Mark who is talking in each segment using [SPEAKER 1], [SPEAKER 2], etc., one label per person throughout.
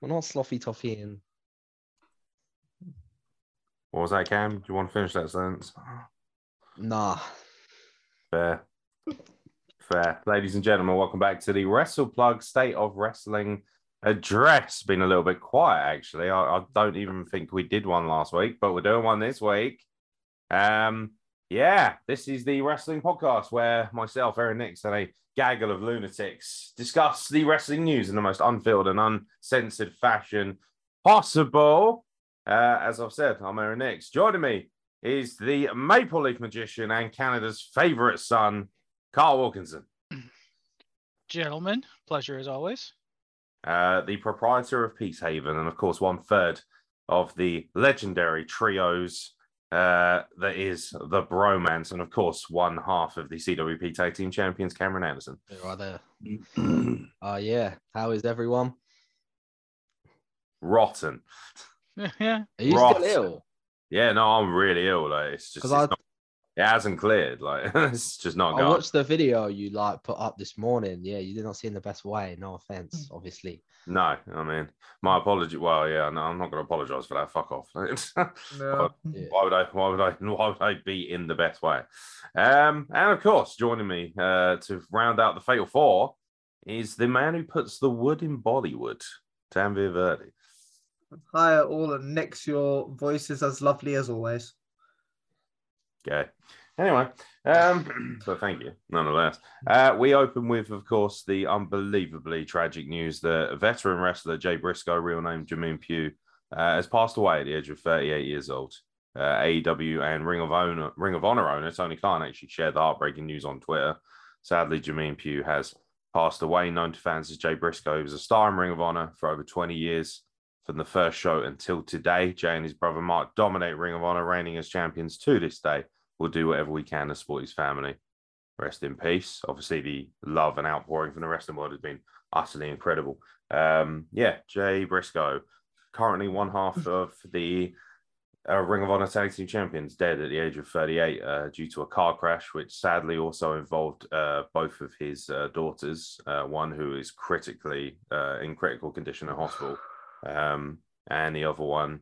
[SPEAKER 1] We're not sloppy toffeeing.
[SPEAKER 2] What was that, Cam? Do you want to finish that sentence?
[SPEAKER 1] Nah.
[SPEAKER 2] Fair. Fair. Ladies and gentlemen, welcome back to the Wrestle Plug State of Wrestling Address. Been a little bit quiet, actually. I, I don't even think we did one last week, but we're doing one this week. Um, yeah, this is the wrestling podcast where myself, Aaron Nix, and a gaggle of lunatics discuss the wrestling news in the most unfiltered and uncensored fashion possible. Uh, as I've said, I'm Aaron Nix. Joining me is the Maple Leaf magician and Canada's favorite son, Carl Wilkinson,
[SPEAKER 3] Gentlemen, pleasure as always.
[SPEAKER 2] uh, the proprietor of Peace Haven, and of course, one third of the legendary trios uh, that is the Bromance, and of course, one half of the CWP Tag Team Champions, Cameron Anderson.
[SPEAKER 1] There are there. Uh, yeah. How is everyone?
[SPEAKER 2] Rotten.
[SPEAKER 3] yeah.
[SPEAKER 1] Are you
[SPEAKER 2] Ross.
[SPEAKER 1] still ill?
[SPEAKER 2] Yeah, no, I'm really ill. Like, it's just,
[SPEAKER 1] Because
[SPEAKER 2] it's
[SPEAKER 1] I,
[SPEAKER 2] not- it hasn't cleared. Like, it's just not
[SPEAKER 1] I
[SPEAKER 2] going.
[SPEAKER 1] watched the video you like put up this morning. Yeah, you did not see in the best way. No offense, obviously.
[SPEAKER 2] No, I mean, my apology. Well, yeah, no, I'm not going to apologize for that. Fuck off.
[SPEAKER 4] No.
[SPEAKER 1] Yeah.
[SPEAKER 2] why would I why would I why would I be in the best way? Um, and of course, joining me uh, to round out the Fatal Four is the man who puts the wood in Bollywood, Tanvir Verdi.
[SPEAKER 4] Hi all, and Nick's your voice is as lovely as always.
[SPEAKER 2] Okay. Anyway, um, but thank you nonetheless. Uh, we open with, of course, the unbelievably tragic news that veteran wrestler Jay Briscoe, real name Jamin Pugh, uh, has passed away at the age of 38 years old. Uh, AEW and Ring of Honor, Ring of Honor owner Tony Khan actually shared the heartbreaking news on Twitter. Sadly, Jamin Pugh has passed away, known to fans as Jay Briscoe. He was a star in Ring of Honor for over 20 years. From the first show until today, Jay and his brother Mark dominate Ring of Honor, reigning as champions to this day we'll do whatever we can to support his family. Rest in peace. Obviously, the love and outpouring from the wrestling world has been utterly incredible. Um, yeah, Jay Briscoe, currently one half of the uh, Ring of Honor Tag Team Champions, dead at the age of 38 uh, due to a car crash, which sadly also involved uh, both of his uh, daughters, uh, one who is critically uh, in critical condition at hospital, um, and the other one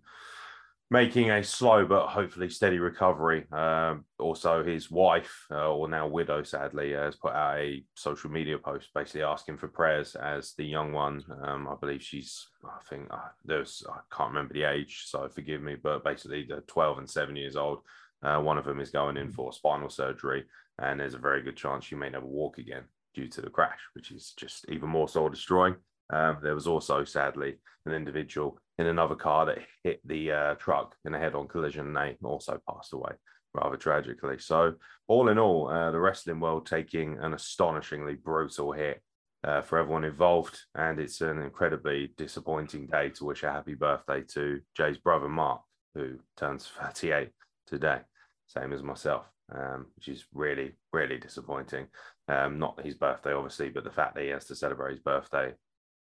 [SPEAKER 2] making a slow but hopefully steady recovery. Um, also, his wife, uh, or now widow, sadly, uh, has put out a social media post basically asking for prayers as the young one. Um, I believe she's, I think, uh, there's, I can't remember the age, so forgive me, but basically they're 12 and seven years old. Uh, one of them is going in for spinal surgery, and there's a very good chance she may never walk again due to the crash, which is just even more soul destroying. Um, there was also, sadly, an individual in another car that hit the uh, truck in a head-on collision and they also passed away rather tragically so all in all uh, the wrestling world taking an astonishingly brutal hit uh, for everyone involved and it's an incredibly disappointing day to wish a happy birthday to jay's brother mark who turns 38 today same as myself um, which is really really disappointing um, not his birthday obviously but the fact that he has to celebrate his birthday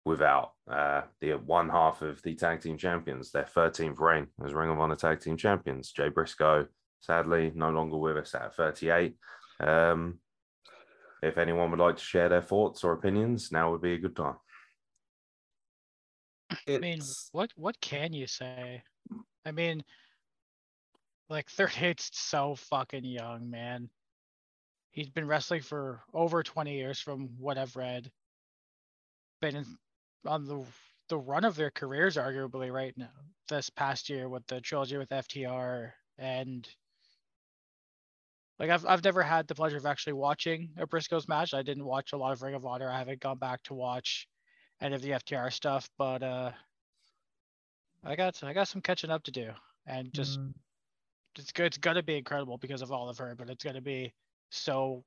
[SPEAKER 2] without uh, the one half of the tag team champions, their 13th reign as Ring of Honor tag team champions. Jay Briscoe, sadly, no longer with us at 38. Um, if anyone would like to share their thoughts or opinions, now would be a good time.
[SPEAKER 3] I mean,
[SPEAKER 4] It's,
[SPEAKER 3] what what can you say? I mean, like 38's so fucking young, man. He's been wrestling for over 20 years, from what I've read. Been in, on the the run of their careers, arguably, right now. This past year with the trilogy with FTR and. Like I've, I've never had the pleasure of actually watching a Briscoe's match. I didn't watch a lot of Ring of Honor. I haven't gone back to watch end of the FTR stuff, but uh, I got I got some catching up to do, and just
[SPEAKER 4] mm,
[SPEAKER 3] it's good. It's gonna be incredible because of all I've heard, but it's gonna be so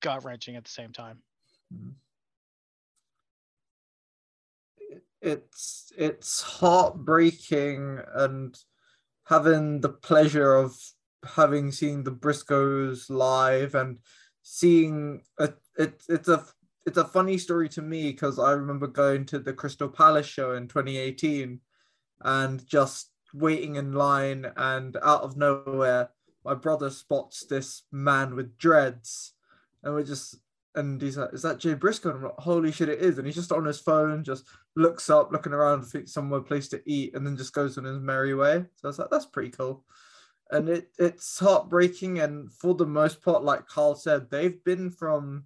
[SPEAKER 3] gut wrenching at the same time.
[SPEAKER 4] it's it's heartbreaking, and having the pleasure of having seen the Briscoes live and seeing a, it, it's a it's a funny story to me because I remember going to the Crystal Palace show in 2018 and just waiting in line and out of nowhere my brother spots this man with dreads and we're just and he's like, "Is that Jay Briscoe?" And I'm like, "Holy shit, it is!" And he's just on his phone, just looks up, looking around, thinks somewhere place to eat, and then just goes on his merry way. So I was like, "That's pretty cool." And it it's heartbreaking, and for the most part, like Carl said, they've been from,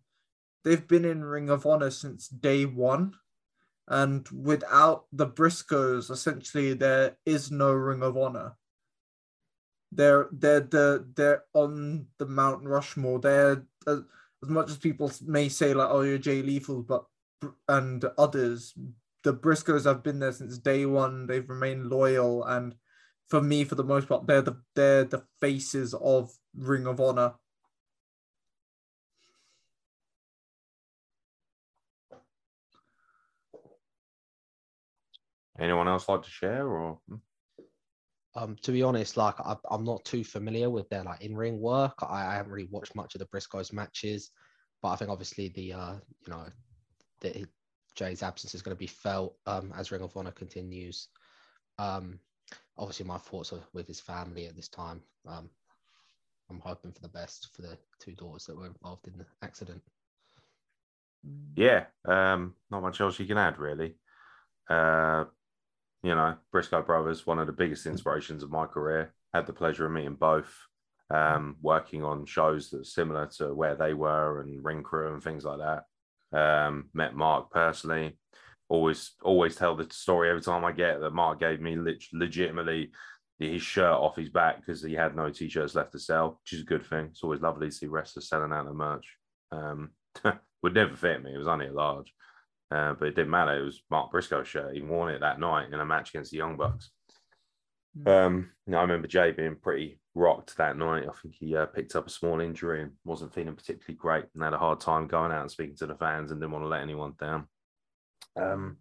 [SPEAKER 4] they've been in Ring of Honor since day one, and without the Briscoes, essentially there is no Ring of Honor they're they're the they're on the Mount Rushmore. They're as, as much as people may say like, oh, you're Jay Lethal, but and others, the Briscoes have been there since day one. They've remained loyal, and for me, for the most part, they're the they're the faces of Ring of Honor.
[SPEAKER 2] Anyone else like to share or?
[SPEAKER 1] um, to be honest, like I, I'm not too familiar with their like in-ring work. I, I haven't really watched much of the Briscoes matches, but I think obviously the uh, you know, the, Jay's absence is going to be felt um, as Ring of Honor continues. Um, obviously, my thoughts are with his family at this time. Um, I'm hoping for the best for the two daughters that were involved in the accident.
[SPEAKER 2] Yeah, um, not much else you can add really. Uh, you know, Briscoe brothers, one of the biggest inspirations of my career. Had the pleasure of meeting both, um, working on shows that are similar to where they were and Ring Crew and things like that. Um, met Mark personally. Always, always tell the story every time I get that Mark gave me lit- legitimately his shirt off his back because he had no t-shirts left to sell, which is a good thing. It's always lovely to see wrestlers selling out their merch. Um, would never fit me. It was only a large. Uh, but it didn't matter. It was Mark Briscoe's shirt. He wore it that night in a match against the Young Bucks. Um, you know, I remember Jay being pretty rocked that night. I think he uh, picked up a small injury and wasn't feeling particularly great and had a hard time going out and speaking to the fans and didn't want to let anyone down. Um,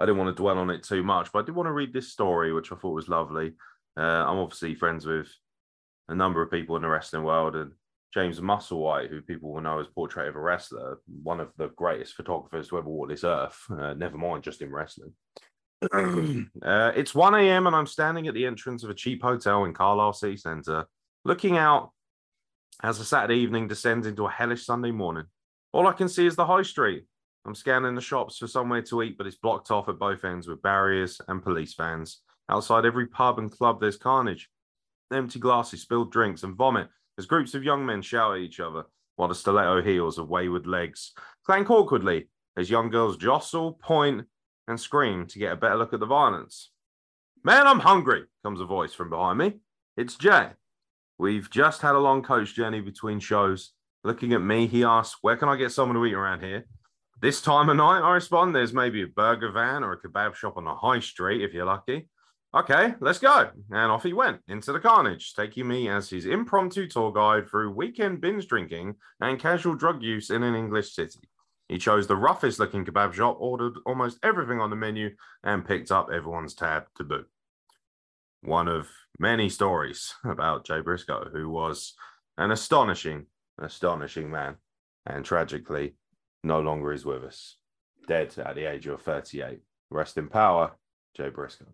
[SPEAKER 2] I didn't want to dwell on it too much, but I did want to read this story, which I thought was lovely. Uh, I'm obviously friends with a number of people in the wrestling world, and James Musselwhite, who people will know as Portrait of a Wrestler, one of the greatest photographers to ever walk this earth, uh, never mind just in wrestling. uh, it's 1 a.m., and I'm standing at the entrance of a cheap hotel in Carlisle City Centre, looking out as the Saturday evening descends into a hellish Sunday morning. All I can see is the high street. I'm scanning the shops for somewhere to eat, but it's blocked off at both ends with barriers and police vans. Outside every pub and club, there's carnage, empty glasses, spilled drinks, and vomit as groups of young men shout at each other while the stiletto heels of wayward legs clank awkwardly as young girls jostle, point, and scream to get a better look at the violence. Man, I'm hungry, comes a voice from behind me. It's Jay. We've just had a long coach journey between shows. Looking at me, he asks, Where can I get someone to eat around here? This time of night, I respond, There's maybe a burger van or a kebab shop on the high street if you're lucky okay, let's go. And off he went into the carnage, taking me as his impromptu tour guide through weekend binge drinking and casual drug use in an English city. He chose the roughest looking kebab shop, ordered almost everything on the menu, and picked up everyone's tab to boot. One of many stories about Jay Briscoe, who was an astonishing, astonishing man, and tragically no longer is with us. Dead at the age of 38. Rest in power, Jay Briscoe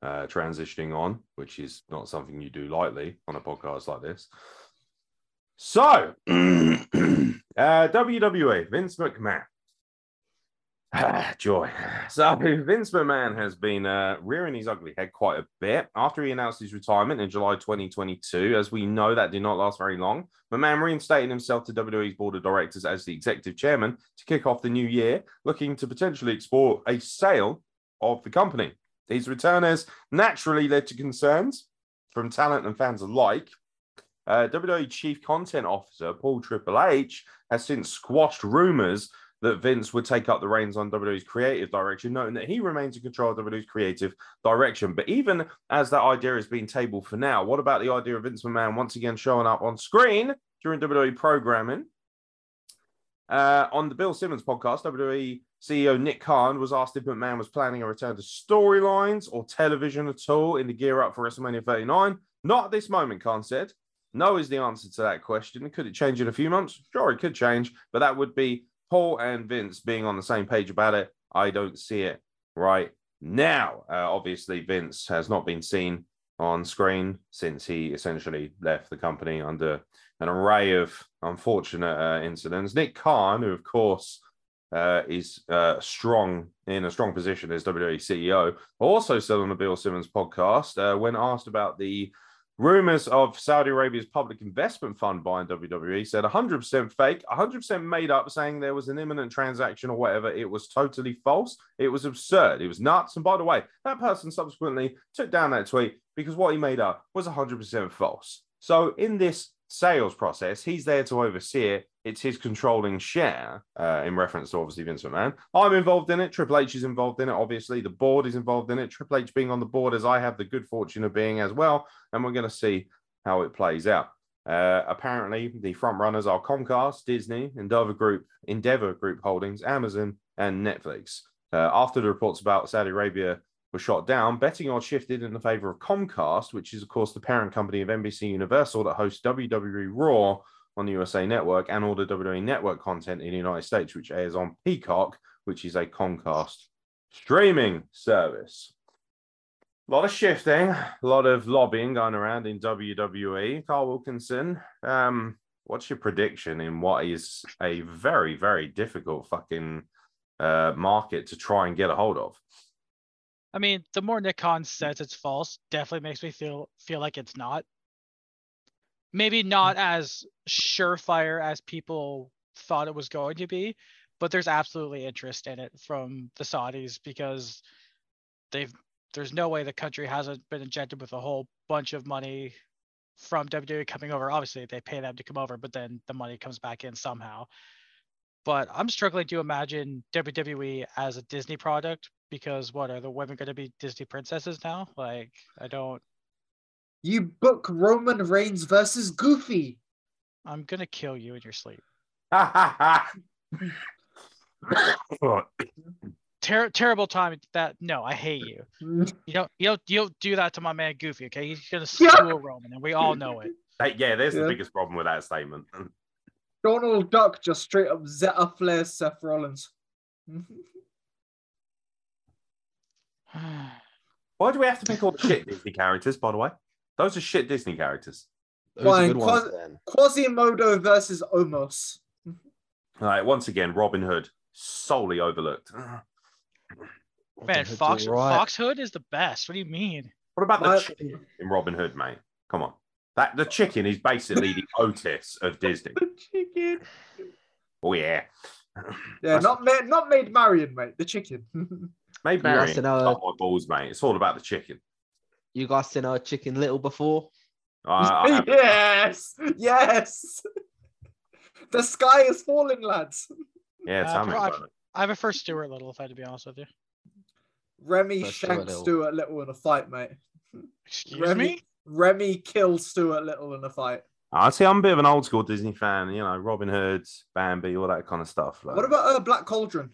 [SPEAKER 2] uh, transitioning on, which is not something you do lightly on a podcast like this. So, uh, WWE, Vince McMahon. Ah, joy. So, Vince McMahon has been uh, rearing his ugly head quite a bit after he announced his retirement in July 2022. As we know, that did not last very long. McMahon reinstated himself to WWE's board of directors as the executive chairman to kick off the new year, looking to potentially explore a sale of the company. His return has naturally led to concerns from talent and fans alike. Uh, WWE Chief Content Officer Paul Triple H has since squashed rumors that Vince would take up the reins on WWE's creative direction, noting that he remains in control of WWE's creative direction. But even as that idea has been tabled for now, what about the idea of Vince McMahon once again showing up on screen during WWE programming? Uh, on the Bill Simmons podcast, E WWE CEO Nick Khan was asked if McMahon was planning a return to storylines or television at all in the gear up for WrestleMania 39. Not at this moment, Khan said. No is the answer to that question. Could it change in a few months? Sure, it could change, but that would be Paul and Vince being on the same page about it. I don't see it right now. Uh, obviously, Vince has not been seen on screen since he essentially left the company under an array of unfortunate uh, incidents. Nick Khan, who of course uh, is uh, strong in a strong position as WWE CEO, also said on the Bill Simmons podcast uh, when asked about the rumors of Saudi Arabia's public investment fund buying WWE, E said 100% fake, 100% made up, saying there was an imminent transaction or whatever. It was totally false. It was absurd. It was nuts. And by the way, that person subsequently took down that tweet because what he made up was 100% false. So in this sales process. He's there to oversee it. It's his controlling share, uh, in reference to obviously Vince McMahon. I'm involved in it. Triple H is involved in it. Obviously, the board is involved in it. Triple H being on the board, as I have the good fortune of being as well. And we're going to see how it plays out. Uh, apparently, the front runners are Comcast, Disney, Endeavor Group, Endeavor Group Holdings, Amazon, and Netflix. Uh, after the reports about Saudi Arabia were shot down, betting odds shifted in the favor of Comcast, which is, of course, the parent company of NBC Universal that hosts WWE Raw on the USA Network and all the WWE Network content in the United States, which airs on Peacock, which is a Comcast streaming service. A lot of shifting, a lot of lobbying going around in WWE. Carl Wilkinson, um, what's your prediction in what is a very, very difficult fucking uh, market to try and get a hold of?
[SPEAKER 3] I mean, the more Nikon says it's false, definitely makes me feel feel like it's not. Maybe not as surefire as people thought it was going to be, but there's absolutely interest in it from the Saudis because they've there's no way the country hasn't been injected with a whole bunch of money from WWE coming over. Obviously, they pay them to come over, but then the money comes back in somehow. But I'm struggling to imagine WWE as a Disney product because what are the women going to be Disney princesses now? Like, I don't.
[SPEAKER 4] You book Roman Reigns versus Goofy.
[SPEAKER 3] I'm gonna kill you in your sleep. Ter- terrible time. That no, I hate you. You don't. You don't. You don't do that to my man Goofy. Okay, he's gonna
[SPEAKER 4] Yeah.
[SPEAKER 3] school Roman, and we all know it.
[SPEAKER 2] Hey, yeah, there's
[SPEAKER 4] Yeah.
[SPEAKER 2] the biggest problem with that statement.
[SPEAKER 4] Donald Duck just straight up Zeta Flair Seth Rollins.
[SPEAKER 2] Why do we have to pick all the shit Disney characters, by the way? Those are shit Disney characters.
[SPEAKER 1] Those are
[SPEAKER 4] Fine,
[SPEAKER 1] good ones
[SPEAKER 4] cause-
[SPEAKER 1] then.
[SPEAKER 4] Quasimodo versus Omos.
[SPEAKER 2] All right, once again, Robin Hood, solely overlooked. What
[SPEAKER 1] What the
[SPEAKER 3] Man,
[SPEAKER 1] heck's
[SPEAKER 3] Fox
[SPEAKER 1] alright?
[SPEAKER 3] Foxhood is the best. What do you mean?
[SPEAKER 2] about the
[SPEAKER 4] My-
[SPEAKER 2] chicken in Robin Hood, mate? Come on. That the chicken is basically the Otis of Disney.
[SPEAKER 4] The chicken.
[SPEAKER 2] Oh yeah.
[SPEAKER 4] Yeah,
[SPEAKER 2] That's-
[SPEAKER 4] not made, not made Marion, mate. The chicken.
[SPEAKER 2] made
[SPEAKER 1] You
[SPEAKER 2] Marion.
[SPEAKER 1] guys, know,
[SPEAKER 2] stop my balls, mate. It's all about the chicken.
[SPEAKER 1] you guys seen a Chicken Little before?
[SPEAKER 2] I- I haven't-
[SPEAKER 4] yes, yes. The sky is falling, lads.
[SPEAKER 2] yeah,
[SPEAKER 3] Uh,
[SPEAKER 2] tell me
[SPEAKER 3] pro-
[SPEAKER 2] about it.
[SPEAKER 3] I prefer Stuart Little, if I had to be honest with you.
[SPEAKER 4] Remy
[SPEAKER 1] That's Stuart
[SPEAKER 4] shanked
[SPEAKER 1] Little.
[SPEAKER 4] Stuart Little in a fight, mate.
[SPEAKER 3] Excuse
[SPEAKER 4] Remy,
[SPEAKER 3] me?
[SPEAKER 4] Remy killed Stuart Little in a fight.
[SPEAKER 2] I see. I'm a bit of an old school Disney fan. You know, Robin Hood, Bambi, all that kind of stuff. Like,
[SPEAKER 4] What about uh, Black Cauldron?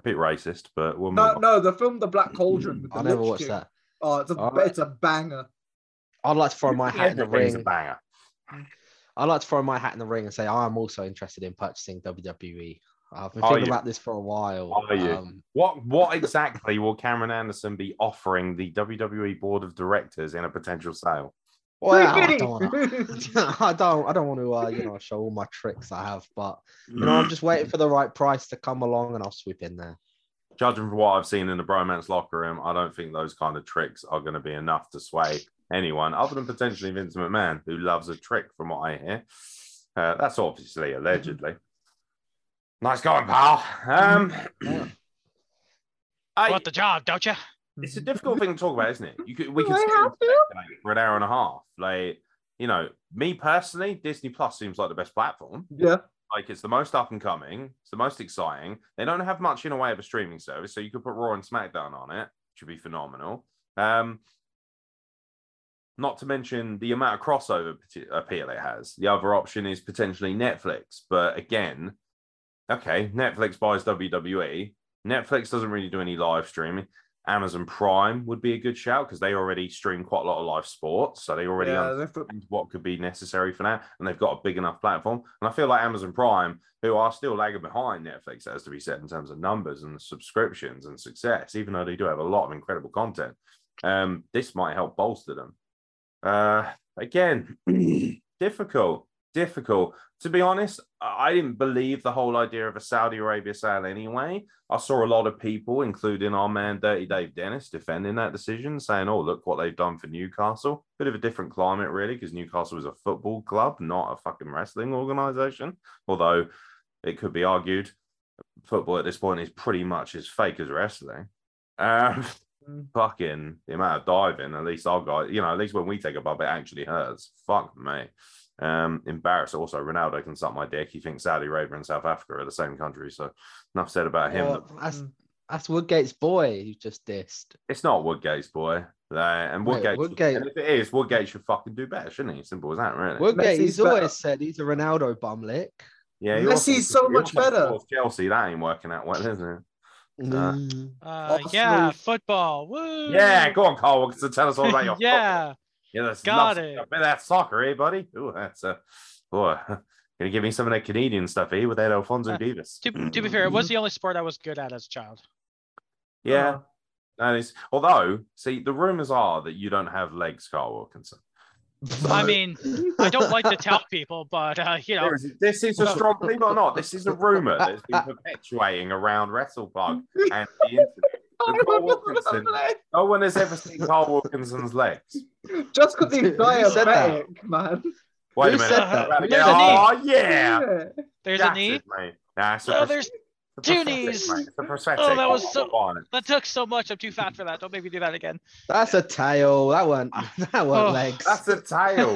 [SPEAKER 2] a bit racist? But we'll
[SPEAKER 4] No,
[SPEAKER 2] move on.
[SPEAKER 4] no, the film The Black Cauldron. With the
[SPEAKER 1] Oh I never
[SPEAKER 4] Lich
[SPEAKER 1] watched
[SPEAKER 4] King.
[SPEAKER 1] that.
[SPEAKER 4] Oh, it's a,
[SPEAKER 1] Alright.
[SPEAKER 4] it's a banger.
[SPEAKER 1] I'd like to throw my hat in the
[SPEAKER 2] Everything's
[SPEAKER 1] ring.
[SPEAKER 2] a banger.
[SPEAKER 1] I'd like to throw my hat in the ring and say I am also interested in purchasing WWE. I've been
[SPEAKER 2] Are
[SPEAKER 1] thinking
[SPEAKER 2] you?
[SPEAKER 1] about this for a while.
[SPEAKER 2] Are you?
[SPEAKER 1] Um,
[SPEAKER 2] What what exactly will Cameron Anderson be offering the WWE board of directors in a potential sale?
[SPEAKER 1] well,
[SPEAKER 4] Free
[SPEAKER 1] I
[SPEAKER 4] Biddy!
[SPEAKER 1] don't, wanna, I don't, I don't want to, uh, you know, show all my tricks I have, but you know, I'm just waiting for the right price to come along, and I'll swoop in there.
[SPEAKER 2] Judging from what I've seen in the bromance locker room, I don't think those kind of tricks are going to be enough to sway anyone other than potentially Vince McMahon, who loves a trick, from what I hear. Uh, that's obviously allegedly. nice going, pal. Um, I-
[SPEAKER 3] You want the job, don't you?
[SPEAKER 2] it's a
[SPEAKER 4] Mm.
[SPEAKER 2] difficult thing to talk about, isn't it? You could we
[SPEAKER 4] Do
[SPEAKER 2] can
[SPEAKER 4] I
[SPEAKER 2] sit
[SPEAKER 4] have
[SPEAKER 2] and speculate for an hour and a half. Like, you know, me personally, Disney Plus seems like the best platform.
[SPEAKER 4] yeah.
[SPEAKER 2] Like it's the most up and coming, it's the most exciting. They don't have much in a way of a streaming service, so you could put Raw and SmackDown on it, which would be phenomenal. Um, not to mention the amount of crossover pati- appeal it has. The other option is potentially Netflix, but again, okay, Netflix buys WWE. Netflix doesn't really do any live streaming. Amazon Prime would be a good shout because they already stream quite a lot of live sports, so they already
[SPEAKER 4] yeah,
[SPEAKER 2] understand
[SPEAKER 4] they put-
[SPEAKER 2] and what could be necessary for that. And they've got a big enough platform. And I feel like Amazon Prime, who are still lagging behind Netflix, that has to be said in terms of numbers and subscriptions and success, even though they do have a lot of incredible content. Um, this might help bolster them. Uh, again, difficult. difficult. To be honest, I I didn't believe the whole idea of a Saudi Arabia sale anyway. I saw a lot of people, including our man Dirty Dave Dennis, defending that decision, saying, oh, look what they've done for Newcastle. Bit of a different climate, really, because Newcastle is a football club, not a fucking wrestling organization. Although it could be argued football at this point is pretty much as fake as wrestling. Um,
[SPEAKER 4] Mm.
[SPEAKER 2] fucking the amount of diving, at least our guy, you know, at least when we take a bump, it actually hurts. Fuck me. Um, embarrassed. Also, Ronaldo can suck my dick. He thinks Saudi Arabia and South Africa are the same country. So enough said about him.
[SPEAKER 1] Well,
[SPEAKER 4] Mm.
[SPEAKER 1] that's, that's Woodgate's boy who just dissed.
[SPEAKER 2] It's not Woodgate's boy. Like, and
[SPEAKER 1] Mate,
[SPEAKER 2] Woodgate,
[SPEAKER 1] Woodgate-
[SPEAKER 2] and if it is, Woodgate should fucking do better, shouldn't he? Simple as that, really.
[SPEAKER 1] Woodgate,
[SPEAKER 4] Messi's
[SPEAKER 1] he's always
[SPEAKER 4] better.
[SPEAKER 1] said he's a Ronaldo bum lick.
[SPEAKER 2] yeah, he
[SPEAKER 4] Messi's
[SPEAKER 2] also-
[SPEAKER 4] so
[SPEAKER 2] he
[SPEAKER 4] much
[SPEAKER 2] also
[SPEAKER 4] better.
[SPEAKER 2] scores Chelsea, that ain't working out well, isn't it? Uh,
[SPEAKER 3] Uh,
[SPEAKER 4] Arsenal-
[SPEAKER 3] yeah, football. Woo!
[SPEAKER 2] Yeah, go on, Cole. So tell us all about your football.
[SPEAKER 3] yeah.
[SPEAKER 2] Yeah, that's
[SPEAKER 3] Got
[SPEAKER 2] lots-
[SPEAKER 3] it.
[SPEAKER 2] A bit of that soccer, eh, buddy? Ooh, that's uh, boy. Gonna give me some of that Canadian stuff, eh? With that Alfonso
[SPEAKER 3] Uh,
[SPEAKER 2] Davis.
[SPEAKER 3] To, to be fair, it was
[SPEAKER 2] Mm-hmm.
[SPEAKER 3] the only sport I was good at as a child.
[SPEAKER 2] yeah. that is- although, see, the rumors are that you don't have legs, Carl Wilkinson.
[SPEAKER 3] I mean, I don't like to tell people, but uh, you know,
[SPEAKER 2] There is- this is a
[SPEAKER 1] Well-
[SPEAKER 2] strong, believe it or not, this is a rumor that's been perpetuating around WrestlePug and the internet.
[SPEAKER 4] I
[SPEAKER 2] Carl
[SPEAKER 4] remember
[SPEAKER 2] Wilkinson.
[SPEAKER 4] that
[SPEAKER 2] No one has ever seen Carl Wilkinson's legs.
[SPEAKER 4] name. Just because he's
[SPEAKER 1] Who said that?
[SPEAKER 4] diabetic, man.
[SPEAKER 2] Wait
[SPEAKER 1] Who
[SPEAKER 2] a minute.
[SPEAKER 1] said that?
[SPEAKER 2] About to
[SPEAKER 1] Who
[SPEAKER 2] get-
[SPEAKER 3] said that?
[SPEAKER 2] oh yeah,
[SPEAKER 3] there's a
[SPEAKER 2] That's
[SPEAKER 3] knee.
[SPEAKER 2] it, mate. Nah, it's a
[SPEAKER 3] Oh,
[SPEAKER 2] pros-
[SPEAKER 3] there's
[SPEAKER 2] it's a
[SPEAKER 3] two
[SPEAKER 2] prosthetic,
[SPEAKER 3] knees.
[SPEAKER 2] mate. It's a prosthetic.
[SPEAKER 3] Oh, that was so-
[SPEAKER 2] Come on.
[SPEAKER 3] that took so much. I'm too fat for that. Don't make me do that again.
[SPEAKER 1] That's a tail. That weren't that weren't
[SPEAKER 3] Oh.
[SPEAKER 1] legs.
[SPEAKER 2] That's a tail.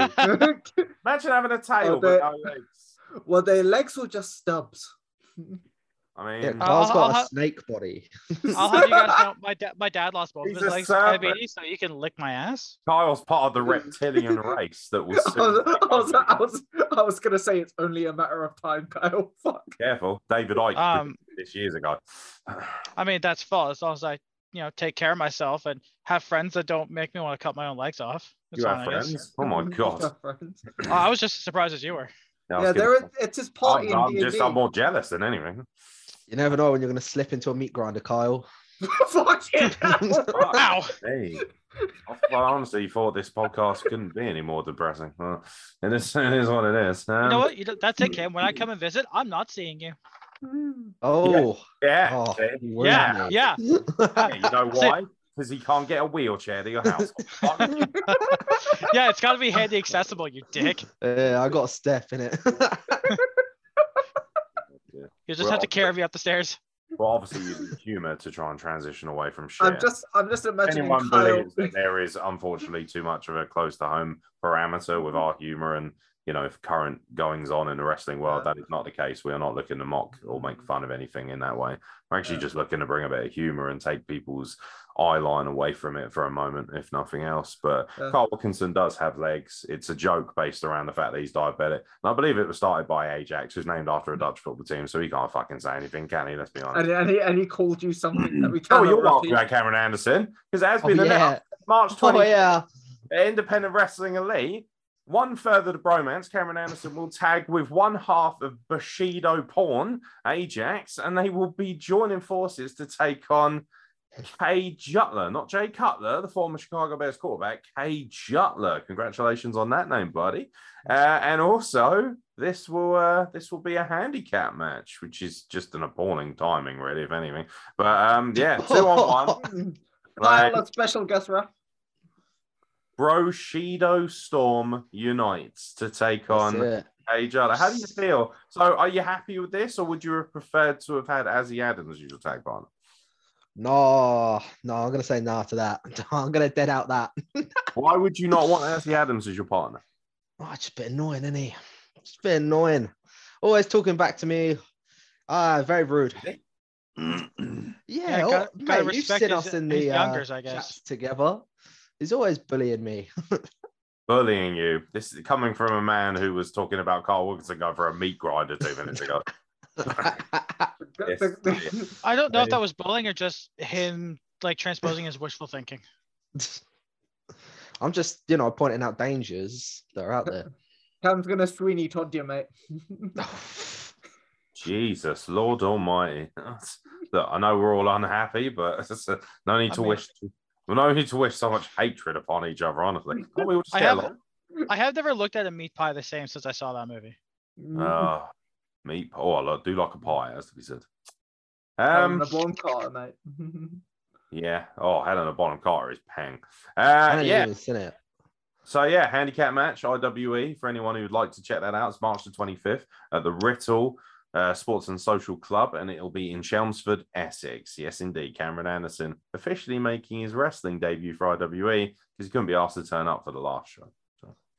[SPEAKER 2] Imagine having a tail
[SPEAKER 4] Oh,
[SPEAKER 2] but
[SPEAKER 4] that-
[SPEAKER 2] no legs.
[SPEAKER 4] well, their legs were just stubs.
[SPEAKER 2] I
[SPEAKER 1] Yeah,
[SPEAKER 2] mean,
[SPEAKER 1] Carl's
[SPEAKER 3] I'll-
[SPEAKER 1] got a
[SPEAKER 3] I'll-
[SPEAKER 1] snake body.
[SPEAKER 3] I'll have you guys know my dad. My dad lost both of
[SPEAKER 2] He's
[SPEAKER 3] his
[SPEAKER 2] a
[SPEAKER 3] legs to
[SPEAKER 2] serpent.
[SPEAKER 3] diabetes, so you can lick my ass.
[SPEAKER 2] Kyle's part of the reptilian race that will
[SPEAKER 4] I
[SPEAKER 2] soon.
[SPEAKER 4] was, I was, I was, I was gonna say it's only a matter of time, Kyle. Fuck.
[SPEAKER 2] Careful, David Icke
[SPEAKER 3] Um,
[SPEAKER 2] predicted this years ago.
[SPEAKER 3] I mean, that's false. As long as I, you know, take care of myself and have friends that don't make me want to cut my own legs off. That's
[SPEAKER 2] You
[SPEAKER 3] all
[SPEAKER 2] have
[SPEAKER 3] I guess.
[SPEAKER 2] friends? Oh my god!
[SPEAKER 4] Yeah, friends.
[SPEAKER 3] Oh, I was just as surprised as you were.
[SPEAKER 2] No, I was
[SPEAKER 4] Yeah,
[SPEAKER 2] kidding.
[SPEAKER 4] there is. It's his party.
[SPEAKER 2] I'm,
[SPEAKER 4] in
[SPEAKER 2] I'm
[SPEAKER 4] D&D.
[SPEAKER 2] just I'm more jealous than anything.
[SPEAKER 1] You never know when you're gonna slip into a meat grinder, Kyle.
[SPEAKER 4] Fuck it.
[SPEAKER 3] Wow.
[SPEAKER 2] Hey, I, I honestly thought this podcast couldn't be any more depressing. Well, it is, it is what it is. Um,
[SPEAKER 3] You know what? You don't- that's it, Kim. When I come and visit, I'm not seeing you.
[SPEAKER 1] Oh,
[SPEAKER 2] Yeah.
[SPEAKER 1] oh,
[SPEAKER 2] see?
[SPEAKER 1] you
[SPEAKER 3] Yeah,
[SPEAKER 1] ruined me.
[SPEAKER 3] yeah.
[SPEAKER 2] Yeah, you know
[SPEAKER 3] See-
[SPEAKER 2] why? Because he can't get a wheelchair to your house.
[SPEAKER 3] Yeah, it's got to be handy accessible, you dick.
[SPEAKER 1] Yeah, I got a step in it.
[SPEAKER 3] You just
[SPEAKER 2] Well,
[SPEAKER 3] have to carry me up the stairs.
[SPEAKER 2] well, obviously using humour to try and transition away from shit.
[SPEAKER 4] I'm just, I'm just imagining
[SPEAKER 2] anyone
[SPEAKER 4] Kyle.
[SPEAKER 2] believes that there is unfortunately too much of a close to home parameter with our humor and you know current goings on in the wrestling world
[SPEAKER 4] Yeah. Mm.
[SPEAKER 2] that is not the case we are not looking to mock or make fun of anything in that way we're actually
[SPEAKER 4] Yeah.
[SPEAKER 2] just looking to bring a bit of humor and take people's eye line away from it for a moment if nothing else but
[SPEAKER 4] Yeah.
[SPEAKER 2] carl wilkinson does have legs it's a joke based around the fact that he's diabetic and i believe it was started by ajax who's named after a dutch football team so he can't fucking say anything can he let's be honest
[SPEAKER 4] And, and, he, and he called you something that we
[SPEAKER 2] Oh,
[SPEAKER 4] cannot
[SPEAKER 2] you're welcome,
[SPEAKER 4] repeat.
[SPEAKER 2] Cameron Anderson, because it has
[SPEAKER 1] oh,
[SPEAKER 2] been announced
[SPEAKER 1] yeah.
[SPEAKER 2] March
[SPEAKER 1] oh
[SPEAKER 2] 20th,
[SPEAKER 1] yeah.
[SPEAKER 2] at Independent Wrestling Elite. One further to bromance, Cameron Anderson will tag with one half of Bushido Porn, Ajax, and they will be joining forces to take on Kay Jutler, not Jay Cutler, the former Chicago Bears quarterback, Kay Jutler. Congratulations on that name, buddy. Uh, and also, this will uh, this will be a handicap match, which is just an appalling timing, really, if anything. But um, yeah, two on one.
[SPEAKER 4] Kyle,
[SPEAKER 2] Like-
[SPEAKER 4] a special guest ref.
[SPEAKER 2] Broshido Storm unites to take on
[SPEAKER 1] That's it.
[SPEAKER 2] Ajala. How do you feel? So, are you happy with this, or would you have preferred to have had Azzy Adams as your tag partner?
[SPEAKER 1] No, no, I'm gonna say no to that. I'm gonna dead out that.
[SPEAKER 2] Why would you not want Azzy Adams as your partner?
[SPEAKER 1] Oh, it's just a bit annoying, isn't he? It's a bit annoying. Always talking back to me. Ah, very rude. Yeah,
[SPEAKER 3] Yeah,
[SPEAKER 1] oh,
[SPEAKER 3] gotta- gotta
[SPEAKER 1] mate, you've
[SPEAKER 3] respect
[SPEAKER 1] seen
[SPEAKER 3] his-
[SPEAKER 1] us in
[SPEAKER 3] his
[SPEAKER 1] the uh,
[SPEAKER 3] youngers, I guess.
[SPEAKER 1] chats together. He's always bullying me.
[SPEAKER 2] Bullying you. This is coming from a man who was talking about Carl Wilkinson going for a meat grinder two minutes ago. Yes.
[SPEAKER 3] I don't know if
[SPEAKER 2] Maybe.
[SPEAKER 3] that was bullying or just him like transposing his wishful thinking.
[SPEAKER 1] I'm just, you know, pointing out dangers that are out there.
[SPEAKER 4] Cam's gonna Sweeney Todd you, mate.
[SPEAKER 1] Uh,
[SPEAKER 2] Jesus, Lord Almighty. Look, I know we're all unhappy, but it's, uh, no need
[SPEAKER 3] I
[SPEAKER 2] to
[SPEAKER 3] mean-
[SPEAKER 2] wish. No need to wish so much hatred upon each other. Honestly, Can't we all just
[SPEAKER 3] I
[SPEAKER 2] get
[SPEAKER 3] have-
[SPEAKER 2] along?
[SPEAKER 3] I have never looked at a meat pie the same since I saw that movie. Mm.
[SPEAKER 2] Ah, meat. Oh, I lo- do like a pie. Has to be said.
[SPEAKER 4] Having
[SPEAKER 2] Um,
[SPEAKER 4] a bomb car, mate.
[SPEAKER 2] yeah. Oh, Helena Bonham Carter is pang. Uh,
[SPEAKER 1] haven't
[SPEAKER 2] yeah.
[SPEAKER 1] even seen it.
[SPEAKER 2] So yeah, handicap match IWE for anyone who would like to check that out. It's March the 25th at the Rittall uh, Sports and Social Club, and it'll be in Chelmsford, Essex. Yes, indeed. Cameron Anderson officially making his wrestling debut for IWE because he couldn't be asked to turn up for the last show.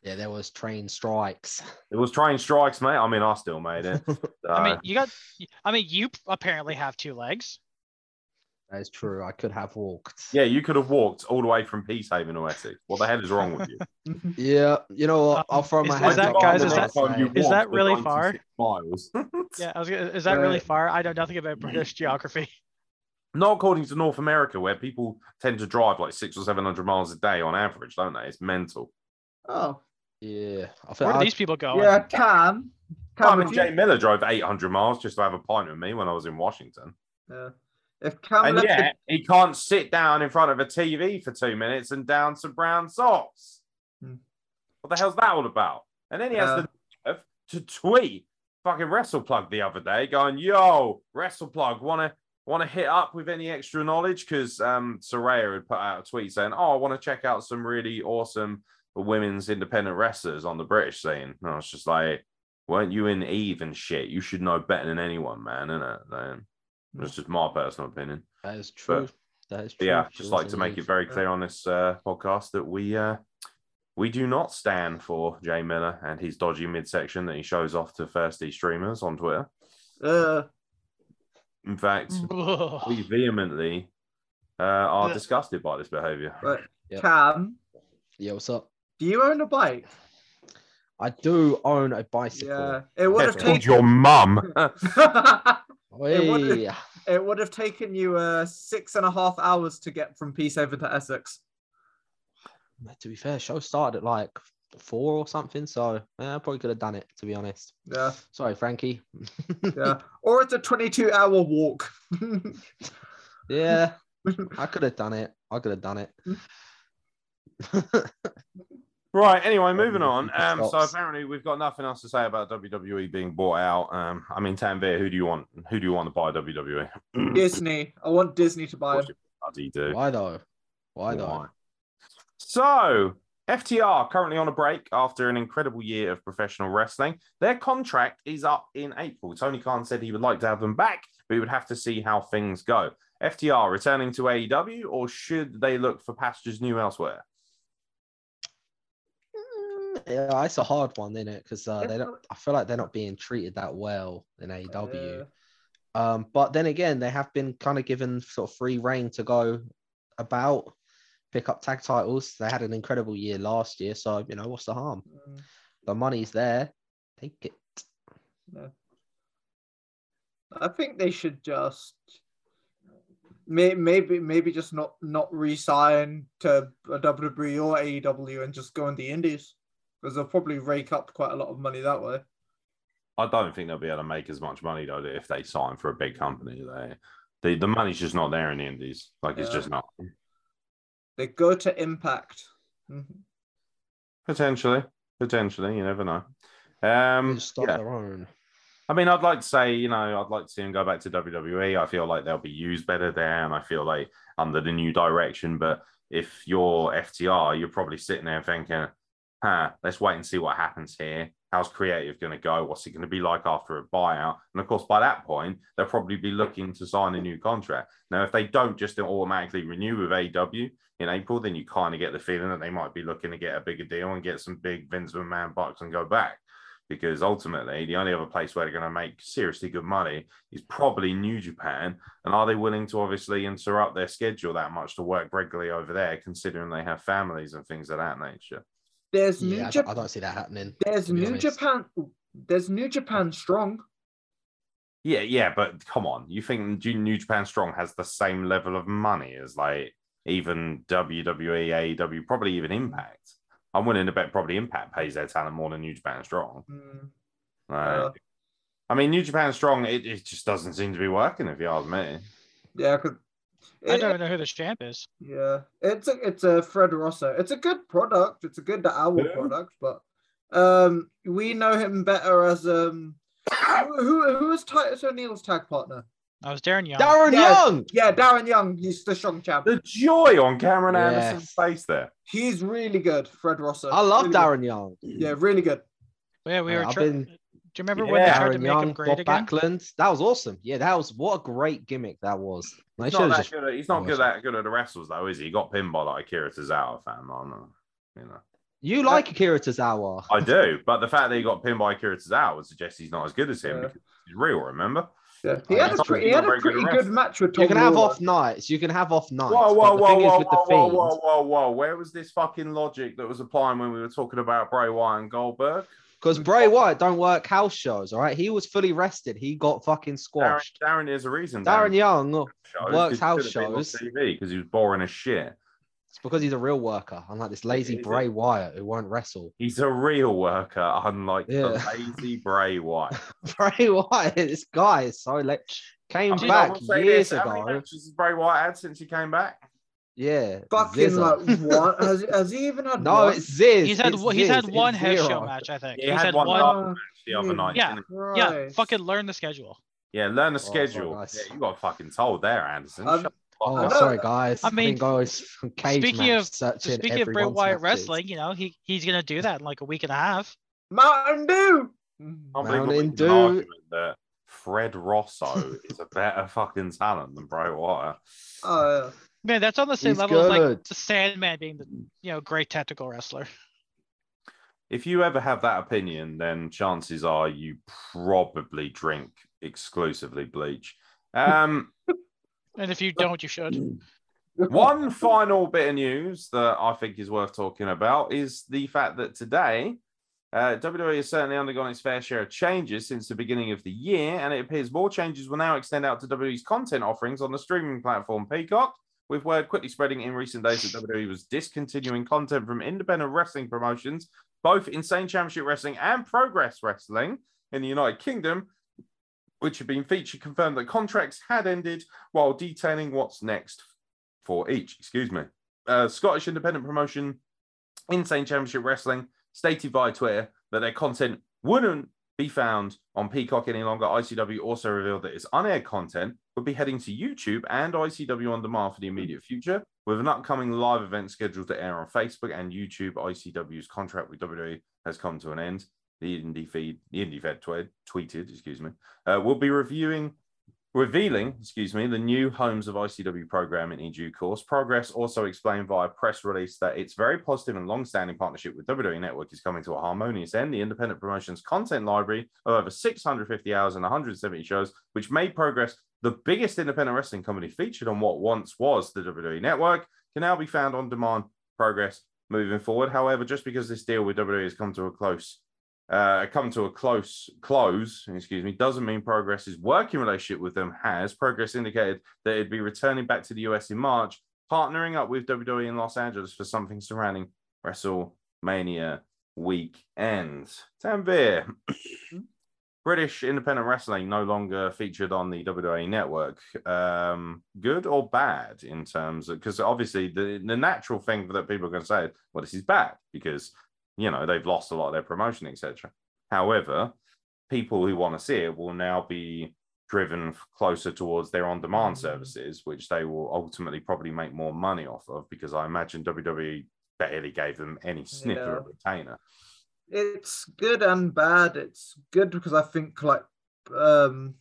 [SPEAKER 1] Yeah, there was train strikes.
[SPEAKER 2] It was train strikes, mate. I mean, I still made it.
[SPEAKER 3] I mean,
[SPEAKER 2] Uh,
[SPEAKER 3] you got. I mean, you apparently have two legs.
[SPEAKER 1] That is true. I could have walked.
[SPEAKER 2] yeah, you could have walked all the way from Peacehaven to Essex. What the hell is wrong with you?
[SPEAKER 1] Yeah, you know what?
[SPEAKER 3] Um,
[SPEAKER 1] I'll throw my
[SPEAKER 3] is-
[SPEAKER 1] hand
[SPEAKER 3] is that-
[SPEAKER 1] up.
[SPEAKER 3] guys,
[SPEAKER 1] and
[SPEAKER 3] is
[SPEAKER 1] I'll
[SPEAKER 3] that-
[SPEAKER 1] say-
[SPEAKER 3] is
[SPEAKER 2] walked
[SPEAKER 3] that
[SPEAKER 2] the
[SPEAKER 3] really far?
[SPEAKER 2] 96 Miles.
[SPEAKER 3] Yeah, I was. Gonna, is that really
[SPEAKER 4] Uh,
[SPEAKER 3] far? I know nothing about British geography.
[SPEAKER 2] Not according to North America, where people tend to drive like six or seven hundred miles a day on average, don't they? It's mental.
[SPEAKER 4] oh,
[SPEAKER 1] Yeah, I think
[SPEAKER 3] Where do
[SPEAKER 1] I-
[SPEAKER 3] these people go?
[SPEAKER 4] yeah, Cam.
[SPEAKER 2] I
[SPEAKER 4] Cam
[SPEAKER 2] mean,
[SPEAKER 4] if,
[SPEAKER 2] Jay
[SPEAKER 4] you,
[SPEAKER 2] Miller drove eight hundred miles just to have a pint with me when I was in Washington,
[SPEAKER 4] yeah. if Cam
[SPEAKER 2] and
[SPEAKER 4] left
[SPEAKER 2] yet he can't sit down in front of a TV for two minutes and down some brown socks.
[SPEAKER 4] Hmm.
[SPEAKER 2] What the hell's that all about? And then he has
[SPEAKER 4] Yeah.
[SPEAKER 2] the nerve to tweet fucking WrestlePlug the other day, going, "Yo, WrestlePlug, wanna want to hit up with any extra knowledge because um, Soraya had put out a tweet saying, "Oh, I want to check out some really awesome women's independent wrestlers on the British scene." And I was just like, "Weren't you in Eve and shit? You should know better than anyone, man." Isn't it? Like, that's just my personal opinion.
[SPEAKER 1] that is true. That is
[SPEAKER 2] But
[SPEAKER 1] true.
[SPEAKER 2] yeah,
[SPEAKER 1] She
[SPEAKER 2] just
[SPEAKER 1] was
[SPEAKER 2] like to
[SPEAKER 1] in
[SPEAKER 2] make it
[SPEAKER 1] league.
[SPEAKER 2] very clear on this uh, podcast that we uh, we do not stand for Jay Miller and his dodgy midsection that he shows off to thirsty streamers on Twitter.
[SPEAKER 4] uh,
[SPEAKER 2] In fact,
[SPEAKER 3] Ugh.
[SPEAKER 2] we vehemently uh, are
[SPEAKER 3] Yeah.
[SPEAKER 2] disgusted by this behavior.
[SPEAKER 4] but
[SPEAKER 1] Yep.
[SPEAKER 4] Cam,
[SPEAKER 1] Yeah, what's up?
[SPEAKER 4] do you own a bike?
[SPEAKER 1] I do own a bicycle.
[SPEAKER 4] Yeah, it would have
[SPEAKER 2] It's called
[SPEAKER 4] taken.
[SPEAKER 2] your mum.
[SPEAKER 4] Hey, what is-
[SPEAKER 1] Oi.
[SPEAKER 4] it would have taken you uh, six and a half hours to get from Peacehaven to Essex.
[SPEAKER 1] to be fair, show started at like four or something, so yeah, I probably could have done it. To be honest,
[SPEAKER 4] Yeah,
[SPEAKER 1] sorry, Frankie.
[SPEAKER 4] yeah. or it's a 22 hour walk.
[SPEAKER 1] Yeah, I could have done it. I could have done it.
[SPEAKER 4] Mm.
[SPEAKER 2] Right. Anyway, moving
[SPEAKER 1] Probably
[SPEAKER 2] on.
[SPEAKER 1] the
[SPEAKER 2] Um, so
[SPEAKER 1] stocks.
[SPEAKER 2] apparently we've got nothing else to say about WWE being bought out. Um, I mean, Tanvir, who do you want? Who do you want to buy WWE?
[SPEAKER 4] Disney. I want Disney to buy
[SPEAKER 2] Of
[SPEAKER 4] it.
[SPEAKER 2] course you bloody do.
[SPEAKER 1] Why though? Why though?
[SPEAKER 2] So, FTR currently on a break after an incredible year of professional wrestling. Their contract is up in April. Tony Khan said he would like to have them back, but he would have to see how things go. FTR returning to AEW, or should they look for pastures new elsewhere?
[SPEAKER 1] Mm, Yeah, it's a hard one, isn't it? Because uh, they don't. I feel like they're not being treated that well in AEW.
[SPEAKER 4] Yeah.
[SPEAKER 1] Um, but then again, they have been kind of given sort of free reign to go about, pick up tag titles. They had an incredible year last year, so you know what's the harm?
[SPEAKER 4] Mm,
[SPEAKER 1] The money's there. Take it.
[SPEAKER 4] I think they should just may- maybe maybe just not not re-sign to a WWE or AEW and just go on the Indies because they'll probably rake up quite a lot of money that way.
[SPEAKER 2] I don't think they'll be able to make as much money though if they sign for a big company. They, the the money's just not there in the Indies. Like it's
[SPEAKER 4] Yeah.
[SPEAKER 2] just not
[SPEAKER 4] They go to Impact. Mhm.
[SPEAKER 2] potentially, potentially. You never know. Um,
[SPEAKER 1] Start
[SPEAKER 2] yeah.
[SPEAKER 1] their own.
[SPEAKER 2] I mean, I'd like to say, you know, I'd like to see him go back to WWE. I feel like they'll be used better there, and I feel like under the new direction. But if you're FTR, you're probably sitting there thinking, huh, let's wait and see what happens here. How's creative going to go? What's it going to be like after a buyout? And of course, by that point, they'll probably be looking to sign a new contract. Now, if they don't just automatically renew with AW in April, then you kind of get the feeling that they might be looking to get a bigger deal and get some big Vince McMahon bucks and go back. Because ultimately, the only other place where they're going to make seriously good money is probably New Japan. And are they willing to obviously interrupt their schedule that much to work regularly over there, considering they have families and things of that nature?
[SPEAKER 4] There's New
[SPEAKER 1] Yeah, I, don't, I
[SPEAKER 4] Japan.
[SPEAKER 1] don't see that happening.
[SPEAKER 4] There's
[SPEAKER 1] to be
[SPEAKER 4] New
[SPEAKER 1] honest.
[SPEAKER 4] Japan. There's New Japan strong.
[SPEAKER 2] Yeah, yeah, but come on. You think Ju- New Japan Strong has the same level of money as like even E, WWE, AEW, probably even Impact? I'm willing to bet probably Impact pays their talent more than New Japan Strong.
[SPEAKER 4] Mm,
[SPEAKER 2] Like,
[SPEAKER 4] yeah.
[SPEAKER 2] I mean, New Japan Strong, it, it just doesn't seem to be working, if you ask me.
[SPEAKER 4] Yeah, because
[SPEAKER 3] I don't even know who this champ is.
[SPEAKER 4] Yeah, it's a it's a Fred Rosso. It's a good product. It's a good owl
[SPEAKER 2] Yeah.
[SPEAKER 4] product, but um, we know him better as um, who who, who is Titus O'Neil's tag partner?
[SPEAKER 3] I was Darren Young.
[SPEAKER 1] Darren
[SPEAKER 4] Yes.
[SPEAKER 1] Young.
[SPEAKER 4] Yeah, Darren Young. He's the Strong Champ.
[SPEAKER 2] The joy on Cameron
[SPEAKER 1] Yes.
[SPEAKER 2] Anderson's face there.
[SPEAKER 4] He's really good, Fred Rosso.
[SPEAKER 1] I love
[SPEAKER 4] Really good.
[SPEAKER 1] Darren Young.
[SPEAKER 4] Yeah, really good.
[SPEAKER 3] Oh, Yeah, we
[SPEAKER 1] Yeah,
[SPEAKER 3] were.
[SPEAKER 1] I've
[SPEAKER 3] try-
[SPEAKER 1] been-
[SPEAKER 3] Do you remember
[SPEAKER 2] Yeah,
[SPEAKER 3] when they tried to
[SPEAKER 1] Darren
[SPEAKER 3] make him
[SPEAKER 1] Young,
[SPEAKER 3] great
[SPEAKER 1] Bob
[SPEAKER 3] again?
[SPEAKER 1] Backlund. That was awesome. Yeah, that was what a great gimmick that was. They
[SPEAKER 2] He's
[SPEAKER 1] should
[SPEAKER 2] not,
[SPEAKER 1] have
[SPEAKER 2] that
[SPEAKER 1] just
[SPEAKER 2] good at, he's not
[SPEAKER 1] Oh,
[SPEAKER 2] good
[SPEAKER 1] sorry.
[SPEAKER 2] that good at the wrestles though, is he? He got pinned by like Akira Tozawa, fam. I'm not, you know,
[SPEAKER 1] You like Akira Tozawa.
[SPEAKER 2] I do, but the fact that he got pinned by Akira Tozawa would suggest he's not as good as him.
[SPEAKER 4] Yeah.
[SPEAKER 2] Because he's real, remember?
[SPEAKER 4] Yeah, he
[SPEAKER 1] Yeah,
[SPEAKER 4] had a
[SPEAKER 1] he's
[SPEAKER 2] not
[SPEAKER 4] pretty, he had a
[SPEAKER 2] very good
[SPEAKER 4] pretty
[SPEAKER 2] at
[SPEAKER 4] good,
[SPEAKER 2] wrestling.
[SPEAKER 4] match with Tom.
[SPEAKER 1] You can have
[SPEAKER 4] Lawler.
[SPEAKER 1] off nights. You can have off nights.
[SPEAKER 2] Whoa, whoa,
[SPEAKER 1] but Oh, the
[SPEAKER 2] whoa,
[SPEAKER 1] thing
[SPEAKER 2] whoa,
[SPEAKER 1] is with
[SPEAKER 2] whoa,
[SPEAKER 1] the
[SPEAKER 2] whoa,
[SPEAKER 1] fiend,
[SPEAKER 2] whoa, whoa, whoa! Where was this fucking logic that was applying when we were talking about Bray Wyatt and Goldberg?
[SPEAKER 1] because Bray Wyatt don't work house shows. All right, he was fully rested. He got fucking
[SPEAKER 2] Darren,
[SPEAKER 1] squashed.
[SPEAKER 2] Darren is a reason.
[SPEAKER 1] Darren, Young, oh,
[SPEAKER 2] shows,
[SPEAKER 1] works
[SPEAKER 2] 'cause he
[SPEAKER 1] house
[SPEAKER 2] should have been on
[SPEAKER 1] shows.
[SPEAKER 2] TV because he was boring as shit.
[SPEAKER 1] it's because he's a real worker, unlike this lazy
[SPEAKER 2] is
[SPEAKER 1] Bray Wyatt who won't wrestle.
[SPEAKER 2] He's a real worker, unlike
[SPEAKER 1] Yeah.
[SPEAKER 2] the lazy Bray Wyatt.
[SPEAKER 1] Bray Wyatt, this guy is so late. Came
[SPEAKER 2] I mean, I
[SPEAKER 1] back
[SPEAKER 2] will say
[SPEAKER 1] years
[SPEAKER 2] this, How many
[SPEAKER 1] ago.
[SPEAKER 2] matches has Bray White had since he came back?
[SPEAKER 1] Yeah,
[SPEAKER 4] Fucking
[SPEAKER 1] Zizza.
[SPEAKER 4] like what? Has, has he even had?
[SPEAKER 1] no,
[SPEAKER 4] one?
[SPEAKER 1] it's Ziz.
[SPEAKER 3] He's had
[SPEAKER 1] It's
[SPEAKER 3] one- he's
[SPEAKER 1] Ziz.
[SPEAKER 3] had
[SPEAKER 1] It's
[SPEAKER 3] one head
[SPEAKER 1] zero.
[SPEAKER 3] show match, I think.
[SPEAKER 2] He
[SPEAKER 3] he's
[SPEAKER 2] had one
[SPEAKER 4] Oh,
[SPEAKER 2] last match the other
[SPEAKER 4] Jesus
[SPEAKER 2] night.
[SPEAKER 3] Yeah.
[SPEAKER 2] didn't
[SPEAKER 3] Yeah,
[SPEAKER 4] Christ.
[SPEAKER 3] fucking learn the schedule.
[SPEAKER 2] he? Yeah, learn the
[SPEAKER 1] Hmm. Oh,
[SPEAKER 2] schedule.
[SPEAKER 1] nice.
[SPEAKER 2] Yeah, you got fucking told there, Anderson.
[SPEAKER 4] Um,
[SPEAKER 2] Shut
[SPEAKER 1] Oh,
[SPEAKER 4] I know-
[SPEAKER 1] sorry, guys.
[SPEAKER 3] I
[SPEAKER 1] I mean,
[SPEAKER 3] mean,
[SPEAKER 1] guys from cage
[SPEAKER 3] speaking
[SPEAKER 1] match
[SPEAKER 3] of-
[SPEAKER 1] searching
[SPEAKER 3] Speaking of Bray
[SPEAKER 1] everyone's
[SPEAKER 3] Wyatt
[SPEAKER 1] matches.
[SPEAKER 3] wrestling, you know, he he's gonna do that in like a week and a half.
[SPEAKER 4] Mountain Dew.
[SPEAKER 1] Mm.
[SPEAKER 2] I can't believe
[SPEAKER 1] Mountain
[SPEAKER 2] we're making an
[SPEAKER 1] Dew.
[SPEAKER 2] argument that Fred Rosso is a better fucking talent than Bray Wyatt.
[SPEAKER 4] Oh, yeah.
[SPEAKER 3] Man, that's on the same
[SPEAKER 1] He's
[SPEAKER 3] level as
[SPEAKER 1] good.
[SPEAKER 3] like the Sandman being the you know great tactical wrestler.
[SPEAKER 2] If you ever have that opinion, then chances are you probably drink exclusively bleach. Um,
[SPEAKER 3] And if you don't, you should.
[SPEAKER 2] One final bit of news that I think is worth talking about is the fact that today uh, WWE has certainly undergone its fair share of changes since the beginning of the year, and it appears more changes will now extend out to WWE's content offerings on the streaming platform Peacock. With word quickly spreading in recent days that WWE was discontinuing content from independent wrestling promotions, both Insane Championship Wrestling and Progress Wrestling in the United Kingdom, which had been featured, confirmed that contracts had ended while detailing what's next for each. Excuse me. Uh, Scottish independent promotion, Insane Championship Wrestling, stated via Twitter that their content wouldn't be found on Peacock any longer. ICW also revealed that its unaired content would be heading to YouTube and ICW On Demand for the immediate future, with an upcoming live event scheduled to air on Facebook and YouTube. ICW's contract with WWE has come to an end. The indie feed, the indie fed tweet, tweeted, excuse me, uh, will be reviewing revealing, excuse me, the new homes of ICW program in due course. Progress also explained via press release that its very positive and long-standing partnership with WWE Network is coming to a harmonious end. The independent promotion's content library of over 650 hours and 170 shows, which made Progress the biggest independent wrestling company featured on what once was the WWE Network, can now be found on demand. Progress moving forward. However, just because this deal with WWE has come to a close uh, come to a close close, excuse me, doesn't mean Progress's working relationship with them has. Progress indicated that it'd be returning back to the US in March, partnering up with WWE in Los Angeles for something surrounding WrestleMania weekend. Tanvir, British independent wrestling no longer featured on the WWE network. Um, good or bad in terms of because obviously the, the natural thing that people are going to say, is, well, this is bad because you know they've lost a lot of their promotion etc however people who want to see it will now be driven f- closer towards their on-demand services which they will ultimately probably make more money off of because i imagine E wwe barely gave them any sniff of a retainer
[SPEAKER 4] it's good and bad. It's good because I think like um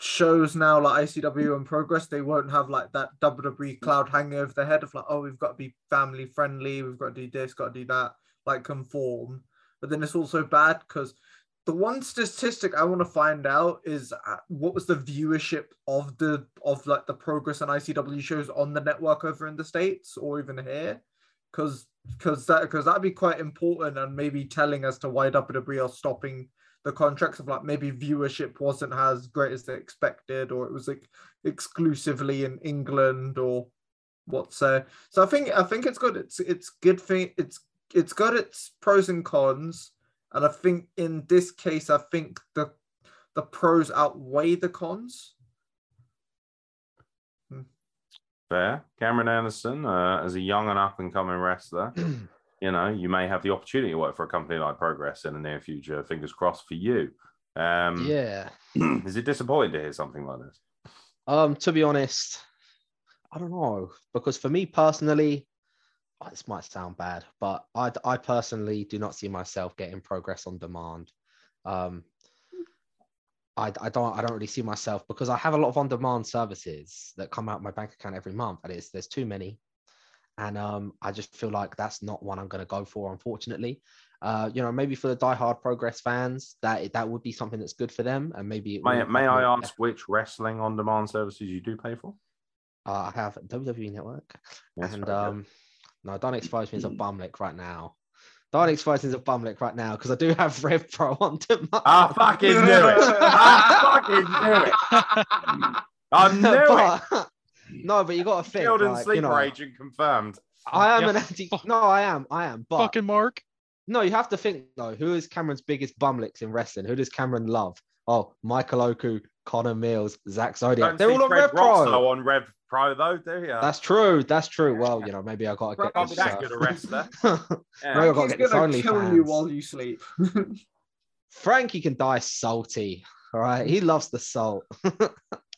[SPEAKER 4] shows now like ICW and Progress, they won't have like that WWE cloud hanging over their head of like, oh, we've got to be family friendly, we've got to do this, got to do that, like conform. But then it's also bad because the one statistic I want to find out is uh, what was the viewership of the of like the Progress and ICW shows on the network over in the states or even here, because because that because that'd be quite important and maybe telling as to why WWE are stopping the contracts of like maybe viewership wasn't as great as they expected or it was like exclusively in England or what's so. So I think I think it's good. It's it's good thing. It's it's got its pros and cons, and I think in this case I think the the pros outweigh the cons.
[SPEAKER 2] Fair. Cameron Anderson, uh, as a young and up and coming wrestler, you know, you may have the opportunity to work for a company like Progress in the near future. Fingers crossed for you. Um,
[SPEAKER 1] yeah.
[SPEAKER 2] Is it disappointing to hear something like this?
[SPEAKER 1] Um, to be honest, I don't know because for me personally, oh, this might sound bad, but I I personally do not see myself getting progress on demand. Um, I, I don't I don't really see myself because I have a lot of on demand services that come out of my bank account every month, and it's there's too many, and um, I just feel like that's not one I'm going to go for, unfortunately. Uh, you know, maybe for the diehard progress fans, that that would be something that's good for them, and maybe it
[SPEAKER 2] May,
[SPEAKER 1] would-
[SPEAKER 2] may I ask which wrestling on demand services you do pay for?
[SPEAKER 1] Uh, I have WWE Network,
[SPEAKER 2] Yes,
[SPEAKER 1] and
[SPEAKER 2] very good.
[SPEAKER 1] um, no, don't expose me as a bumlick right now. Don't expose me as a bumlick right now because I do have Rev Pro on demand.
[SPEAKER 2] I fucking knew it. I fucking knew it. I knew it.
[SPEAKER 1] But- no, but you got to think.
[SPEAKER 2] Field and
[SPEAKER 1] like,
[SPEAKER 2] sleeper
[SPEAKER 1] you know,
[SPEAKER 2] agent confirmed.
[SPEAKER 1] I am
[SPEAKER 3] Yeah,
[SPEAKER 1] an anti.
[SPEAKER 3] fuck.
[SPEAKER 1] No, I am. I am. But
[SPEAKER 3] Fucking Mark.
[SPEAKER 1] no, you have to think though. Who is Cameron's biggest bumlicks in wrestling? Who does Cameron love? Oh, Michael Oku, Connor Mills, Zach Zodiac.
[SPEAKER 2] Don't
[SPEAKER 1] They're
[SPEAKER 2] see
[SPEAKER 1] all on
[SPEAKER 2] Fred
[SPEAKER 1] Rev Pro.
[SPEAKER 2] Rosso on Rev Pro though, do you?
[SPEAKER 1] That's true. That's true. Well, you know, maybe I got to
[SPEAKER 4] Bro,
[SPEAKER 1] get
[SPEAKER 2] I'm
[SPEAKER 1] this.
[SPEAKER 2] that
[SPEAKER 1] uh,
[SPEAKER 2] good a wrestler. Yeah.
[SPEAKER 1] Real- gotta
[SPEAKER 4] He's
[SPEAKER 1] get this
[SPEAKER 4] gonna kill you
[SPEAKER 1] OnlyFans.
[SPEAKER 4] while you sleep.
[SPEAKER 1] Frankie can die salty. All right. He loves the salt.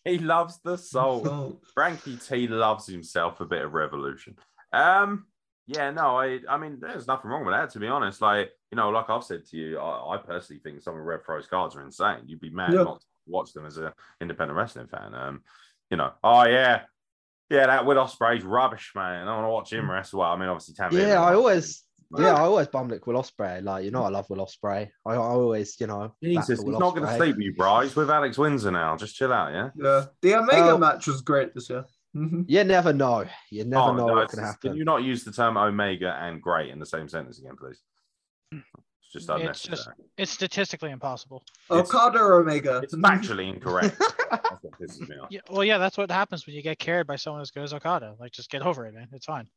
[SPEAKER 2] He loves the soul.
[SPEAKER 4] So,
[SPEAKER 2] Frankie T loves himself a bit of revolution. Um, yeah, no, I, I mean, there's nothing wrong with that. To be honest, like you know, like I've said to you, I, I personally think some of Red Pro's cards are insane. You'd be mad
[SPEAKER 4] Yeah.
[SPEAKER 2] not to watch them as an independent wrestling fan. Um, you know, oh yeah, yeah, that Will Osprey's rubbish, man. I want to watch him wrestle. Well, I mean, obviously, Tam
[SPEAKER 1] Mm. yeah,
[SPEAKER 2] Levy-
[SPEAKER 1] I always.
[SPEAKER 2] Right.
[SPEAKER 1] Yeah, I always bum lick Will Osprey. Like you know, I love Will Osprey. I, I always, you know, back
[SPEAKER 2] Jesus,
[SPEAKER 1] to
[SPEAKER 2] he's
[SPEAKER 1] Will
[SPEAKER 2] not going to
[SPEAKER 1] Ospreay.
[SPEAKER 2] sleep with you, bro. He's with Alex Windsor now. Just chill out, yeah.
[SPEAKER 4] yeah. The Omega
[SPEAKER 1] Uh,
[SPEAKER 4] match was great this year. Mhm.
[SPEAKER 1] You never know. You never
[SPEAKER 2] Oh,
[SPEAKER 1] know
[SPEAKER 2] no,
[SPEAKER 1] what
[SPEAKER 2] it's
[SPEAKER 1] can
[SPEAKER 2] just-
[SPEAKER 1] happen.
[SPEAKER 2] Can you not use the term Omega and great in the same sentence again, please? It's just
[SPEAKER 3] It's
[SPEAKER 2] unnecessary.
[SPEAKER 3] just- It's statistically impossible.
[SPEAKER 2] It's-
[SPEAKER 4] Okada or Oh, Omega.
[SPEAKER 2] It's factually incorrect. That's what pisses me off.
[SPEAKER 3] Yeah, well, yeah, that's what happens when you get carried by someone as good as Okada. Like, just get over it, man. It's fine.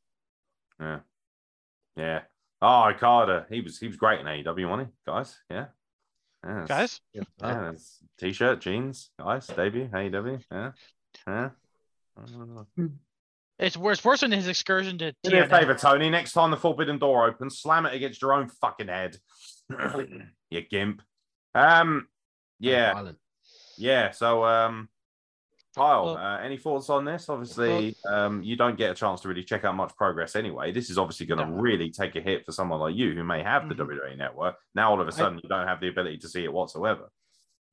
[SPEAKER 2] Yeah. Oh, Okada. He was he was great in AEW, wasn't he, guys? Yeah. yeah that's-
[SPEAKER 3] Guys,
[SPEAKER 1] Yeah. uh,
[SPEAKER 2] Yeah. that's T-shirt, jeans, guys, debut, AEW. Yeah. Yeah. Mm.
[SPEAKER 3] it's worse, worse than his excursion to
[SPEAKER 2] Do me a favor,
[SPEAKER 3] TNA.
[SPEAKER 2] Tony. Next time the forbidden door opens, slam it against your own fucking head. you gimp. Um. Yeah.
[SPEAKER 1] Violent.
[SPEAKER 2] Yeah. So, um, Kyle,
[SPEAKER 3] Well-
[SPEAKER 2] uh, any thoughts on this? Obviously, um, you don't get a chance to really check out much progress anyway. This is obviously going to
[SPEAKER 3] No.
[SPEAKER 2] really take a hit for someone like you who may have the
[SPEAKER 3] Mhm.
[SPEAKER 2] WWE network. Now, all of a
[SPEAKER 3] I-
[SPEAKER 2] sudden, you don't have the ability to see it whatsoever.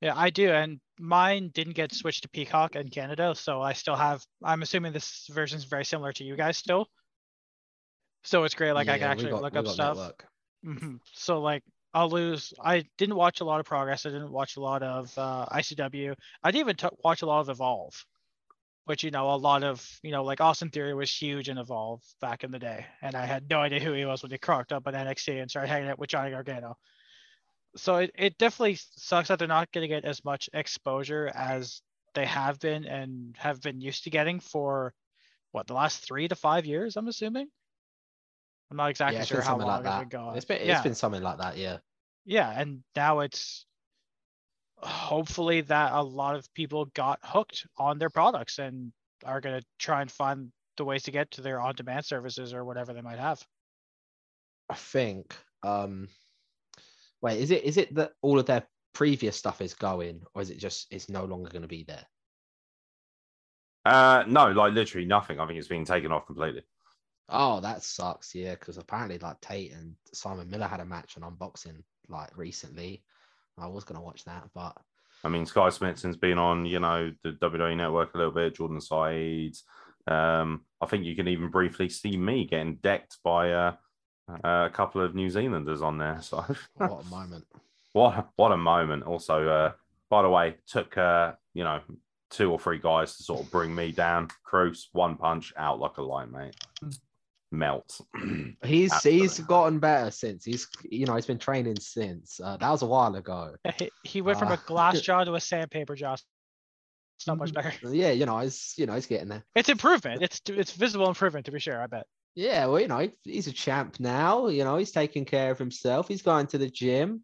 [SPEAKER 3] Yeah, I do, and mine didn't get switched to Peacock in Canada, so I still have. I'm assuming this version is very similar to you guys still. So it's great. Like I
[SPEAKER 1] Yeah,
[SPEAKER 3] can
[SPEAKER 1] we
[SPEAKER 3] actually
[SPEAKER 1] got-
[SPEAKER 3] look
[SPEAKER 1] we
[SPEAKER 3] up
[SPEAKER 1] got
[SPEAKER 3] stuff.
[SPEAKER 1] network.
[SPEAKER 3] hmm So like I'll lose. I didn't watch a lot of progress. I didn't watch a lot of uh, ICW. I didn't even t- watch a lot of Evolve, which you know a lot of you know like Austin Theory was huge in Evolve back in the day, and I had no idea who he was when he crocked up on NXT and started hanging out with Johnny Gargano. So it, it definitely sucks that they're not going to get as much exposure as they have been and have been used to getting for what the last three to five years. I'm assuming. I'm not exactly
[SPEAKER 1] Yeah, it's
[SPEAKER 3] sure
[SPEAKER 1] been
[SPEAKER 3] how
[SPEAKER 1] something
[SPEAKER 3] long
[SPEAKER 1] like
[SPEAKER 3] it's been
[SPEAKER 1] that.
[SPEAKER 3] going.
[SPEAKER 1] It's been
[SPEAKER 3] Yeah
[SPEAKER 1] it's been something like that. Yeah.
[SPEAKER 3] yeah and now it's hopefully that a lot of people got hooked on their products and are going to try and find the ways to get to their on-demand services or whatever they might have
[SPEAKER 1] I think. Um, wait, is it is it that all of their previous stuff is going, or is it just it's no longer going to be there?
[SPEAKER 2] Uh, no, like literally nothing. I think it's being taken off completely.
[SPEAKER 1] Oh, that sucks. Yeah, because apparently, like Tate and Simon Miller had a match on unboxing like recently. I was going to watch that, but
[SPEAKER 2] I mean, Sky Smithson's been on, you know, the WWE network a little bit. Jordan Sides. Um, I think you can even briefly see me getting decked by uh, a couple of New Zealanders on there. So.
[SPEAKER 1] what a moment!
[SPEAKER 2] What what a moment! Also, uh, by the way, took uh, you know two or three guys to sort of bring me down. Cruz, one punch out like a light, mate. Melt.
[SPEAKER 1] He's he's
[SPEAKER 2] Absolutely.
[SPEAKER 1] gotten better since he's you know he's been training since. Uh, that was a while ago.
[SPEAKER 3] he, he went from
[SPEAKER 1] Ah.
[SPEAKER 3] a glass jaw to a sandpaper jaw it's not much better
[SPEAKER 1] Yeah, you know he's you know he's getting there.
[SPEAKER 3] it's improvement it's it's visible improvement to be sure i bet
[SPEAKER 1] Yeah, well, you know, he- he's a champ now. You know, he's taking care of himself. He's going to the gym.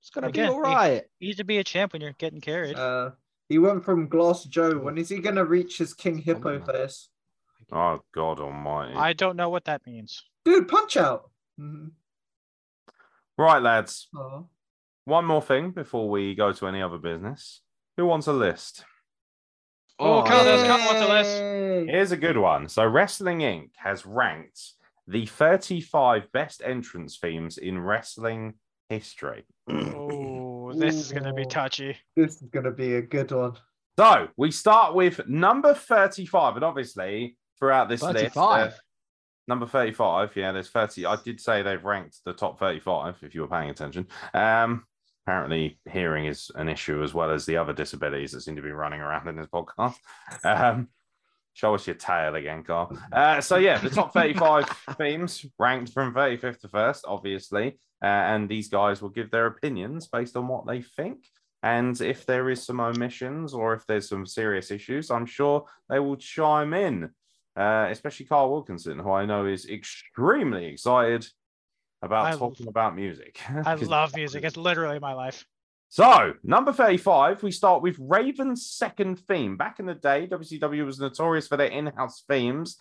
[SPEAKER 1] It's gonna be
[SPEAKER 3] Again,
[SPEAKER 1] all
[SPEAKER 3] he-
[SPEAKER 1] right.
[SPEAKER 3] you need to be a champ when you're getting carried
[SPEAKER 4] Uh, He went from Glass
[SPEAKER 3] Hmm.
[SPEAKER 4] Joe. When is he going to reach his King Hippo
[SPEAKER 1] man.
[SPEAKER 4] face?
[SPEAKER 2] Oh God Almighty!
[SPEAKER 3] I don't know what that means.
[SPEAKER 4] Dude, punch out. Mhm.
[SPEAKER 2] Right, lads.
[SPEAKER 4] Oh.
[SPEAKER 2] One more thing before we go to any other business. Who wants a list?
[SPEAKER 3] Oh, come on,
[SPEAKER 1] yeah.
[SPEAKER 3] come on to this.
[SPEAKER 4] Yay.
[SPEAKER 2] Here's a good one. So, Wrestling Inc. has ranked the 35 best entrance themes in wrestling history.
[SPEAKER 3] Oh, this is gonna be
[SPEAKER 4] Ooh.
[SPEAKER 3] touchy.
[SPEAKER 4] This is going to be a good one.
[SPEAKER 2] So, we start with number 35. And obviously, throughout this list, uh,
[SPEAKER 1] 35.
[SPEAKER 2] number 35. Yeah, there's 30. I did say they've ranked the top 35 if you were paying attention. Um, apparently, hearing is an issue as well as the other disabilities that seem to be running around in this podcast. Um, show us your tail again, Carl. Uh, so, yeah, the top 35 themes ranked from 35th to 1st, obviously. Uh, and these guys will give their opinions based on what they think. And if there is some omissions or if there's some serious issues, I'm sure they will chime in uh, especially Carl Wilkinson, who I know is extremely excited about
[SPEAKER 3] I l-
[SPEAKER 2] talking about music.
[SPEAKER 3] I
[SPEAKER 2] 'Cause-
[SPEAKER 3] love music. It's literally my life.
[SPEAKER 2] so, number 35, we start with Raven's second theme. Back in the day, WCW was notorious for their in house themes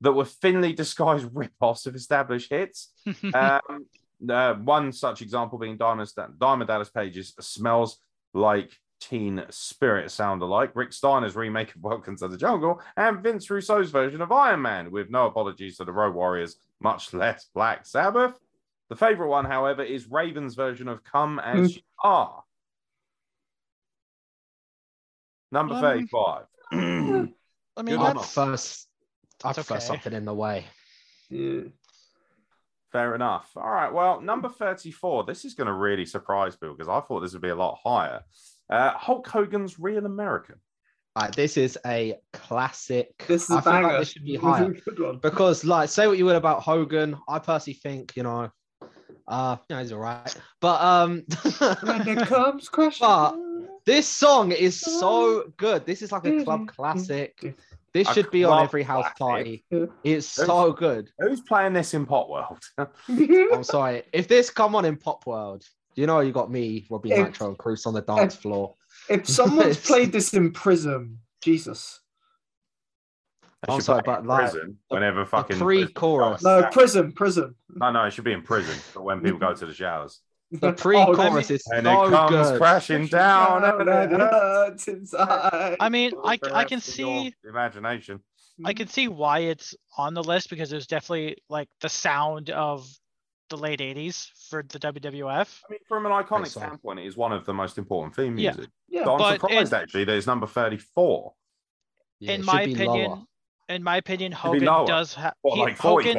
[SPEAKER 2] that were thinly disguised rip-offs of established hits. Um, uh, one such example being Diamond, Sta- Diamond Dallas Page's Smells Like Teen Spirit sound alike, Rick Steiner's remake of Welcome to the Jungle, and Vince Russo's version of Iron Man, with no apologies to the Road Warriors, much less Black Sabbath. The favorite one, however, is Raven's version of Come As You Are. Number
[SPEAKER 3] Um,
[SPEAKER 2] 35.
[SPEAKER 3] I
[SPEAKER 2] Good
[SPEAKER 3] mean,
[SPEAKER 1] I
[SPEAKER 2] one.
[SPEAKER 3] that's,
[SPEAKER 1] prefer, s- I
[SPEAKER 3] It's
[SPEAKER 1] prefer
[SPEAKER 3] okay.
[SPEAKER 1] something in the way.
[SPEAKER 4] Yeah.
[SPEAKER 2] Fair enough. All right. Well, number 34. This is going to really surprise people because I thought this would be a lot higher. Uh, Hulk Hogan's Real American.
[SPEAKER 1] Like, this is a classic.
[SPEAKER 4] This is
[SPEAKER 1] I
[SPEAKER 4] a
[SPEAKER 1] feel like
[SPEAKER 4] banger.
[SPEAKER 1] this should be
[SPEAKER 4] This is
[SPEAKER 1] higher.
[SPEAKER 4] a good one.
[SPEAKER 1] because like say what you will about Hogan, I personally think you know, uh, you know, he's all right. But um,
[SPEAKER 4] When it comes crashing.
[SPEAKER 1] But- this song is so good. This is like a club classic. This
[SPEAKER 2] A
[SPEAKER 1] should be on
[SPEAKER 2] club
[SPEAKER 1] every house
[SPEAKER 2] classic.
[SPEAKER 1] party. It's so good.
[SPEAKER 2] Who's playing this in Pot World?
[SPEAKER 1] I'm sorry if this come on in pop world. You know, you got me, Robbie
[SPEAKER 4] If-
[SPEAKER 1] Nitro, and Cruz on the dance floor.
[SPEAKER 4] if someone's played this in Prism, Jesus.
[SPEAKER 2] They
[SPEAKER 1] I'm
[SPEAKER 2] should
[SPEAKER 1] sorry,
[SPEAKER 2] play it
[SPEAKER 1] but
[SPEAKER 2] in
[SPEAKER 1] like
[SPEAKER 2] prison whenever
[SPEAKER 1] A
[SPEAKER 2] fucking prison-
[SPEAKER 1] pre-chorus,
[SPEAKER 4] No, Prism, Prism.
[SPEAKER 2] No, no, it should be in prison. But when people go to the showers,
[SPEAKER 1] the pre-chorus is
[SPEAKER 2] and it
[SPEAKER 1] so
[SPEAKER 2] comes
[SPEAKER 1] good.
[SPEAKER 2] crashing down, and it hurts.
[SPEAKER 4] Oh, hurts inside.
[SPEAKER 3] I mean, I,
[SPEAKER 2] The
[SPEAKER 3] I
[SPEAKER 2] rest
[SPEAKER 3] can
[SPEAKER 2] of your
[SPEAKER 3] see
[SPEAKER 2] imagination.
[SPEAKER 3] I can see why it's on the list because it was definitely like the sound of the late '80s for the WWF.
[SPEAKER 2] I mean, from an iconic
[SPEAKER 1] Great song.
[SPEAKER 2] standpoint, it is one of the most important theme
[SPEAKER 3] Yeah.
[SPEAKER 2] music.
[SPEAKER 4] Yeah.
[SPEAKER 2] So I'm
[SPEAKER 3] But
[SPEAKER 2] surprised
[SPEAKER 3] it-
[SPEAKER 2] actually that it's number 34.
[SPEAKER 1] Yeah, it
[SPEAKER 3] in
[SPEAKER 1] should
[SPEAKER 3] my
[SPEAKER 1] be
[SPEAKER 3] opinion,
[SPEAKER 1] lower.
[SPEAKER 3] in my opinion,
[SPEAKER 2] should be
[SPEAKER 3] Hogan
[SPEAKER 2] lower.
[SPEAKER 3] does have
[SPEAKER 2] What, like
[SPEAKER 3] Hogan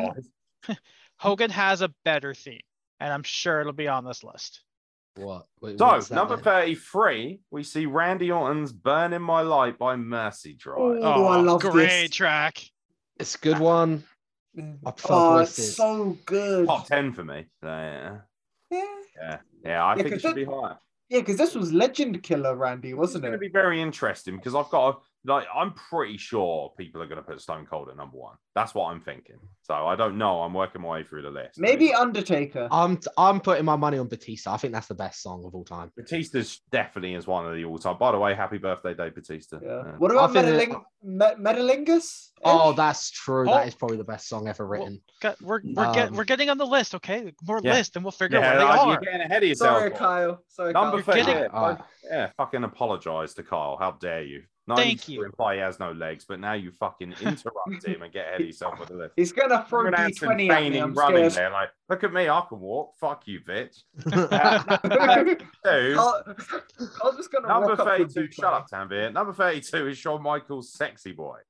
[SPEAKER 2] 45?
[SPEAKER 3] Hogan has a better theme, and I'm sure it'll be on this list.
[SPEAKER 1] What? Wait,
[SPEAKER 2] So,
[SPEAKER 1] what's that
[SPEAKER 2] number
[SPEAKER 1] then?
[SPEAKER 2] 33, we see Randy Orton's Burning My Light by Mercy Drive.
[SPEAKER 4] Oh, I love this.
[SPEAKER 3] great track.
[SPEAKER 1] It's a good one. I prefer
[SPEAKER 4] Oh, it's
[SPEAKER 1] voices.
[SPEAKER 4] so good.
[SPEAKER 2] Oh, Top 10 for me. So, yeah.
[SPEAKER 4] Yeah,
[SPEAKER 2] Yeah. Yeah, I
[SPEAKER 4] Yeah,
[SPEAKER 2] think it
[SPEAKER 4] 'cause
[SPEAKER 2] should
[SPEAKER 4] that-
[SPEAKER 2] be higher.
[SPEAKER 4] because this was Legend Killer, Randy,
[SPEAKER 2] It's
[SPEAKER 4] wasn't
[SPEAKER 2] going to
[SPEAKER 4] it?
[SPEAKER 2] be very interesting because I've got, a, like, I'm pretty sure people are going to put Stone Cold at number one. That's what I'm thinking. So, I don't know. I'm working my way through the list.
[SPEAKER 4] Maybe Undertaker.
[SPEAKER 1] I'm I'm putting my money on Batista. I think that's the best song of all time.
[SPEAKER 2] Batista's definitely is one of the all time. By the way, happy birthday, Dave Batista. Uh,
[SPEAKER 4] yeah.
[SPEAKER 2] Yeah.
[SPEAKER 4] What about
[SPEAKER 1] think that-
[SPEAKER 4] Metaling- Me- Metalingus?
[SPEAKER 1] Oh, that's true.
[SPEAKER 3] Oh.
[SPEAKER 1] That is probably the best song ever written.
[SPEAKER 3] Got, we're we're, get,
[SPEAKER 1] Um,
[SPEAKER 3] we're getting on the list, okay? More
[SPEAKER 2] yeah.
[SPEAKER 3] list, and we'll figure
[SPEAKER 2] Yeah,
[SPEAKER 3] out where they
[SPEAKER 2] like,
[SPEAKER 3] are.
[SPEAKER 2] you're getting ahead of yourself.
[SPEAKER 4] Sorry, Kyle. Sorry,
[SPEAKER 2] Number
[SPEAKER 4] Kyle.
[SPEAKER 2] three.
[SPEAKER 3] kidding.
[SPEAKER 2] Yeah,
[SPEAKER 1] Uh, Alright.
[SPEAKER 2] yeah, fucking apologize to Kyle. How dare you? Not
[SPEAKER 3] Thank
[SPEAKER 2] only
[SPEAKER 3] you.
[SPEAKER 2] Imply he has no legs, but now you fucking interrupt him and get ahead of yourself with a lift.
[SPEAKER 4] He's gonna throw
[SPEAKER 2] Pronouncing
[SPEAKER 4] D20 at me.
[SPEAKER 2] feigning
[SPEAKER 4] I'm
[SPEAKER 2] running
[SPEAKER 4] scared.
[SPEAKER 2] there, like, look at me, I can walk. Fuck you, bitch. Two,
[SPEAKER 4] Carl- Carl's just gonna
[SPEAKER 2] number
[SPEAKER 4] rock up with
[SPEAKER 2] 32,
[SPEAKER 4] D20.
[SPEAKER 2] shut up, Tanvir. Number 32 is Shawn Michaels' sexy boy.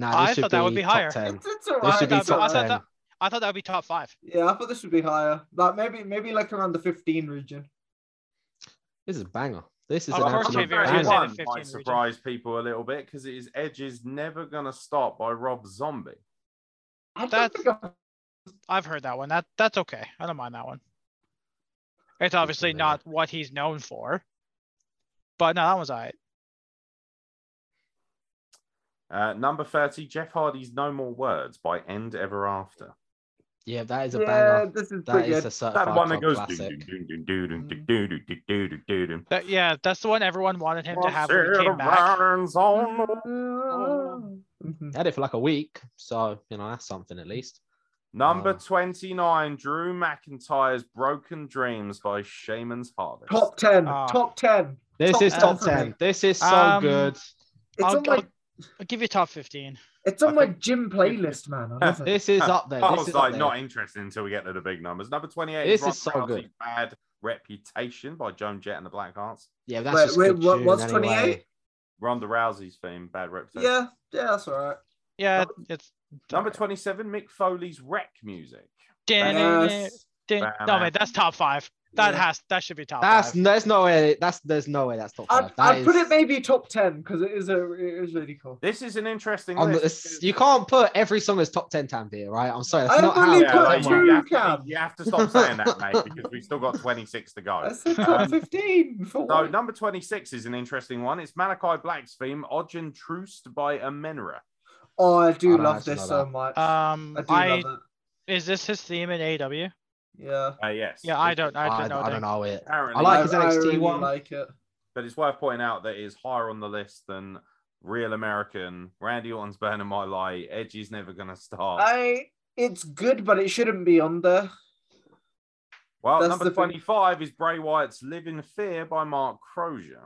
[SPEAKER 1] Nah,
[SPEAKER 3] I
[SPEAKER 1] this should
[SPEAKER 3] thought that would be
[SPEAKER 1] top
[SPEAKER 3] higher.
[SPEAKER 1] 10.
[SPEAKER 4] It's, it's alright.
[SPEAKER 1] Um, This should be
[SPEAKER 3] I
[SPEAKER 4] it's
[SPEAKER 3] thought
[SPEAKER 1] top
[SPEAKER 4] alright.
[SPEAKER 3] that-
[SPEAKER 1] ten.
[SPEAKER 3] I thought that would be top five.
[SPEAKER 4] Yeah, I thought this would be higher. Like maybe, maybe like around the 15 region.
[SPEAKER 1] This is a banger. This is
[SPEAKER 3] Of
[SPEAKER 1] an
[SPEAKER 3] course,
[SPEAKER 1] absolute
[SPEAKER 3] Xavier, you're
[SPEAKER 1] banger.
[SPEAKER 3] saying-
[SPEAKER 2] 31
[SPEAKER 3] 15
[SPEAKER 2] might
[SPEAKER 3] region.
[SPEAKER 2] surprise people a little bit because it is Edge's Never Gonna Stop by Rob Zombie.
[SPEAKER 4] I don't
[SPEAKER 3] That's-
[SPEAKER 4] think I've-
[SPEAKER 3] I've heard that one. That that's okay. I don't mind that one. It's obviously
[SPEAKER 1] really
[SPEAKER 3] not what he's known for, but no, that one's alright.
[SPEAKER 2] Uh, number 30, Jeff Hardy's No More Words by End Ever After.
[SPEAKER 1] Yeah, that is a
[SPEAKER 4] yeah,
[SPEAKER 1] banger.
[SPEAKER 4] this is
[SPEAKER 1] That
[SPEAKER 4] pretty
[SPEAKER 1] is
[SPEAKER 4] good.
[SPEAKER 1] a certified
[SPEAKER 2] That one that
[SPEAKER 1] club
[SPEAKER 2] goes.
[SPEAKER 1] classic.
[SPEAKER 2] do-do-do-do-do-do-do-do-do-do-do-do-do.
[SPEAKER 3] That, yeah, that's the one everyone wanted him to have when he
[SPEAKER 2] Said
[SPEAKER 3] came back.
[SPEAKER 2] Ryan's on
[SPEAKER 4] Mm.
[SPEAKER 2] the-
[SPEAKER 4] Mhm.
[SPEAKER 1] Had it for like a week, so you know that's something at least.
[SPEAKER 2] Number
[SPEAKER 1] Uh.
[SPEAKER 2] 29, Drew McIntyre's Broken Dreams by Shaman's Harvest.
[SPEAKER 4] Top ten.
[SPEAKER 3] Ah.
[SPEAKER 4] top ten.
[SPEAKER 1] This
[SPEAKER 4] Top
[SPEAKER 1] is top
[SPEAKER 4] 10 for me.
[SPEAKER 1] ten. This is so
[SPEAKER 3] Um,
[SPEAKER 1] good.
[SPEAKER 4] It's
[SPEAKER 3] I'll-
[SPEAKER 4] on my
[SPEAKER 3] I'll- I'll give you top fifteen.
[SPEAKER 4] it's
[SPEAKER 2] I
[SPEAKER 4] on my
[SPEAKER 2] think-
[SPEAKER 4] gym playlist, man. I love it.
[SPEAKER 1] This is up there.
[SPEAKER 2] I
[SPEAKER 1] This
[SPEAKER 2] was
[SPEAKER 1] is up
[SPEAKER 2] like,
[SPEAKER 1] there.
[SPEAKER 2] not interested until we get to the big numbers. Number 28
[SPEAKER 1] This
[SPEAKER 2] Ron
[SPEAKER 1] is so
[SPEAKER 2] Rousey's
[SPEAKER 1] good.
[SPEAKER 2] Bad Reputation by Joan Jett and the Black Hearts.
[SPEAKER 1] Yeah, that's
[SPEAKER 4] Wait,
[SPEAKER 1] just
[SPEAKER 4] wait,
[SPEAKER 1] good
[SPEAKER 4] what-
[SPEAKER 1] tune
[SPEAKER 4] what's
[SPEAKER 1] anyway.
[SPEAKER 4] 28?
[SPEAKER 2] Ronda Rousey's theme, Bad Reputation.
[SPEAKER 4] Yeah, yeah, that's all right.
[SPEAKER 3] Yeah,
[SPEAKER 2] Number-
[SPEAKER 3] it's
[SPEAKER 2] Number 27, Mick Foley's Wreck Music.
[SPEAKER 3] Dun-
[SPEAKER 4] Yes.
[SPEAKER 3] dun-
[SPEAKER 2] Bam,
[SPEAKER 3] No
[SPEAKER 2] bam.
[SPEAKER 3] man, that's top five. That
[SPEAKER 4] Yeah.
[SPEAKER 3] has that should be top
[SPEAKER 1] That's
[SPEAKER 3] five.
[SPEAKER 1] there's no way. That's there's no way that's top
[SPEAKER 4] I'd,
[SPEAKER 1] five. That
[SPEAKER 4] I'd put
[SPEAKER 1] is-
[SPEAKER 4] it maybe top ten because it is a it is really cool.
[SPEAKER 2] This is an interesting
[SPEAKER 1] on the,
[SPEAKER 2] list.
[SPEAKER 1] it's- you can't put every song as top ten Tam here, right? I'm sorry, that's
[SPEAKER 4] I
[SPEAKER 1] not how.
[SPEAKER 4] only
[SPEAKER 2] Yeah,
[SPEAKER 4] put
[SPEAKER 2] like,
[SPEAKER 4] two
[SPEAKER 2] you, have to,
[SPEAKER 4] cam.
[SPEAKER 2] you have to stop saying that, mate, because we've still got 26 to go.
[SPEAKER 4] I said
[SPEAKER 2] Um,
[SPEAKER 4] top fifteen for
[SPEAKER 2] So
[SPEAKER 4] one.
[SPEAKER 2] number 26 is an interesting one. It's Malachi Black's theme, Ogden Troost by Amenra.
[SPEAKER 4] Oh, I do
[SPEAKER 1] I don't
[SPEAKER 4] love
[SPEAKER 1] actually
[SPEAKER 4] this
[SPEAKER 1] know
[SPEAKER 4] so
[SPEAKER 1] that.
[SPEAKER 4] much.
[SPEAKER 3] Um,
[SPEAKER 4] I do
[SPEAKER 3] I,
[SPEAKER 4] love it.
[SPEAKER 3] is this his theme in AW?
[SPEAKER 4] Yeah.
[SPEAKER 2] Uh, yes.
[SPEAKER 3] Yeah, I
[SPEAKER 2] This-
[SPEAKER 3] don't,
[SPEAKER 1] I,
[SPEAKER 3] I don't know.
[SPEAKER 1] I
[SPEAKER 3] that.
[SPEAKER 1] don't know it.
[SPEAKER 2] Apparently,
[SPEAKER 1] I like his
[SPEAKER 4] I, I
[SPEAKER 1] NXT
[SPEAKER 4] really
[SPEAKER 1] one.
[SPEAKER 4] like it.
[SPEAKER 2] but it's worth pointing out that it is higher on the list than Real American, Randy Orton's Burning My Light, Edgy's Never Gonna Start.
[SPEAKER 4] I it's good, but it shouldn't be on there.
[SPEAKER 2] well,
[SPEAKER 4] that's
[SPEAKER 2] number
[SPEAKER 4] the thing.
[SPEAKER 2] 25 is Bray Wyatt's Live in Fear by Mark Crozier.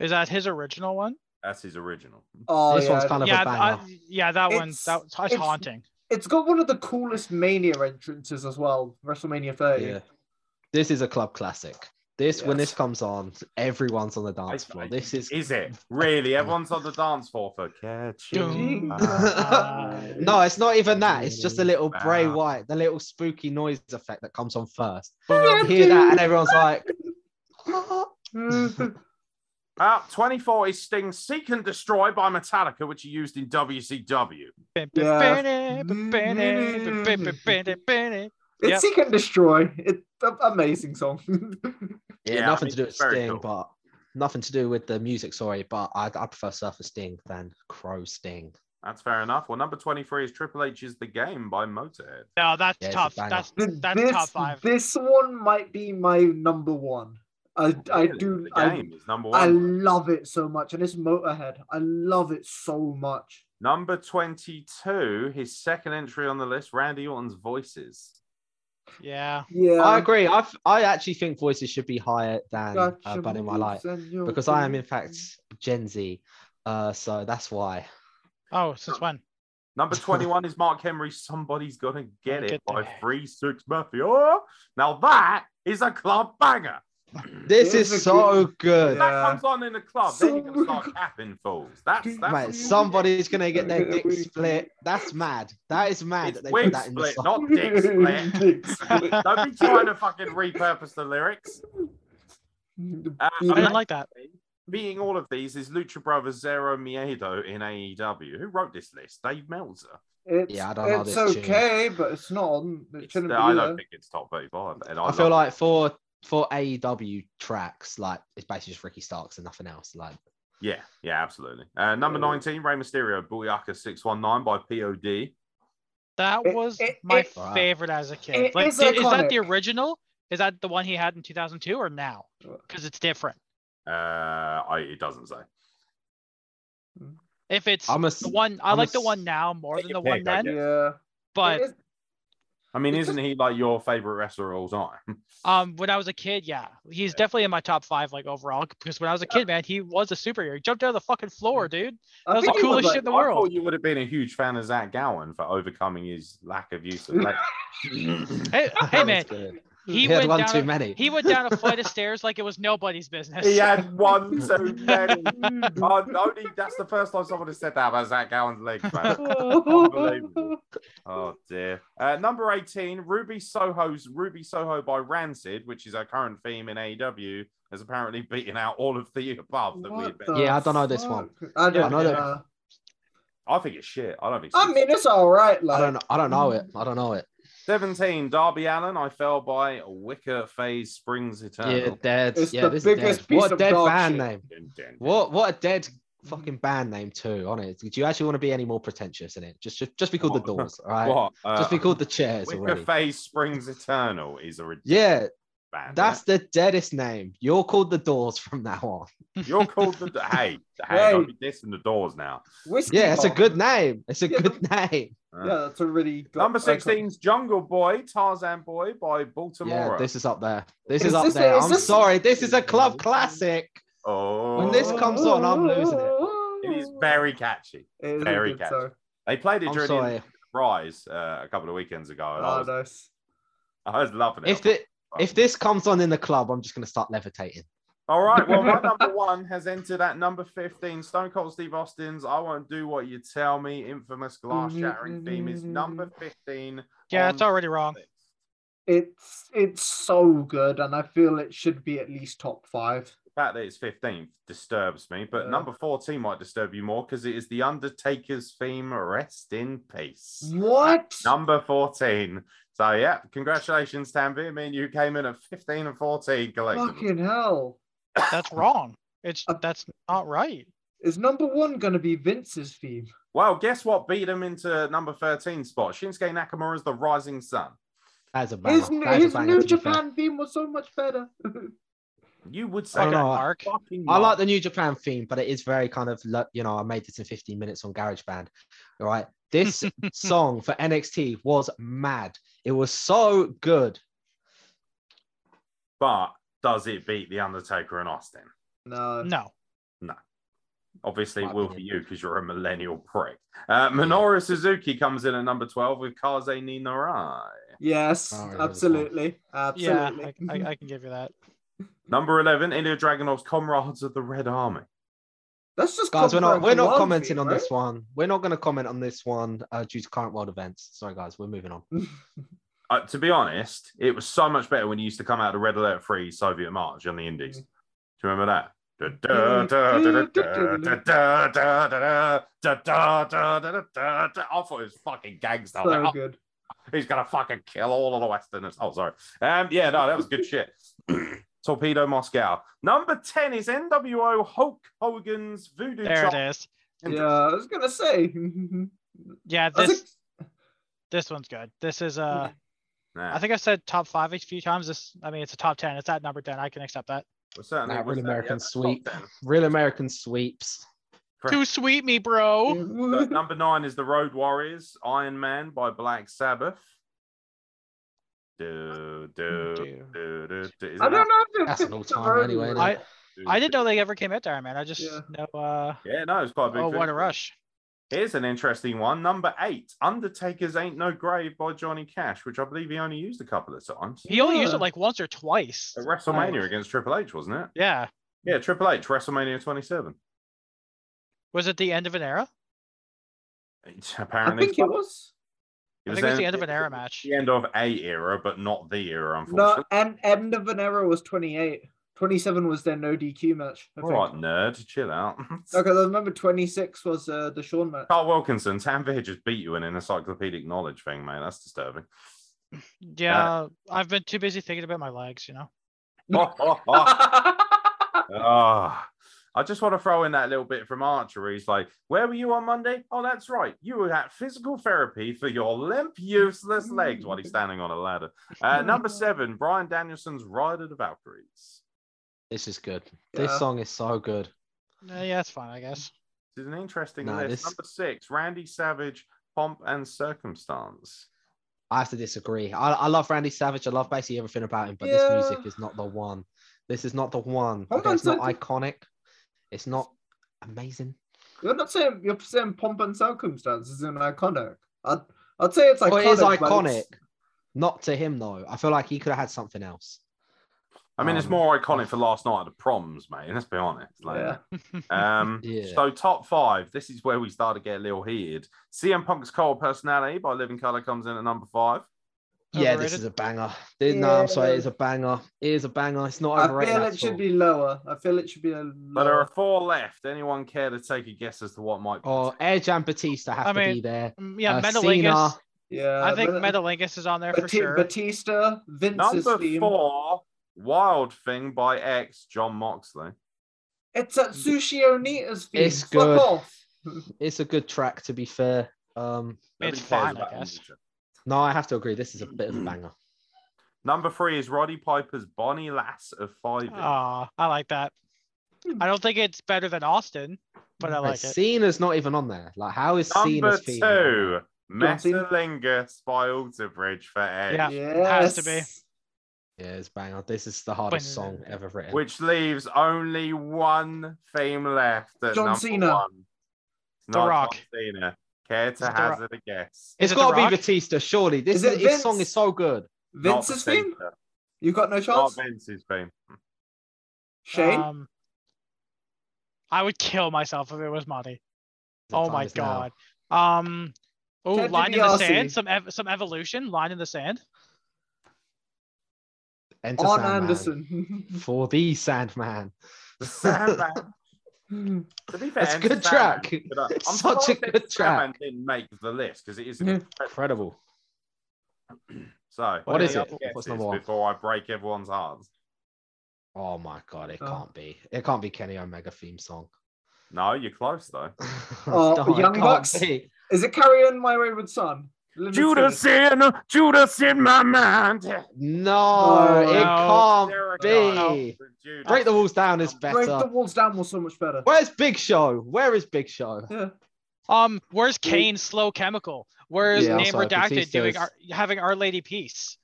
[SPEAKER 3] Is that his original one?
[SPEAKER 2] That's his original.
[SPEAKER 4] Oh,
[SPEAKER 1] This
[SPEAKER 4] yeah.
[SPEAKER 1] one's kind of
[SPEAKER 3] yeah,
[SPEAKER 1] a
[SPEAKER 3] th-
[SPEAKER 1] banger.
[SPEAKER 3] I, yeah, that one.
[SPEAKER 4] It's-
[SPEAKER 3] That that's
[SPEAKER 4] it's-
[SPEAKER 3] haunting.
[SPEAKER 4] it's got one of the coolest Mania entrances as well. WrestleMania 30.
[SPEAKER 1] yeah, this is a club classic. This when
[SPEAKER 4] Yes.
[SPEAKER 1] this comes on, everyone's on the dance
[SPEAKER 2] I-
[SPEAKER 1] floor. This is
[SPEAKER 2] Is it? Really? Everyone's on the dance floor for catching.
[SPEAKER 4] Mm.
[SPEAKER 3] Doom.
[SPEAKER 2] my
[SPEAKER 4] Nice.
[SPEAKER 1] no, it's not even that. It's just a little Bray
[SPEAKER 2] Wow.
[SPEAKER 1] White, the little spooky noise effect that comes on first.
[SPEAKER 4] Yeah,
[SPEAKER 1] You hear that, and everyone's like,
[SPEAKER 4] dude.
[SPEAKER 2] Uh, 24 is Sting Seek and Destroy by Metallica, which he used in WCW.
[SPEAKER 4] Yeah. it's
[SPEAKER 3] Yep.
[SPEAKER 4] Seek and Destroy. It's an amazing song.
[SPEAKER 1] yeah,
[SPEAKER 2] Yeah, I
[SPEAKER 1] nothing
[SPEAKER 2] mean,
[SPEAKER 1] to do with
[SPEAKER 2] it's very
[SPEAKER 1] Sting,
[SPEAKER 2] cool.
[SPEAKER 1] but nothing to do with the music. Sorry, but I, I prefer Surfer Sting than Crow Sting.
[SPEAKER 2] That's fair enough. Well, number 23 is Triple H's The Game by Motorhead.
[SPEAKER 3] No, that's
[SPEAKER 1] Yeah, it's a
[SPEAKER 3] tough.
[SPEAKER 1] banger.
[SPEAKER 3] That's that's
[SPEAKER 4] this,
[SPEAKER 3] top five.
[SPEAKER 4] this one might be my number one. I, I
[SPEAKER 2] Really?
[SPEAKER 4] do.
[SPEAKER 2] The
[SPEAKER 4] I,
[SPEAKER 2] game is number
[SPEAKER 4] I
[SPEAKER 2] one.
[SPEAKER 4] love it so much. And it's Motorhead. I love it so much.
[SPEAKER 2] Number 22, his second entry on the list, Randy Orton's Voices.
[SPEAKER 3] Yeah.
[SPEAKER 4] Yeah.
[SPEAKER 1] I agree. I I actually think voices should be higher than uh,
[SPEAKER 4] Gotcha
[SPEAKER 1] Burning My Light
[SPEAKER 4] moves and your
[SPEAKER 1] because I am in fact
[SPEAKER 4] feelings.
[SPEAKER 1] Gen Z, uh, so that's why.
[SPEAKER 3] Oh, since when?
[SPEAKER 2] Number 21 is Mark Henry's Somebody's Gonna Get
[SPEAKER 3] Get
[SPEAKER 2] It by
[SPEAKER 3] That.
[SPEAKER 2] Free Six Mafia. Now that is a club banger.
[SPEAKER 1] This
[SPEAKER 4] It
[SPEAKER 1] is,
[SPEAKER 4] is a
[SPEAKER 1] so
[SPEAKER 4] good-
[SPEAKER 1] good.
[SPEAKER 2] If
[SPEAKER 4] Yeah.
[SPEAKER 2] that comes on in the club, then you're gonna
[SPEAKER 4] Some-
[SPEAKER 2] start capping fools. That's that's
[SPEAKER 1] Mate, somebody's gonna get their
[SPEAKER 4] Yeah,
[SPEAKER 1] dick
[SPEAKER 4] we-
[SPEAKER 1] split. That's mad. That is mad
[SPEAKER 2] it's
[SPEAKER 1] that they
[SPEAKER 2] wig
[SPEAKER 1] put that in the
[SPEAKER 2] split,
[SPEAKER 1] song.
[SPEAKER 2] not dick split.
[SPEAKER 4] Dick split.
[SPEAKER 2] Don't be trying to fucking repurpose the lyrics. Uh,
[SPEAKER 4] Yeah.
[SPEAKER 3] I
[SPEAKER 2] and
[SPEAKER 3] didn't like that.
[SPEAKER 2] beating all of these is Lucha Brothers Zero Miedo in AEW. Who wrote this list? Dave Meltzer.
[SPEAKER 4] It's,
[SPEAKER 1] I don't know
[SPEAKER 4] it's
[SPEAKER 1] this tune.
[SPEAKER 4] okay, but it's not on. It
[SPEAKER 2] It's-
[SPEAKER 4] shouldn't
[SPEAKER 2] I
[SPEAKER 4] be
[SPEAKER 2] don't
[SPEAKER 4] there.
[SPEAKER 2] think it's top 35. And I,
[SPEAKER 1] I
[SPEAKER 2] love
[SPEAKER 1] feel
[SPEAKER 2] it.
[SPEAKER 1] like for for AEW tracks, like it's basically just Ricky Starks and nothing else. Like
[SPEAKER 2] Yeah, yeah, absolutely. Uh, number
[SPEAKER 4] Uh,
[SPEAKER 2] 19, Rey Mysterio, Booyaka 619 by POD.
[SPEAKER 3] That
[SPEAKER 4] It-
[SPEAKER 3] was
[SPEAKER 4] it-
[SPEAKER 3] my
[SPEAKER 4] it-
[SPEAKER 1] Wow.
[SPEAKER 3] favorite as a kid.
[SPEAKER 4] It
[SPEAKER 3] Like,
[SPEAKER 4] is
[SPEAKER 3] di- is that the
[SPEAKER 4] iconic.
[SPEAKER 3] original? Is that the one he had in 2002 or now? Because it's different.
[SPEAKER 2] Uh, I, it doesn't say.
[SPEAKER 3] If it's
[SPEAKER 1] I'm a
[SPEAKER 3] the one, I
[SPEAKER 1] I'm a
[SPEAKER 3] like the
[SPEAKER 1] s-
[SPEAKER 3] one now more
[SPEAKER 2] Take
[SPEAKER 3] than
[SPEAKER 2] your
[SPEAKER 3] the one
[SPEAKER 2] pick, I
[SPEAKER 3] then.
[SPEAKER 2] guess.
[SPEAKER 4] Yeah.
[SPEAKER 3] But
[SPEAKER 4] It is-
[SPEAKER 2] I mean,
[SPEAKER 4] It's
[SPEAKER 2] isn't he like your favorite wrestler of all time?
[SPEAKER 3] Um, when I was a kid, yeah, he's definitely in my top five, like overall, because when I was a kid, man, he was a superhero. He jumped out of the fucking floor, dude.
[SPEAKER 4] I
[SPEAKER 3] That was the
[SPEAKER 4] think it
[SPEAKER 3] coolest
[SPEAKER 4] like-
[SPEAKER 3] shit in the
[SPEAKER 2] I
[SPEAKER 3] world.
[SPEAKER 2] thought you would have been a huge fan of Zach Gowen for overcoming his lack of use of legs.
[SPEAKER 3] Hey, hey, man,
[SPEAKER 1] it's good.
[SPEAKER 3] he,
[SPEAKER 1] he,
[SPEAKER 3] went
[SPEAKER 1] had one
[SPEAKER 3] down.
[SPEAKER 1] too
[SPEAKER 3] a,
[SPEAKER 1] many.
[SPEAKER 3] he went down a flight of stairs like it was nobody's business.
[SPEAKER 2] he had one too many. Oh, only, that's the first time someone has said that about Zach Gowen's legs, man. Unbelievable. Oh dear. Uh, number 18, Ruby Soho's Ruby Soho by Rancid, which is our current theme in AEW, has apparently beaten out all of the above that we've
[SPEAKER 4] What
[SPEAKER 2] been.
[SPEAKER 4] the
[SPEAKER 1] Yeah, I don't know this one.
[SPEAKER 4] fuck? I don't
[SPEAKER 1] I know
[SPEAKER 4] know.
[SPEAKER 1] that-
[SPEAKER 2] I think it's shit. I don't think so.
[SPEAKER 4] I mean, it's all right.
[SPEAKER 1] I
[SPEAKER 4] Like,
[SPEAKER 1] don't know. I don't know it. I don't know it.
[SPEAKER 2] 17, Darby Allen, I fell by Wicker Phase Springs
[SPEAKER 1] Yeah,
[SPEAKER 2] Eternal.
[SPEAKER 1] dead.
[SPEAKER 4] It's
[SPEAKER 1] yeah,
[SPEAKER 4] the
[SPEAKER 1] this
[SPEAKER 4] biggest
[SPEAKER 1] is dead.
[SPEAKER 4] piece
[SPEAKER 1] What
[SPEAKER 4] of
[SPEAKER 1] dead
[SPEAKER 4] dog
[SPEAKER 1] band
[SPEAKER 4] shit.
[SPEAKER 1] name?
[SPEAKER 2] Dun, dun, dun.
[SPEAKER 1] What what a dead
[SPEAKER 4] Mm.
[SPEAKER 1] fucking band name too on it. Do you actually want to be any more pretentious in it? Just just, just be called the
[SPEAKER 2] What?
[SPEAKER 1] Doors, all right?
[SPEAKER 2] What? Uh,
[SPEAKER 1] Just be called the Chairs
[SPEAKER 2] Wicker
[SPEAKER 1] already.
[SPEAKER 2] Face Springs Eternal is a ridiculous
[SPEAKER 1] Yeah,
[SPEAKER 2] band.
[SPEAKER 1] that's the deadest name. You're called the Doors from now on.
[SPEAKER 2] You're called the hey, hey,
[SPEAKER 4] Hey.
[SPEAKER 2] don't be dissing the doors now.
[SPEAKER 4] Whiskey
[SPEAKER 1] Yeah, it's a
[SPEAKER 4] Bar.
[SPEAKER 1] good name. It's a
[SPEAKER 4] Oh. Yeah.
[SPEAKER 1] good name.
[SPEAKER 4] Yeah, that's a really good
[SPEAKER 2] Number
[SPEAKER 4] icon.
[SPEAKER 2] 16's Jungle Boy, Tarzan Boy by Baltimore.
[SPEAKER 1] Yeah, this is up there. This is,
[SPEAKER 4] Is
[SPEAKER 1] up
[SPEAKER 4] this-
[SPEAKER 1] there.
[SPEAKER 4] is
[SPEAKER 1] I'm
[SPEAKER 4] this-
[SPEAKER 1] sorry. This is a club classic.
[SPEAKER 2] oh,
[SPEAKER 1] when this comes on, I'm losing it.
[SPEAKER 2] it is very catchy.
[SPEAKER 4] It is a
[SPEAKER 2] very
[SPEAKER 4] good
[SPEAKER 2] catchy.
[SPEAKER 4] song.
[SPEAKER 2] They played it
[SPEAKER 1] I'm
[SPEAKER 2] during
[SPEAKER 1] sorry.
[SPEAKER 2] the Rise uh, a couple of weekends ago, and I,
[SPEAKER 4] Oh,
[SPEAKER 2] was,
[SPEAKER 4] nice.
[SPEAKER 2] I was loving it.
[SPEAKER 1] If the, if this comes on in the club, I'm just gonna start levitating.
[SPEAKER 2] All right, well, my number one has entered at number 15. Stone Cold Steve Austin's I Won't Do What You Tell Me, infamous glass shattering theme is number 15.
[SPEAKER 3] Yeah, it's
[SPEAKER 2] on
[SPEAKER 3] already wrong.
[SPEAKER 2] the list.
[SPEAKER 4] It's it's so good, and I feel it should be at least top five.
[SPEAKER 2] The fact that it's 15th disturbs me, but
[SPEAKER 4] Yeah.
[SPEAKER 2] number 14 might disturb you more because it is The Undertaker's theme, Rest in
[SPEAKER 1] Mm.
[SPEAKER 2] Peace.
[SPEAKER 4] What?
[SPEAKER 2] Number 14. So, yeah, congratulations, Tanvir. Me and you came in at 15 and 14 collectively.
[SPEAKER 4] Fucking hell!
[SPEAKER 3] That's wrong. It's
[SPEAKER 4] Uh,
[SPEAKER 3] that's not right.
[SPEAKER 4] Is number one gonna be Vince's theme?
[SPEAKER 2] Well, guess what beat him into number 13 spot? Shinsuke Nakamura's The Rising Sun.
[SPEAKER 1] That's a banger.
[SPEAKER 4] His,
[SPEAKER 1] That's a
[SPEAKER 4] his
[SPEAKER 1] banger. to
[SPEAKER 4] New
[SPEAKER 1] be fair.
[SPEAKER 4] Japan theme was so much better.
[SPEAKER 2] You would
[SPEAKER 1] I
[SPEAKER 2] say
[SPEAKER 1] don't
[SPEAKER 2] that.
[SPEAKER 1] know.
[SPEAKER 3] Mark.
[SPEAKER 2] Fucking
[SPEAKER 1] I
[SPEAKER 2] not.
[SPEAKER 1] like the New Japan theme, but it is very kind of lo- you know I made this in 15 minutes on GarageBand. All right, this song for NXT was mad. It was so good.
[SPEAKER 2] But does it beat The Undertaker and Austin?
[SPEAKER 4] no.
[SPEAKER 3] No.
[SPEAKER 2] Obviously, it
[SPEAKER 1] My
[SPEAKER 2] will for
[SPEAKER 1] opinion.
[SPEAKER 2] you because you're a millennial prick. Uh, Minoru Suzuki comes in at number 12 with Kaze Ninarai.
[SPEAKER 4] Yes,
[SPEAKER 1] Oh, it was
[SPEAKER 4] absolutely,
[SPEAKER 3] Yeah,
[SPEAKER 4] absolutely.
[SPEAKER 3] I, I, I can give you that.
[SPEAKER 2] Number 11, Ilya Dragunov's Comrades of the Red Army.
[SPEAKER 4] That's just
[SPEAKER 1] Guys, we're not
[SPEAKER 4] copyright
[SPEAKER 1] we're
[SPEAKER 4] one
[SPEAKER 1] not commenting
[SPEAKER 4] theme,
[SPEAKER 1] on
[SPEAKER 4] right?
[SPEAKER 1] this one. We're not going to comment on this one uh, due to current world events. Sorry, guys, we're moving on.
[SPEAKER 2] Uh, to be honest, it was so much better when you used to come out of Red Alert Free Soviet March on the Indies. Do you remember that? Da- da- da- da- da- da- da- da- da- da- da- da- da- da- da- I thought it was fucking gangster. I was like,
[SPEAKER 4] So
[SPEAKER 2] "Oh,
[SPEAKER 4] good.
[SPEAKER 2] He's gonna fucking kill all of the Westerners. Oh, sorry. Um, yeah, no, that was good shit. Torpedo Moscow. Number 10 is NWO Hulk Hogan's Voodoo
[SPEAKER 3] There
[SPEAKER 2] Child.
[SPEAKER 3] it is.
[SPEAKER 4] Yeah, I was gonna say.
[SPEAKER 3] Yeah,
[SPEAKER 4] I
[SPEAKER 3] this
[SPEAKER 4] think
[SPEAKER 3] this one's good. This is uh
[SPEAKER 2] Nah,
[SPEAKER 3] I think I've said top five a few times. This I mean it's a top ten. It's at number ten. I can accept that.
[SPEAKER 2] well, certainly
[SPEAKER 1] Nah,
[SPEAKER 2] it was
[SPEAKER 1] Real
[SPEAKER 2] that, yeah,
[SPEAKER 1] American
[SPEAKER 2] that's
[SPEAKER 1] Sweep.
[SPEAKER 2] top 10.
[SPEAKER 1] Real American Sweeps.
[SPEAKER 2] Correct.
[SPEAKER 3] Too sweet me, bro.
[SPEAKER 2] Uh, number nine is the Road Warriors Iron Man by Black Sabbath. Do, do,
[SPEAKER 3] Dude.
[SPEAKER 2] do, do, do. Is
[SPEAKER 4] Oh, I
[SPEAKER 2] it
[SPEAKER 4] don't know if it
[SPEAKER 1] That's an
[SPEAKER 4] fits
[SPEAKER 1] all-time
[SPEAKER 4] the road
[SPEAKER 1] anyway,
[SPEAKER 4] route.
[SPEAKER 1] isn't it?
[SPEAKER 3] I
[SPEAKER 2] that?
[SPEAKER 3] I didn't know they ever came out there, man. I just
[SPEAKER 4] Yeah.
[SPEAKER 3] know uh
[SPEAKER 2] Yeah, no, it's quite a big.
[SPEAKER 3] oh what a
[SPEAKER 2] finish.
[SPEAKER 3] rush.
[SPEAKER 2] Here's an interesting one. Number eight, Undertaker's Ain't No Grave by Johnny Cash, which I believe he only used a couple of times.
[SPEAKER 3] He only used
[SPEAKER 4] Yeah.
[SPEAKER 3] it like once or twice.
[SPEAKER 2] At WrestleMania against Triple H, wasn't it?
[SPEAKER 3] Yeah.
[SPEAKER 2] Yeah, Triple H, WrestleMania 27.
[SPEAKER 3] Was it the end of an era?
[SPEAKER 2] It's
[SPEAKER 4] I
[SPEAKER 2] apparently,
[SPEAKER 4] think it was.
[SPEAKER 3] I think it was the end of an era match.
[SPEAKER 2] The end of a era, but not the era,
[SPEAKER 4] No,
[SPEAKER 2] unfortunately.
[SPEAKER 4] and end of an era was 28. 27 was their no DQ match. I
[SPEAKER 2] All
[SPEAKER 4] think.
[SPEAKER 2] right, nerd, chill out.
[SPEAKER 4] Okay, I remember 26 was uh, the Shawn match.
[SPEAKER 2] Carl Wilkinson, Tanvir just beat you in an encyclopedic knowledge thing, man. That's disturbing.
[SPEAKER 3] Yeah. I've been too busy thinking about my legs, you know.
[SPEAKER 2] Oh, oh, oh. Oh, I just want to throw in that little bit from Archer. He's like, Where were you on Monday? Oh, that's right. You were at physical therapy for your limp, useless legs while he's standing on a ladder. Uh, number seven, Brian Danielson's Rider of the Valkyries.
[SPEAKER 1] This is good. This
[SPEAKER 4] Yeah.
[SPEAKER 1] song is so good.
[SPEAKER 3] Uh, yeah, it's fine, I guess.
[SPEAKER 2] This is an interesting
[SPEAKER 1] No,
[SPEAKER 2] list.
[SPEAKER 1] this-
[SPEAKER 2] Number six, Randy Savage, Pomp and Circumstance.
[SPEAKER 1] I have to disagree. I, I love Randy Savage. I love basically everything about him, but this music
[SPEAKER 4] Yeah.
[SPEAKER 1] is not the one. This is not the one.
[SPEAKER 4] Hold
[SPEAKER 1] Okay,
[SPEAKER 4] on,
[SPEAKER 1] it's not
[SPEAKER 4] so-
[SPEAKER 1] iconic. It's not amazing.
[SPEAKER 4] You're not saying you're saying pomp and circumstance is an iconic. I'd, I'd say it's iconic.
[SPEAKER 1] Well, it is
[SPEAKER 4] but
[SPEAKER 1] iconic.
[SPEAKER 4] it's-
[SPEAKER 1] Not to him though. I feel like he could have had something else.
[SPEAKER 2] I mean, it's
[SPEAKER 1] Um,
[SPEAKER 2] more iconic for last night at the proms, mate. Let's be honest. Like,
[SPEAKER 4] yeah.
[SPEAKER 2] Um,
[SPEAKER 1] Yeah.
[SPEAKER 2] So top five. This is where we start to get a little heated. CM Punk's Cold Personality by Living Color comes in at number five.
[SPEAKER 1] Yeah, this
[SPEAKER 3] Overrated?
[SPEAKER 1] is a banger. Th- No, I'm sorry, it
[SPEAKER 4] Yeah.
[SPEAKER 1] is a banger. It is a banger. It's not
[SPEAKER 4] I
[SPEAKER 1] overrated.
[SPEAKER 4] feel
[SPEAKER 1] at
[SPEAKER 4] it should
[SPEAKER 1] all.
[SPEAKER 4] be lower. I feel it should be a
[SPEAKER 2] But there are
[SPEAKER 4] lower.
[SPEAKER 2] four left. Anyone care to take a guess as to what might? be?
[SPEAKER 1] Oh, Edge and Batista have
[SPEAKER 3] I
[SPEAKER 1] to be
[SPEAKER 3] mean,
[SPEAKER 1] there.
[SPEAKER 3] Mm, Yeah,
[SPEAKER 1] Uh,
[SPEAKER 3] Metalingus.
[SPEAKER 1] Cena.
[SPEAKER 4] Yeah,
[SPEAKER 3] I think
[SPEAKER 4] uh, but-
[SPEAKER 3] Metalingus is on there for
[SPEAKER 4] Bati-
[SPEAKER 3] sure.
[SPEAKER 4] Batista, Vince's
[SPEAKER 2] number
[SPEAKER 4] theme.
[SPEAKER 2] four, Wild Thing by X John Moxley.
[SPEAKER 4] It's at Sushi Onita's feed.
[SPEAKER 1] It's
[SPEAKER 4] Fuck
[SPEAKER 1] good.
[SPEAKER 4] off.
[SPEAKER 1] It's a good track, to be fair. Um,
[SPEAKER 2] Nobody
[SPEAKER 3] It's
[SPEAKER 2] cares
[SPEAKER 3] fine, I
[SPEAKER 2] about
[SPEAKER 3] guess.
[SPEAKER 2] Ninja.
[SPEAKER 1] no, I have to agree. This is a bit of a banger.
[SPEAKER 2] Number three is Roddy Piper's Bonnie Lass of Five.
[SPEAKER 3] Ah, I like that.
[SPEAKER 4] Hmm.
[SPEAKER 3] I don't think it's better than Austin, but I
[SPEAKER 1] Wait,
[SPEAKER 3] like it.
[SPEAKER 1] Cena's not even on there. Like, how is
[SPEAKER 2] Number
[SPEAKER 1] Cena's feeling?
[SPEAKER 2] two,
[SPEAKER 4] John Cena?
[SPEAKER 2] Metalinga by Alter Bridge for Edge,
[SPEAKER 3] Yeah.
[SPEAKER 4] Yes.
[SPEAKER 3] to be.
[SPEAKER 1] Yeah, it's banger. This is the hardest song ever written.
[SPEAKER 2] which leaves only one theme left. At
[SPEAKER 4] John
[SPEAKER 2] number
[SPEAKER 4] Cena.
[SPEAKER 2] One. It's
[SPEAKER 3] The
[SPEAKER 2] not
[SPEAKER 3] Rock.
[SPEAKER 2] John Cena. Care
[SPEAKER 3] it
[SPEAKER 2] to
[SPEAKER 3] The
[SPEAKER 2] hazard a guess?
[SPEAKER 1] it's
[SPEAKER 3] it The
[SPEAKER 1] got to
[SPEAKER 3] Rock?
[SPEAKER 1] be Batista, surely. This
[SPEAKER 4] Is
[SPEAKER 1] is
[SPEAKER 4] it
[SPEAKER 1] his
[SPEAKER 4] Vince?
[SPEAKER 1] song is so good.
[SPEAKER 2] Not
[SPEAKER 4] Vince's
[SPEAKER 2] Batista.
[SPEAKER 4] theme? You got no
[SPEAKER 2] Not
[SPEAKER 4] chance?
[SPEAKER 2] Vince's theme.
[SPEAKER 4] Shane?
[SPEAKER 3] Um, I would kill myself if it was Monty.
[SPEAKER 1] The
[SPEAKER 3] Oh
[SPEAKER 1] time
[SPEAKER 3] my
[SPEAKER 1] is now.
[SPEAKER 3] god. Um. Oh,
[SPEAKER 4] Ted
[SPEAKER 3] line in the
[SPEAKER 4] DiBiase.
[SPEAKER 3] sand. Some ev- some evolution. Line in the sand.
[SPEAKER 1] Enter
[SPEAKER 4] On
[SPEAKER 1] Sandman.
[SPEAKER 4] Anderson.
[SPEAKER 1] For the Sandman.
[SPEAKER 2] The Sandman. to be fair,
[SPEAKER 1] That's a
[SPEAKER 2] Enter
[SPEAKER 1] good
[SPEAKER 2] Sandman
[SPEAKER 1] track.
[SPEAKER 2] did good. I'm
[SPEAKER 1] It's such a
[SPEAKER 2] surprised Enter
[SPEAKER 1] good track.
[SPEAKER 2] Sandman didn't make the list because it is an
[SPEAKER 4] Yeah.
[SPEAKER 2] incredible
[SPEAKER 1] Incredible.
[SPEAKER 2] So,
[SPEAKER 1] What
[SPEAKER 2] any
[SPEAKER 1] is it?
[SPEAKER 2] other
[SPEAKER 1] What's
[SPEAKER 2] guesses
[SPEAKER 1] number one?
[SPEAKER 2] Before I break everyone's hearts.
[SPEAKER 1] Oh my god, it
[SPEAKER 4] Oh.
[SPEAKER 1] can't be. It can't be Kenny Omega theme song.
[SPEAKER 2] No, you're close though.
[SPEAKER 4] Oh,
[SPEAKER 1] it
[SPEAKER 4] Young
[SPEAKER 1] can't
[SPEAKER 4] Bucks?
[SPEAKER 1] be.
[SPEAKER 4] Is it Carry On My Wayward Son? Limp Bizkit.
[SPEAKER 2] in, Judas in my mind.
[SPEAKER 1] No,
[SPEAKER 4] Oh, No.
[SPEAKER 1] it can't. be.
[SPEAKER 2] Judas.
[SPEAKER 1] Break the walls down is better.
[SPEAKER 4] Break the Walls Down was so much better.
[SPEAKER 1] Where's Big Show? Where is Big Show?
[SPEAKER 4] Yeah.
[SPEAKER 3] Um. Where's Kane? Slow chemical. Where's
[SPEAKER 1] Yeah,
[SPEAKER 3] name
[SPEAKER 1] also
[SPEAKER 3] redacted? Doing
[SPEAKER 1] Batista's-
[SPEAKER 3] our, having Our Lady Peace.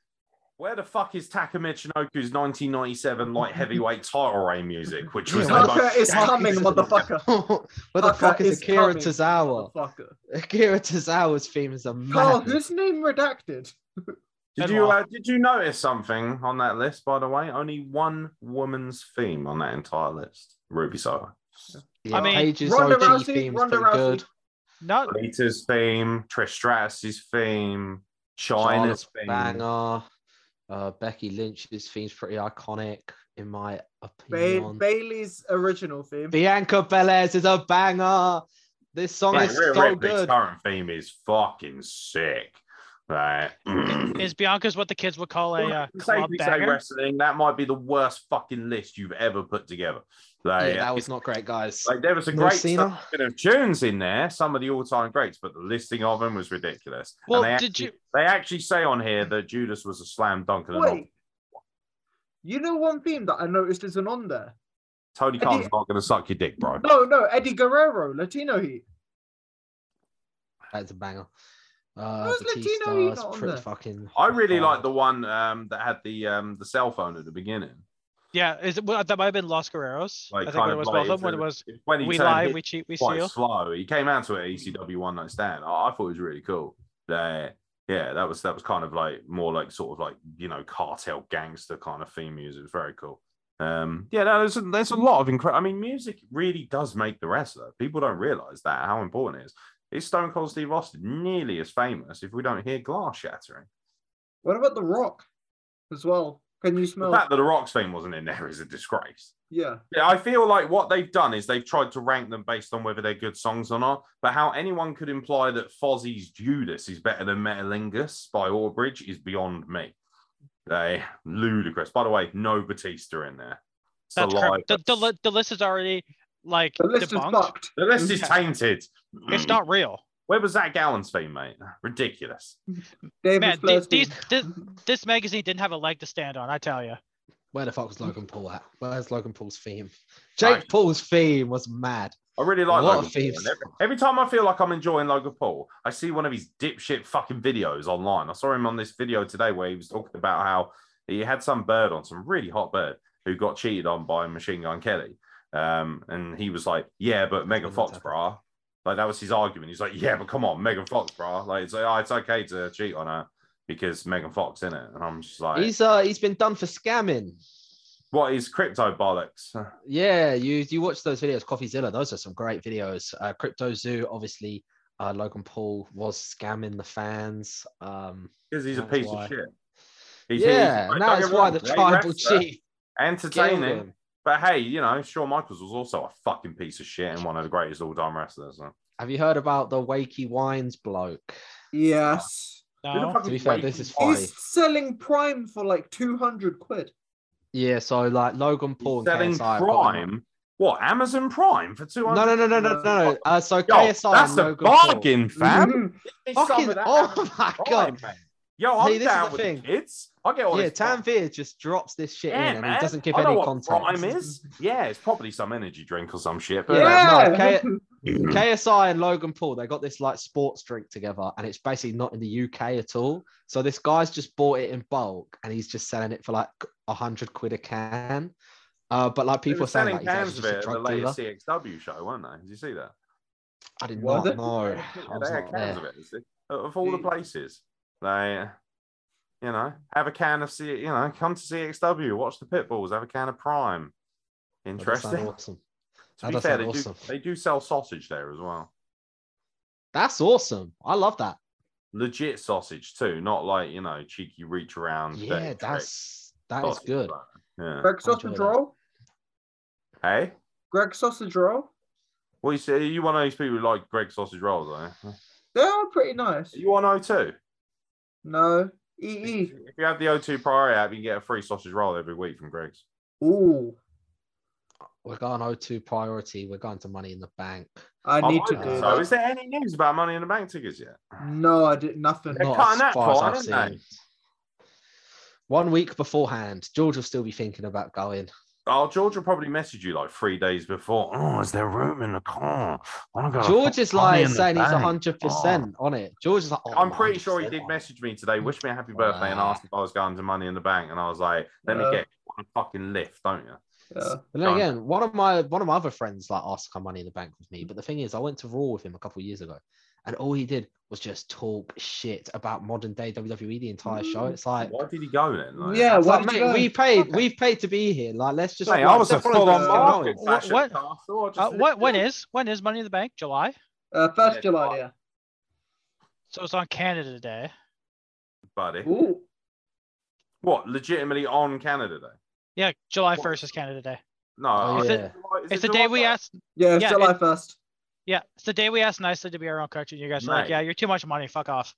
[SPEAKER 2] Where the fuck is Taka Michinoku's 1997 light heavyweight title reign music, which was
[SPEAKER 1] Yeah, what
[SPEAKER 2] the
[SPEAKER 4] Tucker
[SPEAKER 2] most
[SPEAKER 4] is
[SPEAKER 1] Jack-
[SPEAKER 4] coming,
[SPEAKER 1] Jack-
[SPEAKER 4] motherfucker.
[SPEAKER 1] Where the
[SPEAKER 4] Tucker
[SPEAKER 1] fuck
[SPEAKER 4] is
[SPEAKER 1] is Akira
[SPEAKER 4] coming.
[SPEAKER 1] Tozawa?
[SPEAKER 4] Motherfucker.
[SPEAKER 1] Akira Tozawa's theme is a
[SPEAKER 4] Carl,
[SPEAKER 1] madness.
[SPEAKER 4] who's name redacted?
[SPEAKER 2] Did you uh, did you notice something on that list? By the way, only one woman's theme on that entire list. Ruby Soho.
[SPEAKER 1] Yeah,
[SPEAKER 3] I mean,
[SPEAKER 1] Paige's
[SPEAKER 4] Ronda
[SPEAKER 1] OG
[SPEAKER 4] Rousey,
[SPEAKER 1] theme is
[SPEAKER 4] Ronda
[SPEAKER 1] pretty
[SPEAKER 4] Rousey.
[SPEAKER 1] good.
[SPEAKER 3] Not
[SPEAKER 2] Lita's theme, Trish Stratus's theme, China's
[SPEAKER 1] Charlotte's
[SPEAKER 2] theme.
[SPEAKER 1] banger. Uh, Becky Lynch's theme's pretty iconic, in my
[SPEAKER 4] Ba-
[SPEAKER 1] opinion.
[SPEAKER 4] Bailey's original theme.
[SPEAKER 1] Bianca Belair's is a banger. This song
[SPEAKER 2] Like,
[SPEAKER 1] is
[SPEAKER 2] Rhea
[SPEAKER 1] so
[SPEAKER 2] Ripley's
[SPEAKER 1] good.
[SPEAKER 2] current theme is fucking sick. Like,
[SPEAKER 3] is Bianca's what the kids would call a uh,
[SPEAKER 2] Well, if you
[SPEAKER 3] club
[SPEAKER 2] take Big Show
[SPEAKER 3] banger.
[SPEAKER 2] wrestling. That might be the worst fucking list you've ever put together. Like,
[SPEAKER 1] Yeah, that was not great, guys.
[SPEAKER 2] like there was a
[SPEAKER 1] No
[SPEAKER 2] great
[SPEAKER 1] Cena?
[SPEAKER 2] selection of tunes in there, some of the all-time greats, but the listing of them was ridiculous. And
[SPEAKER 3] Well,
[SPEAKER 2] they
[SPEAKER 3] did
[SPEAKER 2] actually,
[SPEAKER 3] you?
[SPEAKER 2] They actually say on here that Judas was a slam dunk and not.
[SPEAKER 4] Wait. You know one theme that I noticed isn't on there?
[SPEAKER 2] Tony
[SPEAKER 4] I
[SPEAKER 2] Khan's
[SPEAKER 4] did-
[SPEAKER 2] not going to suck your dick, bro.
[SPEAKER 4] No, no, Eddie Guerrero, Latino Heat.
[SPEAKER 1] That's a banger. Uh,
[SPEAKER 4] Where's Latino
[SPEAKER 1] Batista's
[SPEAKER 4] Heat not on
[SPEAKER 1] pretty
[SPEAKER 4] there?
[SPEAKER 1] fucking.
[SPEAKER 2] I really
[SPEAKER 4] Oh.
[SPEAKER 1] hard.
[SPEAKER 2] like the one um, that had the um, the cell phone at the beginning.
[SPEAKER 3] Yeah, is it, well, that might have been Los Guerreros.
[SPEAKER 2] Like,
[SPEAKER 3] I think
[SPEAKER 2] kind
[SPEAKER 3] when it
[SPEAKER 2] of
[SPEAKER 3] was
[SPEAKER 2] like
[SPEAKER 3] both of
[SPEAKER 2] it's
[SPEAKER 3] them. When it
[SPEAKER 2] a-
[SPEAKER 3] was
[SPEAKER 2] It's When he
[SPEAKER 3] we
[SPEAKER 2] turned
[SPEAKER 3] lie,
[SPEAKER 2] his-
[SPEAKER 3] we cheat, we
[SPEAKER 2] quite
[SPEAKER 3] steal.
[SPEAKER 2] slow. He came out to it at ECW One Night Stand. I, I thought it was really cool. Uh, yeah, that was that was kind of like more like sort of like you know cartel gangster kind of theme music. It was very cool. Um, yeah, no, there's a, there's a lot of incredible. I mean, music really does make the wrestler. People don't realize that how important it is. Is Stone Cold Steve Austin nearly as famous if we don't hear glass shattering?
[SPEAKER 4] What about The Rock as well? Can you smell?
[SPEAKER 2] The fact that the Rock's theme wasn't in there is a disgrace.
[SPEAKER 4] Yeah.
[SPEAKER 2] Yeah, I feel like what they've done is they've tried to rank them based on whether they're good songs or not. But how anyone could imply that Fozzie's Judas is better than Metalingus by Orbridge is beyond me. They ludicrous. By the way, no Batista in there. It's
[SPEAKER 3] That's
[SPEAKER 2] a lie.
[SPEAKER 3] correct. The, the, li- the list is already like
[SPEAKER 4] The list is
[SPEAKER 3] debunked.
[SPEAKER 4] fucked.
[SPEAKER 2] The list is
[SPEAKER 3] Yeah.
[SPEAKER 2] tainted. Mm.
[SPEAKER 3] It's not real.
[SPEAKER 2] Where was that Gowan's theme, mate? Ridiculous.
[SPEAKER 4] David
[SPEAKER 3] Man, the-
[SPEAKER 4] Flair's
[SPEAKER 3] these,
[SPEAKER 4] theme.
[SPEAKER 3] this, this magazine didn't have a leg to stand on, I tell you.
[SPEAKER 1] Where the fuck was Logan Paul at? Where's Logan Paul's theme? Jake
[SPEAKER 2] Right.
[SPEAKER 1] Paul's theme was mad.
[SPEAKER 2] I really
[SPEAKER 1] A
[SPEAKER 2] like
[SPEAKER 1] lot
[SPEAKER 2] Logan
[SPEAKER 1] of
[SPEAKER 2] Paul.
[SPEAKER 1] thieves.
[SPEAKER 2] And Every, every time I feel like I'm enjoying Logan Paul, I see one of his dipshit fucking videos online. I saw him on this video today where he was talking about how he had some bird on, some really hot bird, who got cheated on by Machine Gun Kelly. Um, and he was like, "Yeah, but Megan Fox, brah." Like that was his argument. He's like, "Yeah, but come on, Megan Fox, brah." Like it's like, oh, it's okay to cheat on her because Megan Fox in it. And I'm just like,
[SPEAKER 1] He's uh he's been done for scamming.
[SPEAKER 2] "What is crypto bollocks?"
[SPEAKER 1] Yeah, you you watch those videos, CoffeeZilla. Those are some great videos. Uh, Crypto Zoo, obviously. Uh, Logan Paul was scamming the fans. Um,
[SPEAKER 2] Because he's a
[SPEAKER 1] That's
[SPEAKER 2] piece
[SPEAKER 1] why.
[SPEAKER 2] of shit.
[SPEAKER 1] yeah, and
[SPEAKER 2] like, don't
[SPEAKER 1] that's
[SPEAKER 2] get me
[SPEAKER 1] why
[SPEAKER 2] wrong,
[SPEAKER 1] the
[SPEAKER 2] great
[SPEAKER 1] tribal
[SPEAKER 2] wrestler,
[SPEAKER 1] chief killed
[SPEAKER 2] entertaining,
[SPEAKER 1] him.
[SPEAKER 2] But hey, you know, Shawn Michaels was also a fucking piece of shit and one of the greatest all-time wrestlers. So.
[SPEAKER 1] Have you heard about the Wakey Wines bloke?
[SPEAKER 4] Yes.
[SPEAKER 2] Who the
[SPEAKER 3] No.
[SPEAKER 2] fuck
[SPEAKER 1] To be fair,
[SPEAKER 2] Wakey
[SPEAKER 1] this is
[SPEAKER 2] Wines?
[SPEAKER 1] Why?
[SPEAKER 4] He's selling Prime for like 200 quid.
[SPEAKER 1] Yeah, so like Logan Paul and
[SPEAKER 2] Selling
[SPEAKER 1] KSI have got him-
[SPEAKER 2] crime. What Amazon Prime for two
[SPEAKER 1] No,
[SPEAKER 2] hundred?
[SPEAKER 1] no, no, no, no, no. no. Uh, so
[SPEAKER 2] Yo,
[SPEAKER 1] KSI
[SPEAKER 2] that's
[SPEAKER 1] and
[SPEAKER 2] a
[SPEAKER 1] Logan Paul.
[SPEAKER 2] bargain, fam.
[SPEAKER 4] Mm-hmm.
[SPEAKER 2] Give me some
[SPEAKER 1] Mm-hmm. Fucking,
[SPEAKER 2] of that Amazon
[SPEAKER 1] oh my
[SPEAKER 2] Prime,
[SPEAKER 1] god.
[SPEAKER 2] mate. Yo, I'm
[SPEAKER 1] Hey, this is
[SPEAKER 2] down
[SPEAKER 1] the
[SPEAKER 2] with
[SPEAKER 1] thing.
[SPEAKER 2] the kids. I get all
[SPEAKER 1] Yeah,
[SPEAKER 2] this.
[SPEAKER 1] Tam Veer just drops this shit
[SPEAKER 2] Yeah,
[SPEAKER 1] in and
[SPEAKER 2] man.
[SPEAKER 1] he doesn't give
[SPEAKER 2] I know
[SPEAKER 1] any
[SPEAKER 2] what
[SPEAKER 1] context.
[SPEAKER 2] Prime is. Yeah, it's probably some energy drink or some shit. But um,
[SPEAKER 1] Yeah.
[SPEAKER 2] yeah.
[SPEAKER 1] no, KSI and Logan Paul, they got this like sports drink together, and it's basically not in the UK at all. So this guy's just bought it in bulk, and he's just selling it for like a hundred quid a can. Uh, but like people
[SPEAKER 2] people
[SPEAKER 1] are saying,
[SPEAKER 2] selling
[SPEAKER 1] like, he's
[SPEAKER 2] cans
[SPEAKER 1] actually just
[SPEAKER 2] of
[SPEAKER 1] a
[SPEAKER 2] it at the
[SPEAKER 1] drug dealer.
[SPEAKER 2] latest CXW show, weren't they? Did you see that?
[SPEAKER 1] I did
[SPEAKER 4] Were
[SPEAKER 1] not
[SPEAKER 4] they?
[SPEAKER 1] know.
[SPEAKER 2] Yeah,
[SPEAKER 1] I was
[SPEAKER 2] they had
[SPEAKER 1] not
[SPEAKER 2] cans
[SPEAKER 1] there.
[SPEAKER 2] of it. It's like, Out of all the
[SPEAKER 4] Jeez.
[SPEAKER 2] places, they, you know, have a can of C. You know, come to CXW, watch the Pitbulls, have a can of Prime.
[SPEAKER 1] That does sound
[SPEAKER 2] Interesting.
[SPEAKER 1] awesome.
[SPEAKER 2] To
[SPEAKER 1] that
[SPEAKER 2] be
[SPEAKER 1] does
[SPEAKER 2] fair, they
[SPEAKER 1] sound
[SPEAKER 2] do,
[SPEAKER 1] awesome.
[SPEAKER 2] they do sell sausage there as well.
[SPEAKER 1] That's awesome. I love that.
[SPEAKER 2] Legit sausage too, not like you know cheeky reach around. dirty
[SPEAKER 1] Yeah,
[SPEAKER 2] trick
[SPEAKER 1] that's that is
[SPEAKER 2] sausage,
[SPEAKER 1] good.
[SPEAKER 2] but, Yeah.
[SPEAKER 4] Greg
[SPEAKER 1] Enjoy
[SPEAKER 4] sausage
[SPEAKER 1] that.
[SPEAKER 4] roll.
[SPEAKER 2] Hey,
[SPEAKER 4] Greg sausage roll.
[SPEAKER 2] well, you say you one of these people who like Greg sausage rolls, are you?
[SPEAKER 4] They are pretty nice.
[SPEAKER 2] Are you on O2?
[SPEAKER 4] No. E
[SPEAKER 1] Mm.
[SPEAKER 4] EE.
[SPEAKER 2] If you have the O2 Priority app, you can get a free sausage roll every week from Greg's.
[SPEAKER 4] Ooh.
[SPEAKER 1] We're going O2 priority. We're going to Money in the Bank.
[SPEAKER 4] I
[SPEAKER 2] I'm
[SPEAKER 4] need to
[SPEAKER 2] hoping So,
[SPEAKER 4] do that.
[SPEAKER 2] is there any news about Money in the Bank tickets yet?
[SPEAKER 4] No, I did nothing.
[SPEAKER 2] They're
[SPEAKER 1] Not
[SPEAKER 2] cutting
[SPEAKER 1] as
[SPEAKER 2] that
[SPEAKER 1] far as
[SPEAKER 2] far,
[SPEAKER 1] I've
[SPEAKER 2] aren't they?
[SPEAKER 1] seen. One week beforehand, George will still be thinking about going.
[SPEAKER 2] Oh, George will probably message you like three days before. Oh, is there room in the car? I wanna go to
[SPEAKER 1] George is
[SPEAKER 2] Oh, Money
[SPEAKER 1] like
[SPEAKER 2] in the
[SPEAKER 1] saying he's
[SPEAKER 2] Bank.
[SPEAKER 1] hundred percent on it. George is like, oh,
[SPEAKER 2] I'm pretty sure he
[SPEAKER 1] 100%
[SPEAKER 2] did
[SPEAKER 1] on it.
[SPEAKER 2] message me today, wish me a happy birthday, and
[SPEAKER 1] Wow.
[SPEAKER 2] asked if I was going to Money in the Bank. And I was like, let me
[SPEAKER 4] Uh.
[SPEAKER 2] get one fucking lift, don't you?
[SPEAKER 4] Yeah.
[SPEAKER 1] But then
[SPEAKER 2] Done.
[SPEAKER 1] again, one of my one of my other friends like asked to come money in the bank with me. But the thing is, I went to Raw with him a couple of years ago, and all he did was just talk shit about modern day WWE the entire show. It's like,
[SPEAKER 2] Why did he go then? Like,
[SPEAKER 4] Yeah,
[SPEAKER 1] it's
[SPEAKER 4] Mm. why
[SPEAKER 1] like,
[SPEAKER 4] did you
[SPEAKER 1] mate,
[SPEAKER 4] go?
[SPEAKER 1] we paid,
[SPEAKER 2] Okay.
[SPEAKER 1] we've paid to be here. Like, let's just.
[SPEAKER 2] Mate,
[SPEAKER 1] like,
[SPEAKER 2] I was a
[SPEAKER 1] step on the
[SPEAKER 2] full on
[SPEAKER 1] gas and
[SPEAKER 4] uh,
[SPEAKER 1] go.
[SPEAKER 2] market.
[SPEAKER 3] what-
[SPEAKER 2] fashion
[SPEAKER 3] what-
[SPEAKER 2] castle. I just
[SPEAKER 3] Uh,
[SPEAKER 2] didn't
[SPEAKER 3] what when
[SPEAKER 2] do it.
[SPEAKER 3] is when is Money in the Bank? July.
[SPEAKER 4] Uh, first
[SPEAKER 2] Yeah,
[SPEAKER 4] July, yeah.
[SPEAKER 3] So it's on Canada Day.
[SPEAKER 2] buddy?
[SPEAKER 4] Ooh.
[SPEAKER 2] What legitimately on Canada Day?
[SPEAKER 3] Yeah, July
[SPEAKER 2] What?
[SPEAKER 3] first is Canada Day.
[SPEAKER 2] No,
[SPEAKER 1] Oh, yeah.
[SPEAKER 2] I- is it July- is it
[SPEAKER 3] It's the
[SPEAKER 2] July
[SPEAKER 3] day we
[SPEAKER 2] first?
[SPEAKER 3] asked.
[SPEAKER 4] Yeah, it's
[SPEAKER 3] Yeah,
[SPEAKER 4] July
[SPEAKER 3] it-
[SPEAKER 4] 1st.
[SPEAKER 3] Yeah, it's the day we asked nicely to be our own country. And you guys are like,
[SPEAKER 2] Mate.
[SPEAKER 3] yeah, you're too much money. Fuck off.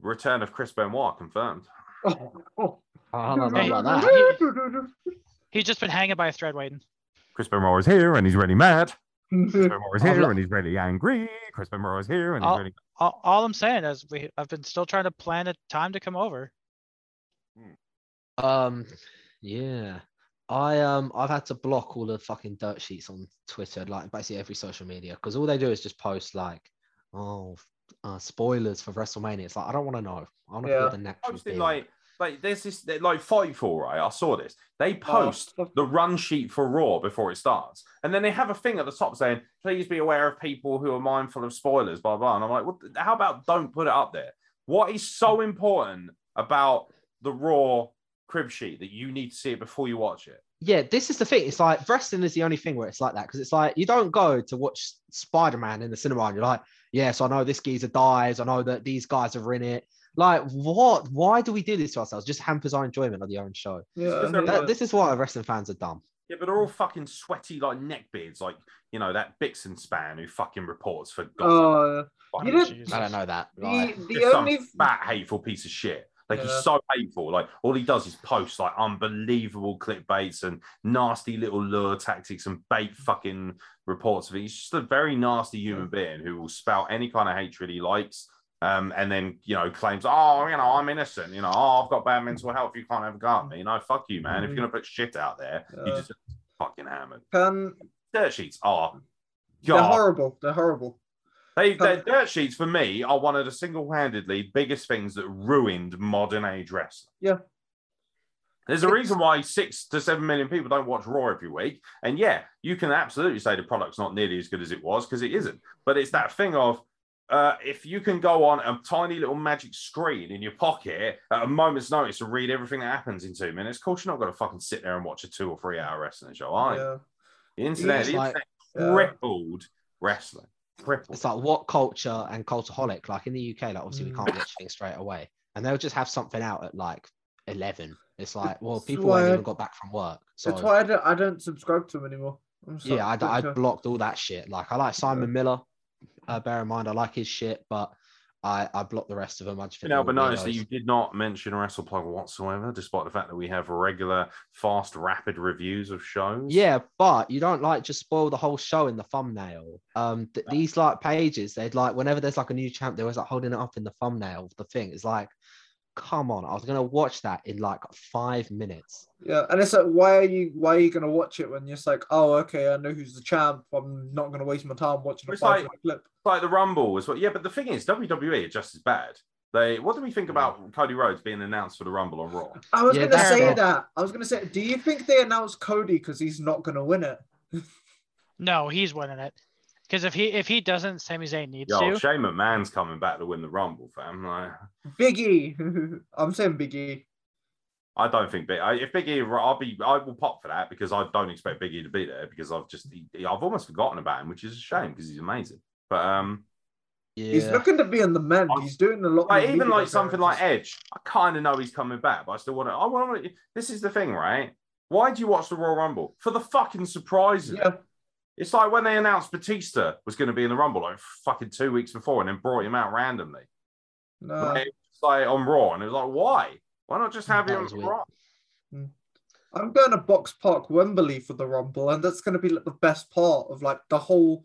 [SPEAKER 2] Return of Chris Benoit confirmed.
[SPEAKER 4] Oh, oh.
[SPEAKER 1] I don't know about that.
[SPEAKER 3] He's just been hanging by a thread waiting.
[SPEAKER 2] Chris Benoit is here and he's really mad. Chris Benoit is
[SPEAKER 1] I've
[SPEAKER 2] here
[SPEAKER 1] lo-
[SPEAKER 2] and he's really angry. Chris Benoit is here and
[SPEAKER 3] I'll-
[SPEAKER 2] he's really.
[SPEAKER 3] All, all I'm saying is we I've been still trying to plan a time to come over.
[SPEAKER 1] Um, yeah, I um, I've had to block all the fucking dirt sheets on Twitter, like basically every social media, because all they do is just post like, oh, uh, spoilers for WrestleMania. It's like I don't want to know. I want to
[SPEAKER 4] Yeah.
[SPEAKER 1] feel the natural
[SPEAKER 2] Posted
[SPEAKER 1] feeling.
[SPEAKER 2] like like there's this they're, like Fightful right. I saw this. They
[SPEAKER 4] Uh-huh.
[SPEAKER 2] post
[SPEAKER 4] fuck.
[SPEAKER 2] the run sheet for Raw before it starts, and then they have a thing at the top saying, "Please be aware of people who are mindful of spoilers." Blah blah. And I'm like, what, the- how about don't put it up there? What is so
[SPEAKER 4] Mm.
[SPEAKER 2] important about the Raw crib sheet that you need to see it before you watch it?
[SPEAKER 1] yeah, this is the thing. It's like wrestling is the only thing where it's like that because it's like you don't go to watch Spider Man in the cinema and you're like, yes, I know this geezer dies. I know that these guys are in it. Like, what? Why do we do this to ourselves? Just hampers our enjoyment of the own show.
[SPEAKER 4] Yeah.
[SPEAKER 2] there
[SPEAKER 1] That- this is why wrestling fans are dumb.
[SPEAKER 2] Yeah, but they're
[SPEAKER 4] Mm.
[SPEAKER 2] all fucking sweaty like neckbeards, like you know that Bixen span who fucking reports for gossip.
[SPEAKER 4] Oh,
[SPEAKER 2] Fucking
[SPEAKER 4] you didn't-
[SPEAKER 3] Jesus.
[SPEAKER 1] I don't know that.
[SPEAKER 4] the,
[SPEAKER 1] Right.
[SPEAKER 4] the
[SPEAKER 2] just some
[SPEAKER 4] only
[SPEAKER 2] fat hateful piece of shit. Like
[SPEAKER 4] Yeah.
[SPEAKER 2] he's so hateful. Like all he does is post like unbelievable clickbaits and nasty little lure tactics and bait fucking reports of it. He's just a very nasty human being who will spout any kind of hatred he likes. Um, and then you know claims, oh, you know, I'm innocent. You know, oh, I've got bad mental health. You can't ever guard me. No, fuck you, man. If you're gonna put shit out there, you
[SPEAKER 4] Mm. Yeah.
[SPEAKER 2] just fucking hammered.
[SPEAKER 4] can
[SPEAKER 2] Dirt sheets are.
[SPEAKER 4] they're
[SPEAKER 2] God,
[SPEAKER 4] horrible. They're horrible.
[SPEAKER 2] they, they
[SPEAKER 4] Um,
[SPEAKER 2] dirt sheets for me are one of the single-handedly biggest things that ruined modern age wrestling.
[SPEAKER 4] Yeah.
[SPEAKER 2] There's a reason why six to seven million people don't watch Raw every week. And yeah, you can absolutely say the product's not nearly as good as it was because it isn't. But it's that thing of uh, if you can go on a tiny little magic screen in your pocket at a moment's notice and read everything that happens in two minutes, of course you're not going to fucking sit there and watch a two or three hour wrestling show, are you?
[SPEAKER 4] Yeah.
[SPEAKER 2] The internet,
[SPEAKER 1] It's
[SPEAKER 2] the
[SPEAKER 1] like-
[SPEAKER 2] internet
[SPEAKER 4] yeah.
[SPEAKER 2] crippled wrestling. Crippled.
[SPEAKER 1] It's like what culture and cultaholic. Like in the UK, like obviously we
[SPEAKER 4] Mm.
[SPEAKER 1] can't watch things straight away, and they'll just have something out at like eleven. It's like, well,
[SPEAKER 4] It's
[SPEAKER 1] people ain't
[SPEAKER 4] why-
[SPEAKER 1] even got back from work, so
[SPEAKER 4] That's why I don't, I don't subscribe to them anymore. I'm sorry.
[SPEAKER 1] yeah, I, I
[SPEAKER 4] Don't care.
[SPEAKER 1] blocked all that shit. Like I like Simon Miller. Uh, bear in mind, I like his shit, but I, I blocked the rest of them. I just
[SPEAKER 2] You
[SPEAKER 1] think
[SPEAKER 2] know,
[SPEAKER 1] they
[SPEAKER 2] but
[SPEAKER 1] were
[SPEAKER 2] notice that
[SPEAKER 1] weirdos.
[SPEAKER 2] you did not mention WrestlePlug whatsoever, despite the fact that we have regular, fast, rapid reviews of shows.
[SPEAKER 1] Yeah, but you don't like just spoil the whole show in the thumbnail. Um, th- these like pages, they'd like whenever there's like a new champ, they're always like holding it up in the thumbnail of the thing. It's like, come on, I was gonna watch that in like five minutes.
[SPEAKER 4] Yeah, and it's like, why are you why are you gonna watch it when you're just like, oh, okay, I know who's the champ. I'm not gonna waste my time watching a
[SPEAKER 2] It's like-
[SPEAKER 4] five minute clip.
[SPEAKER 2] Like the Rumble was what? Yeah, but the thing is, WWE are just as bad. They. What do we think
[SPEAKER 1] Mm.
[SPEAKER 2] about Cody Rhodes being announced for the Rumble on Raw?
[SPEAKER 4] I was
[SPEAKER 1] Yeah,
[SPEAKER 4] gonna
[SPEAKER 3] that's
[SPEAKER 4] say
[SPEAKER 1] all.
[SPEAKER 4] that. I was gonna say, do you think they announced Cody because he's not gonna win it?
[SPEAKER 3] No, he's winning it. Because if he if he doesn't, Sami Zayn needs
[SPEAKER 2] Yo,
[SPEAKER 3] to.
[SPEAKER 2] Shane McMahon's coming back to win the Rumble, fam. Like,
[SPEAKER 4] Biggie. I'm saying Biggie.
[SPEAKER 2] I don't think Big. I, if Big E, I'll be. I will pop for that because I don't expect Big E to be there because I've just. he- I've almost forgotten about him, which is a shame because he's amazing. But um,
[SPEAKER 1] Yeah,
[SPEAKER 4] He's looking to be in the men.
[SPEAKER 2] I'm-
[SPEAKER 4] He's doing a lot.
[SPEAKER 2] like
[SPEAKER 4] of
[SPEAKER 2] even
[SPEAKER 4] media
[SPEAKER 2] like something like
[SPEAKER 4] appearances.
[SPEAKER 2] Edge, I kind of know he's coming back, but I still want to. I want to. This is the thing, right? Why do you watch the Royal Rumble for the fucking surprises?
[SPEAKER 4] Yeah,
[SPEAKER 2] It's like when they announced Batista was going to be in the Rumble like fucking two weeks before, and then brought him out randomly,
[SPEAKER 4] no.
[SPEAKER 2] like, it's like on Raw, and it was like, why? Why not just have
[SPEAKER 1] That
[SPEAKER 2] him
[SPEAKER 1] was
[SPEAKER 2] on
[SPEAKER 1] weird.
[SPEAKER 2] Raw?
[SPEAKER 4] I'm going to Box Park Wembley for the Rumble, and that's going to be like the best part of like the whole,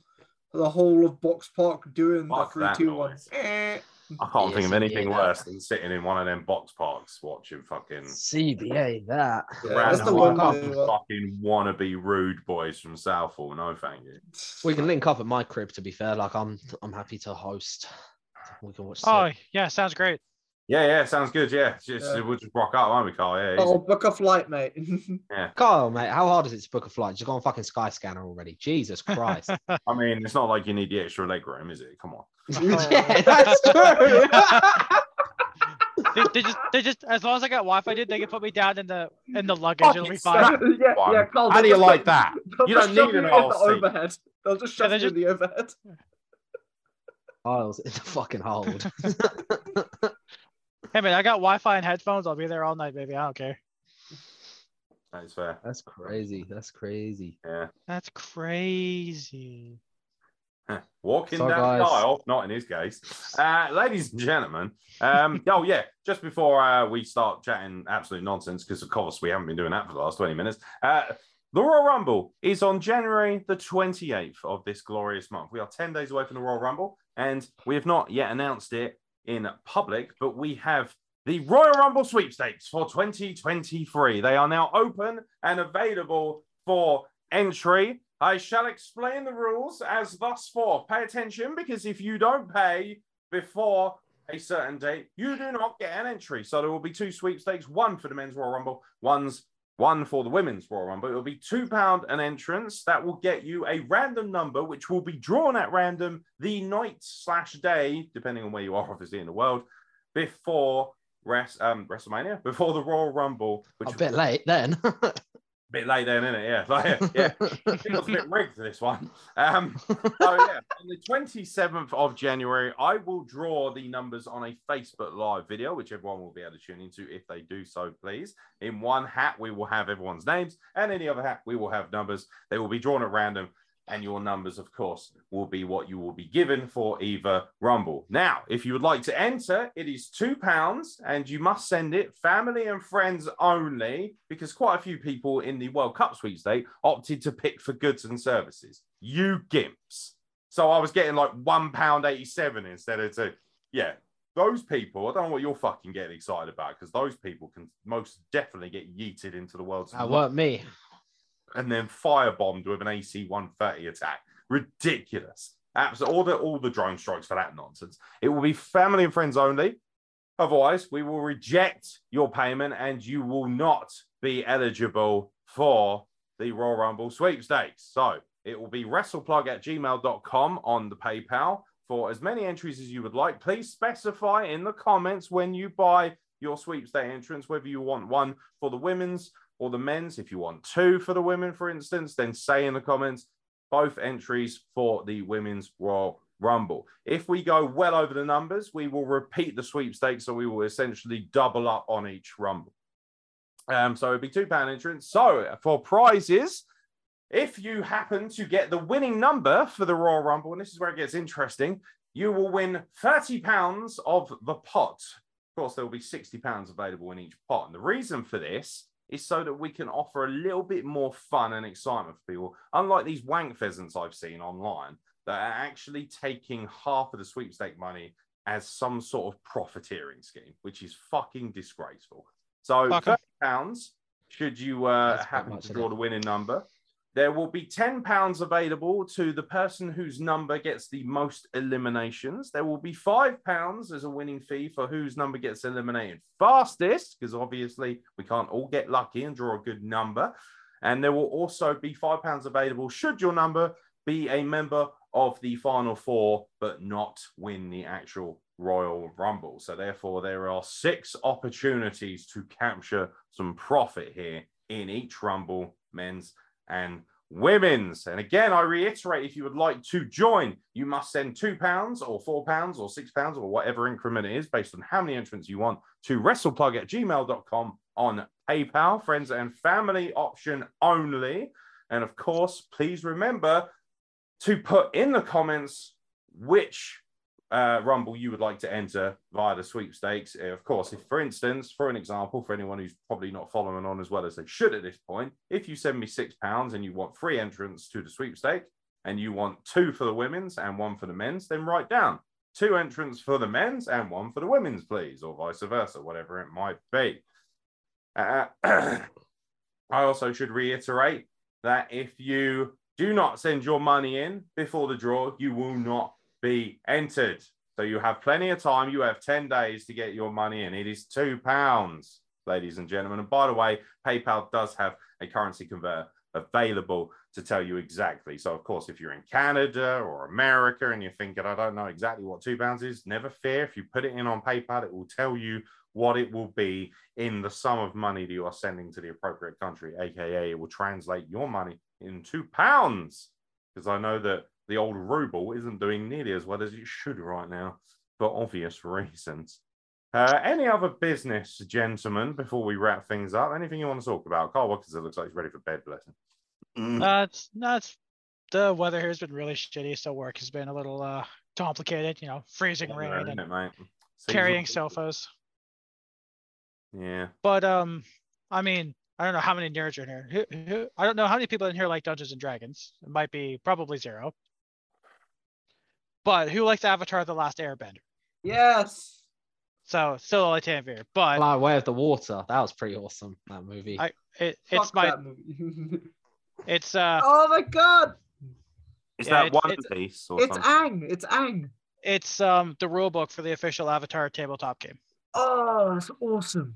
[SPEAKER 4] the whole of Box Park doing
[SPEAKER 2] Fuck
[SPEAKER 4] the three,
[SPEAKER 2] that
[SPEAKER 4] two,
[SPEAKER 2] noise.
[SPEAKER 4] one. Eh.
[SPEAKER 2] I can't
[SPEAKER 1] Yes,
[SPEAKER 2] think of
[SPEAKER 1] he
[SPEAKER 2] anything
[SPEAKER 1] did.
[SPEAKER 2] worse than sitting in one of them box parks watching fucking
[SPEAKER 1] CBA that.
[SPEAKER 4] Yeah,
[SPEAKER 2] random
[SPEAKER 4] that's the
[SPEAKER 1] one
[SPEAKER 4] Wembley one. uh,
[SPEAKER 2] fucking wannabe rude boys from Southall. No, thank you.
[SPEAKER 1] We can link up at my crib. To be fair, like I'm I'm happy to host. We can watch.
[SPEAKER 3] Oh
[SPEAKER 1] Seth.
[SPEAKER 3] yeah, sounds great.
[SPEAKER 2] Yeah, yeah, sounds good. Yeah, just
[SPEAKER 4] Yeah.
[SPEAKER 2] we'll just rock up, won't we, Carl? Yeah, easy.
[SPEAKER 4] I'll Oh, book a flight, mate.
[SPEAKER 1] Kyle, mate, how hard is it to book a flight? Just go on fucking Skyscanner already. Jesus Christ.
[SPEAKER 2] I mean, it's not like you need the extra leg room, is it? Come on.
[SPEAKER 1] yeah, that's true.
[SPEAKER 3] They, they just they just as long as I got Wi-Fi, dude, they can put me down in the in the luggage. It'll be fine.
[SPEAKER 2] suck.
[SPEAKER 4] yeah,
[SPEAKER 2] One.
[SPEAKER 4] yeah, Carl,
[SPEAKER 2] How
[SPEAKER 4] they'll
[SPEAKER 2] do you
[SPEAKER 4] just
[SPEAKER 2] like
[SPEAKER 4] shove-
[SPEAKER 2] that?
[SPEAKER 4] they'll
[SPEAKER 2] You
[SPEAKER 4] just
[SPEAKER 2] don't
[SPEAKER 4] shove
[SPEAKER 2] need an
[SPEAKER 4] you in
[SPEAKER 2] aisle
[SPEAKER 4] the
[SPEAKER 2] seat.
[SPEAKER 4] overhead. They'll just shove
[SPEAKER 3] they
[SPEAKER 4] you in the overhead.
[SPEAKER 1] Kyle's in the fucking hold.
[SPEAKER 3] Hey man, I got Wi-Fi and headphones. I'll be there all night, baby. I don't care.
[SPEAKER 2] That is fair.
[SPEAKER 1] That's crazy. That's crazy.
[SPEAKER 2] Yeah.
[SPEAKER 3] That's crazy.
[SPEAKER 2] Walking
[SPEAKER 1] So,
[SPEAKER 2] down
[SPEAKER 1] guys-
[SPEAKER 2] the aisle, not in his case. Uh, ladies and gentlemen, um, oh yeah, just before uh, we start chatting absolute nonsense, because of course we haven't been doing that for the last 20 minutes, uh, the Royal Rumble is on January the 28th of this glorious month. We are 10 days away from the Royal Rumble, and we have not yet announced it in public, but we have the Royal Rumble sweepstakes for 2023. They are now open and available for entry. I shall explain the rules as thus forth. Pay attention because if you don't pay before a certain date, you do not get an entry. So there will be two sweepstakes, one for the men's Royal Rumble, one's one for the women's Royal Rumble. It will be two pound an entrance. That will get you a random number, which will be drawn at random the night slash day, depending on where you are, obviously in the world, before Wres- um, WrestleMania, before the Royal Rumble, which
[SPEAKER 1] A bit late then.
[SPEAKER 2] bit late then, isn't it? Yeah, like, yeah. I think it's a bit rigged this one. Um, so yeah, on the 27th of January, I will draw the numbers on a Facebook Live video, which everyone will be able to tune into if they do so, please. In one hat, we will have everyone's names, and in the other hat, we will have numbers. They will be drawn at random, and your numbers, of course, will be what you will be given for either Rumble. Now, if you would like to enter, it is two pounds, and you must send it family and friends only, because quite a few people in the World Cup sweepstake opted to pick for goods and services. You gimps. So I was getting like one pound eighty-seven instead of two. Yeah. Those people, I don't know what you're fucking getting excited about because those people can most definitely get yeeted into the world's
[SPEAKER 1] that weren't me.
[SPEAKER 2] and then firebombed with an AC 130 attack. Ridiculous. Absolutely. All the, all the drone strikes for that nonsense. It will be family and friends only. Otherwise, we will reject your payment and you will not be eligible for the Royal Rumble sweepstakes. So it will be wrestleplug at gmail.com on the PayPal for as many entries as you would like. Please specify in the comments when you buy your sweepstake entrance whether you want one for the women's or the men's. If you want two for the women, for instance, then say in the comments both entries for the women's Royal Rumble. If we go well over the numbers, we will repeat the sweepstakes, so we will essentially double up on each Rumble. Um, so it'd be two pound entrance. So uh, for prizes, if you happen to get the winning number for the Royal Rumble, and this is where it gets interesting, you will win £30 of the pot. Of course, there will be £60 available in each pot. And the reason for this is so that we can offer a little bit more fun and excitement for people. Unlike these wank pheasants I've seen online that are actually taking half of the sweepstake money as some sort of profiteering scheme, which is fucking disgraceful. So
[SPEAKER 3] Fuck 'em.
[SPEAKER 2] thirty pounds should you uh,
[SPEAKER 1] That's quite
[SPEAKER 2] happen
[SPEAKER 1] much,
[SPEAKER 2] to
[SPEAKER 1] isn't
[SPEAKER 2] draw
[SPEAKER 1] it?
[SPEAKER 2] the winning number. There will be ten pounds available to the person whose number gets the most eliminations. There will be five pounds as a winning fee for whose number gets eliminated fastest, because obviously we can't all get lucky and draw a good number. And there will also be five pounds available should your number be a member of the final four, but not win the actual Royal Rumble. So, therefore, there are six opportunities to capture some profit here in each Rumble, men's and women's. And again, I reiterate if you would like to join, you must send two pounds or four pounds or six pounds or whatever increment it is based on how many entrants you want to wrestleplug at gmail.com on PayPal, friends and family option only. And of course, please remember to put in the comments which uh, Rumble you would like to enter via the sweepstakes. Uh, Of course, if, for instance, for an example, for anyone who's probably not following on as well as they should at this point, if you send me six pounds and you want free entrance to the sweepstake and you want two for the women's and one for the men's, then write down two entrants for the men's and one for the women's, please, or vice versa, whatever it might be. Uh, I also should reiterate that if you do not send your money in before the draw, you will not be entered. So you have plenty of time. You have 10 days to get your money in. It is £2, ladies and gentlemen. And by the way, PayPal does have a currency converter available to tell you exactly. So, of course, if you're in Canada or America and you're thinking, I don't know exactly what £2 is, never fear. If you put it in on PayPal, it will tell you what it will be in the sum of money that you are sending to the appropriate country, aka it will translate your money into pounds. Because I know that the old ruble isn't doing nearly as well as it should right now for obvious reasons. Uh, any other business, gentlemen, before we wrap things up? Anything you want to talk about? Carl Wilkinson looks like he's ready for bed, bless him.
[SPEAKER 3] That's that's the weather here has been really shitty, so work has been a little uh complicated. You know, freezing rain
[SPEAKER 2] Isn't
[SPEAKER 3] and
[SPEAKER 2] it, mate? Seasonal.
[SPEAKER 3] carrying sofas.
[SPEAKER 2] Yeah.
[SPEAKER 3] But um, I mean, I don't know how many nerds are in here. Who, who, I don't know how many people in here like Dungeons and Dragons. It might be probably zero. But who likes Avatar: The Last Airbender?
[SPEAKER 4] Yes.
[SPEAKER 3] So still only Tanvir, but
[SPEAKER 1] Fly Away of the Water. That was pretty awesome. That movie.
[SPEAKER 3] I- it,
[SPEAKER 4] Fuck
[SPEAKER 3] it's my
[SPEAKER 4] that movie.
[SPEAKER 3] it's uh
[SPEAKER 4] oh my god!
[SPEAKER 2] Is
[SPEAKER 3] Yeah,
[SPEAKER 2] that
[SPEAKER 3] it's-
[SPEAKER 2] one
[SPEAKER 3] it's- uh,
[SPEAKER 2] piece or
[SPEAKER 4] It's
[SPEAKER 2] something?
[SPEAKER 4] Ang. It's Ang.
[SPEAKER 3] it's um the rule book for the official Avatar tabletop game.
[SPEAKER 4] Oh, that's awesome.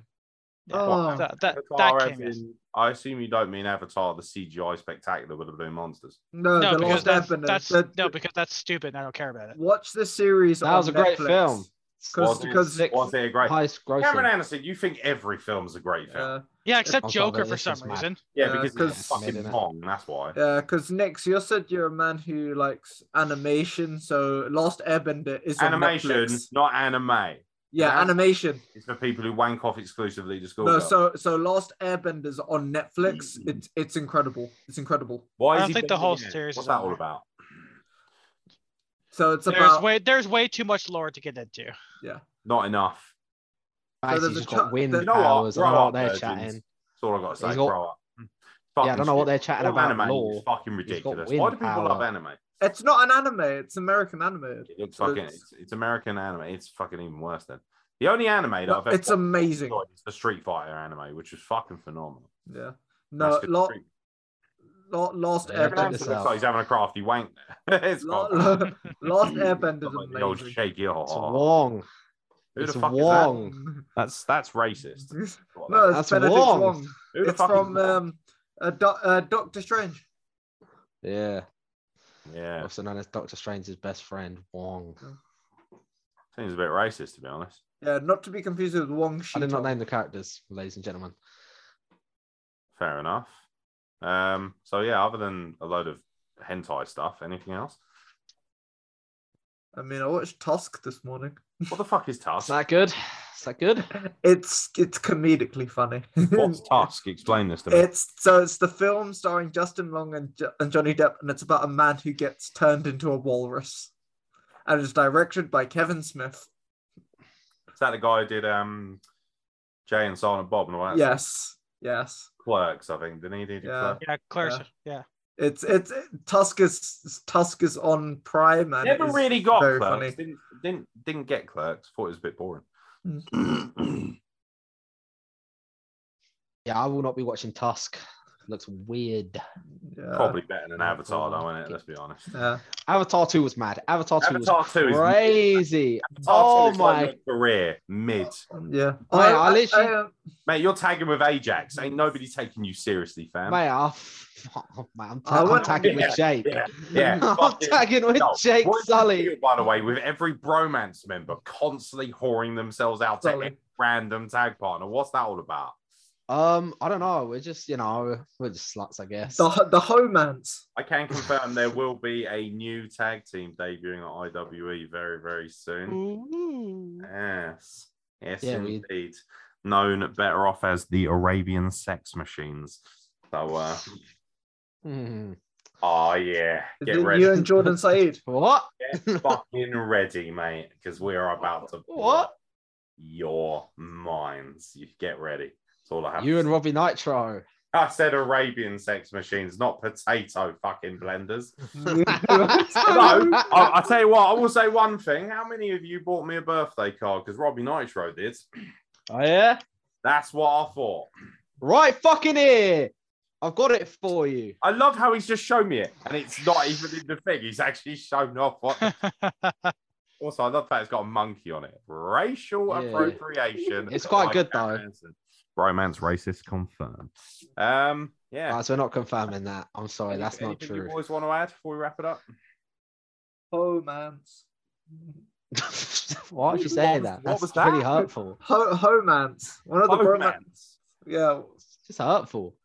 [SPEAKER 3] Yeah.
[SPEAKER 4] Oh.
[SPEAKER 3] So that
[SPEAKER 2] Avatar
[SPEAKER 3] that
[SPEAKER 2] as
[SPEAKER 3] game is.
[SPEAKER 2] in- I assume you don't mean Avatar, the CGI spectacular with the blue monsters.
[SPEAKER 4] No,
[SPEAKER 3] No,
[SPEAKER 4] the
[SPEAKER 3] because
[SPEAKER 4] Lost
[SPEAKER 3] that's,
[SPEAKER 4] Airbender.
[SPEAKER 3] that's
[SPEAKER 4] The-
[SPEAKER 3] no, because that's stupid. and I don't care about it.
[SPEAKER 4] Watch the series.
[SPEAKER 1] That was
[SPEAKER 4] on
[SPEAKER 1] a great
[SPEAKER 4] Netflix.
[SPEAKER 1] film.
[SPEAKER 4] Because-
[SPEAKER 2] Was it-
[SPEAKER 4] because-
[SPEAKER 1] Sixth
[SPEAKER 2] Was it a great?
[SPEAKER 1] highest
[SPEAKER 2] Cameron
[SPEAKER 1] grossing.
[SPEAKER 2] Anderson, you think every film's a great film?
[SPEAKER 1] Uh,
[SPEAKER 4] Yeah,
[SPEAKER 3] Yeah, except
[SPEAKER 1] on top of
[SPEAKER 3] Joker
[SPEAKER 1] it,
[SPEAKER 3] for
[SPEAKER 1] it's
[SPEAKER 3] some
[SPEAKER 1] just mad.
[SPEAKER 3] reason.
[SPEAKER 2] Yeah,
[SPEAKER 1] uh,
[SPEAKER 4] Yeah,
[SPEAKER 2] because it's
[SPEAKER 4] 'cause-
[SPEAKER 2] fucking
[SPEAKER 1] Made in it.
[SPEAKER 2] long. That's why.
[SPEAKER 4] yeah. Because Nix, you said you're a man who likes animation, so Lost Airbender is on
[SPEAKER 2] Animation,
[SPEAKER 4] Netflix.
[SPEAKER 2] not anime.
[SPEAKER 4] Yeah,
[SPEAKER 2] Yeah.
[SPEAKER 4] animation.
[SPEAKER 2] It's for people who wank off exclusively to school.
[SPEAKER 4] No,
[SPEAKER 2] girls.
[SPEAKER 4] so so Lost Airbender's on Netflix.
[SPEAKER 3] Mm.
[SPEAKER 4] It's it's incredible. It's incredible.
[SPEAKER 2] why
[SPEAKER 3] I
[SPEAKER 2] is
[SPEAKER 3] don't
[SPEAKER 2] he
[SPEAKER 3] think the
[SPEAKER 2] bending
[SPEAKER 3] whole
[SPEAKER 2] it?
[SPEAKER 3] series
[SPEAKER 2] What's
[SPEAKER 3] is
[SPEAKER 2] that
[SPEAKER 3] on
[SPEAKER 2] all
[SPEAKER 3] there.
[SPEAKER 2] about?
[SPEAKER 4] So it's
[SPEAKER 3] There's
[SPEAKER 4] about
[SPEAKER 3] way there's way too much lore to get into.
[SPEAKER 2] Not enough.
[SPEAKER 4] So
[SPEAKER 1] Actually,
[SPEAKER 4] there's
[SPEAKER 1] he's
[SPEAKER 4] a
[SPEAKER 1] just
[SPEAKER 4] ch-
[SPEAKER 1] got wind
[SPEAKER 4] You
[SPEAKER 2] know what?
[SPEAKER 1] powers. I don't
[SPEAKER 2] Grow
[SPEAKER 1] know
[SPEAKER 2] up,
[SPEAKER 1] what they're
[SPEAKER 2] virgins.
[SPEAKER 1] chatting.
[SPEAKER 2] That's all I got to say.
[SPEAKER 1] He's got-
[SPEAKER 2] Grow up.
[SPEAKER 3] Hmm.
[SPEAKER 1] Yeah, I don't know what they're chatting about.
[SPEAKER 2] Anime
[SPEAKER 1] lore.
[SPEAKER 2] is fucking ridiculous. Why do people
[SPEAKER 1] wind
[SPEAKER 2] love
[SPEAKER 1] power.
[SPEAKER 2] anime?
[SPEAKER 4] it's not an anime. It's American anime.
[SPEAKER 2] It looks fucking. It's, it's American anime. It's fucking even worse than the only anime that I've ever
[SPEAKER 4] It's amazing.
[SPEAKER 2] enjoyed is the Street Fighter anime, which is fucking phenomenal.
[SPEAKER 4] Yeah.
[SPEAKER 2] That's
[SPEAKER 4] No,
[SPEAKER 2] good
[SPEAKER 4] Lo-
[SPEAKER 2] Street-
[SPEAKER 4] Lo- Lost
[SPEAKER 1] Yeah, check
[SPEAKER 2] Cameron
[SPEAKER 4] Airbender.
[SPEAKER 1] this
[SPEAKER 2] Anderson
[SPEAKER 1] out.
[SPEAKER 2] looks like "Oh, he's having a crafty wank. There. it's
[SPEAKER 4] Lo-
[SPEAKER 2] quite bad.
[SPEAKER 4] Lo- Lost Airbender's
[SPEAKER 2] Like the old
[SPEAKER 4] amazing.
[SPEAKER 2] shaky. Oh,
[SPEAKER 1] It's Wong.
[SPEAKER 2] Who the
[SPEAKER 1] It's
[SPEAKER 2] fuck is that?
[SPEAKER 1] Wong.
[SPEAKER 2] That's that's racist. What
[SPEAKER 4] Mm-hmm. No,
[SPEAKER 2] the-
[SPEAKER 4] it's
[SPEAKER 1] That's
[SPEAKER 4] Benedict
[SPEAKER 1] Wong.
[SPEAKER 4] Wong.
[SPEAKER 2] who the
[SPEAKER 4] It's
[SPEAKER 2] fuck is
[SPEAKER 4] from
[SPEAKER 2] that?
[SPEAKER 4] um, uh, Do- uh, Doctor Strange.
[SPEAKER 1] Yeah.
[SPEAKER 2] yeah,
[SPEAKER 1] Also known as Doctor Strange's best friend, Wong.
[SPEAKER 2] seems a bit racist to be honest.
[SPEAKER 4] Yeah, not to be confused with Wong
[SPEAKER 1] I
[SPEAKER 4] Shi.
[SPEAKER 1] did not name the characters, ladies and gentlemen.
[SPEAKER 2] Fair enough. Um, so yeah, other than a load of hentai stuff, anything else?
[SPEAKER 4] I mean, I watched Tusk this morning.
[SPEAKER 2] What the fuck is
[SPEAKER 1] Is
[SPEAKER 2] Tusk?
[SPEAKER 1] that good? Is that good?
[SPEAKER 4] It's it's comedically funny.
[SPEAKER 2] What's Tusk? Explain this to me.
[SPEAKER 4] It's so it's the film starring Justin Long and, jo- and Johnny Depp, and it's about a man who gets turned into a walrus. and is directed by Kevin Smith.
[SPEAKER 2] Is that the guy who did um, Jay and Silent Bob and all that?
[SPEAKER 4] Yes, yes.
[SPEAKER 2] Clerks, I think. Didn't he do
[SPEAKER 4] Yeah.
[SPEAKER 2] Clerks?
[SPEAKER 3] Yeah, Clarissa. Yeah.
[SPEAKER 4] It's it's Tusk is Tusk is on Prime and
[SPEAKER 2] Never
[SPEAKER 4] it is
[SPEAKER 2] really got
[SPEAKER 4] very
[SPEAKER 2] Clerks.
[SPEAKER 4] funny.
[SPEAKER 2] Didn't, didn't didn't get Clerks. Thought it was a bit boring.
[SPEAKER 1] Yeah, I will not be watching Tusk. Looks weird.
[SPEAKER 4] Uh, yeah,
[SPEAKER 2] Probably better than Avatar, though, isn't it? Let's be honest.
[SPEAKER 4] yeah.
[SPEAKER 1] Avatar 2 was mad. Avatar 2
[SPEAKER 2] Avatar
[SPEAKER 1] was
[SPEAKER 2] 2 is-
[SPEAKER 1] crazy. Oh my
[SPEAKER 2] career mid,
[SPEAKER 4] Um, yeah.
[SPEAKER 1] I- I literally-
[SPEAKER 4] uh,
[SPEAKER 2] mate. You're tagging with Ajax. Ain't nobody taking you seriously, fam.
[SPEAKER 1] Mate, I, oh, man, I'm,
[SPEAKER 4] I
[SPEAKER 1] ta- I'm
[SPEAKER 4] wouldn't-
[SPEAKER 1] tagging with Jake.
[SPEAKER 2] yeah, yeah.
[SPEAKER 1] I'm
[SPEAKER 2] Fucking-
[SPEAKER 1] tagging with
[SPEAKER 2] No.
[SPEAKER 1] Jake
[SPEAKER 2] What do you
[SPEAKER 1] Sully.
[SPEAKER 2] feel, by the way, with every bromance member constantly whoring themselves out to
[SPEAKER 4] Sully.
[SPEAKER 2] every random tag partner. What's that all about?
[SPEAKER 1] Um, I don't know. We're just, you know, we're just sluts, I guess.
[SPEAKER 4] the the homance.
[SPEAKER 2] I can confirm there will be a new tag team debuting at IWE very, very soon. Yes. Yes,
[SPEAKER 1] Yeah, we-
[SPEAKER 2] indeed. Known better off as the Arabian sex machines. So, uh,
[SPEAKER 1] Hmm.
[SPEAKER 2] oh, yeah.
[SPEAKER 4] Is
[SPEAKER 2] Get
[SPEAKER 4] it
[SPEAKER 2] ready.
[SPEAKER 4] You and Jordan Said.
[SPEAKER 1] What?
[SPEAKER 2] Get fucking ready, mate, because we are about to blow
[SPEAKER 1] What?
[SPEAKER 2] your minds. You get ready. That's all I have.
[SPEAKER 1] You
[SPEAKER 2] to
[SPEAKER 1] and
[SPEAKER 2] say.
[SPEAKER 1] Robbie Nitro.
[SPEAKER 2] I said Arabian sex machines, not potato fucking blenders. No, I, I tell you what, I will say one thing. How many of you bought me a birthday card? Because Robbie Nitro did.
[SPEAKER 1] Oh yeah?
[SPEAKER 2] That's what I thought.
[SPEAKER 1] Right fucking here. I've got it for you.
[SPEAKER 2] I love how he's just shown me it, and it's not even in the thing. He's actually shown off. What... Also, I love that it's got a monkey on it. Racial
[SPEAKER 1] Yeah.
[SPEAKER 2] appropriation.
[SPEAKER 1] It's quite good,
[SPEAKER 2] Jack
[SPEAKER 1] though.
[SPEAKER 2] Manson. Romance racist confirmed. Um, yeah.
[SPEAKER 1] Right, so we're not confirming that. I'm sorry,
[SPEAKER 2] Anything-
[SPEAKER 1] that's not
[SPEAKER 2] anything
[SPEAKER 1] true.
[SPEAKER 2] You always want to add before we wrap it up.
[SPEAKER 4] Homance.
[SPEAKER 1] Why would you say that?
[SPEAKER 2] What
[SPEAKER 1] That's
[SPEAKER 2] was
[SPEAKER 1] really
[SPEAKER 2] that?
[SPEAKER 1] hurtful.
[SPEAKER 4] Ho- homance. One of the bromance.
[SPEAKER 2] Romance.
[SPEAKER 4] Yeah.
[SPEAKER 1] It's just hurtful.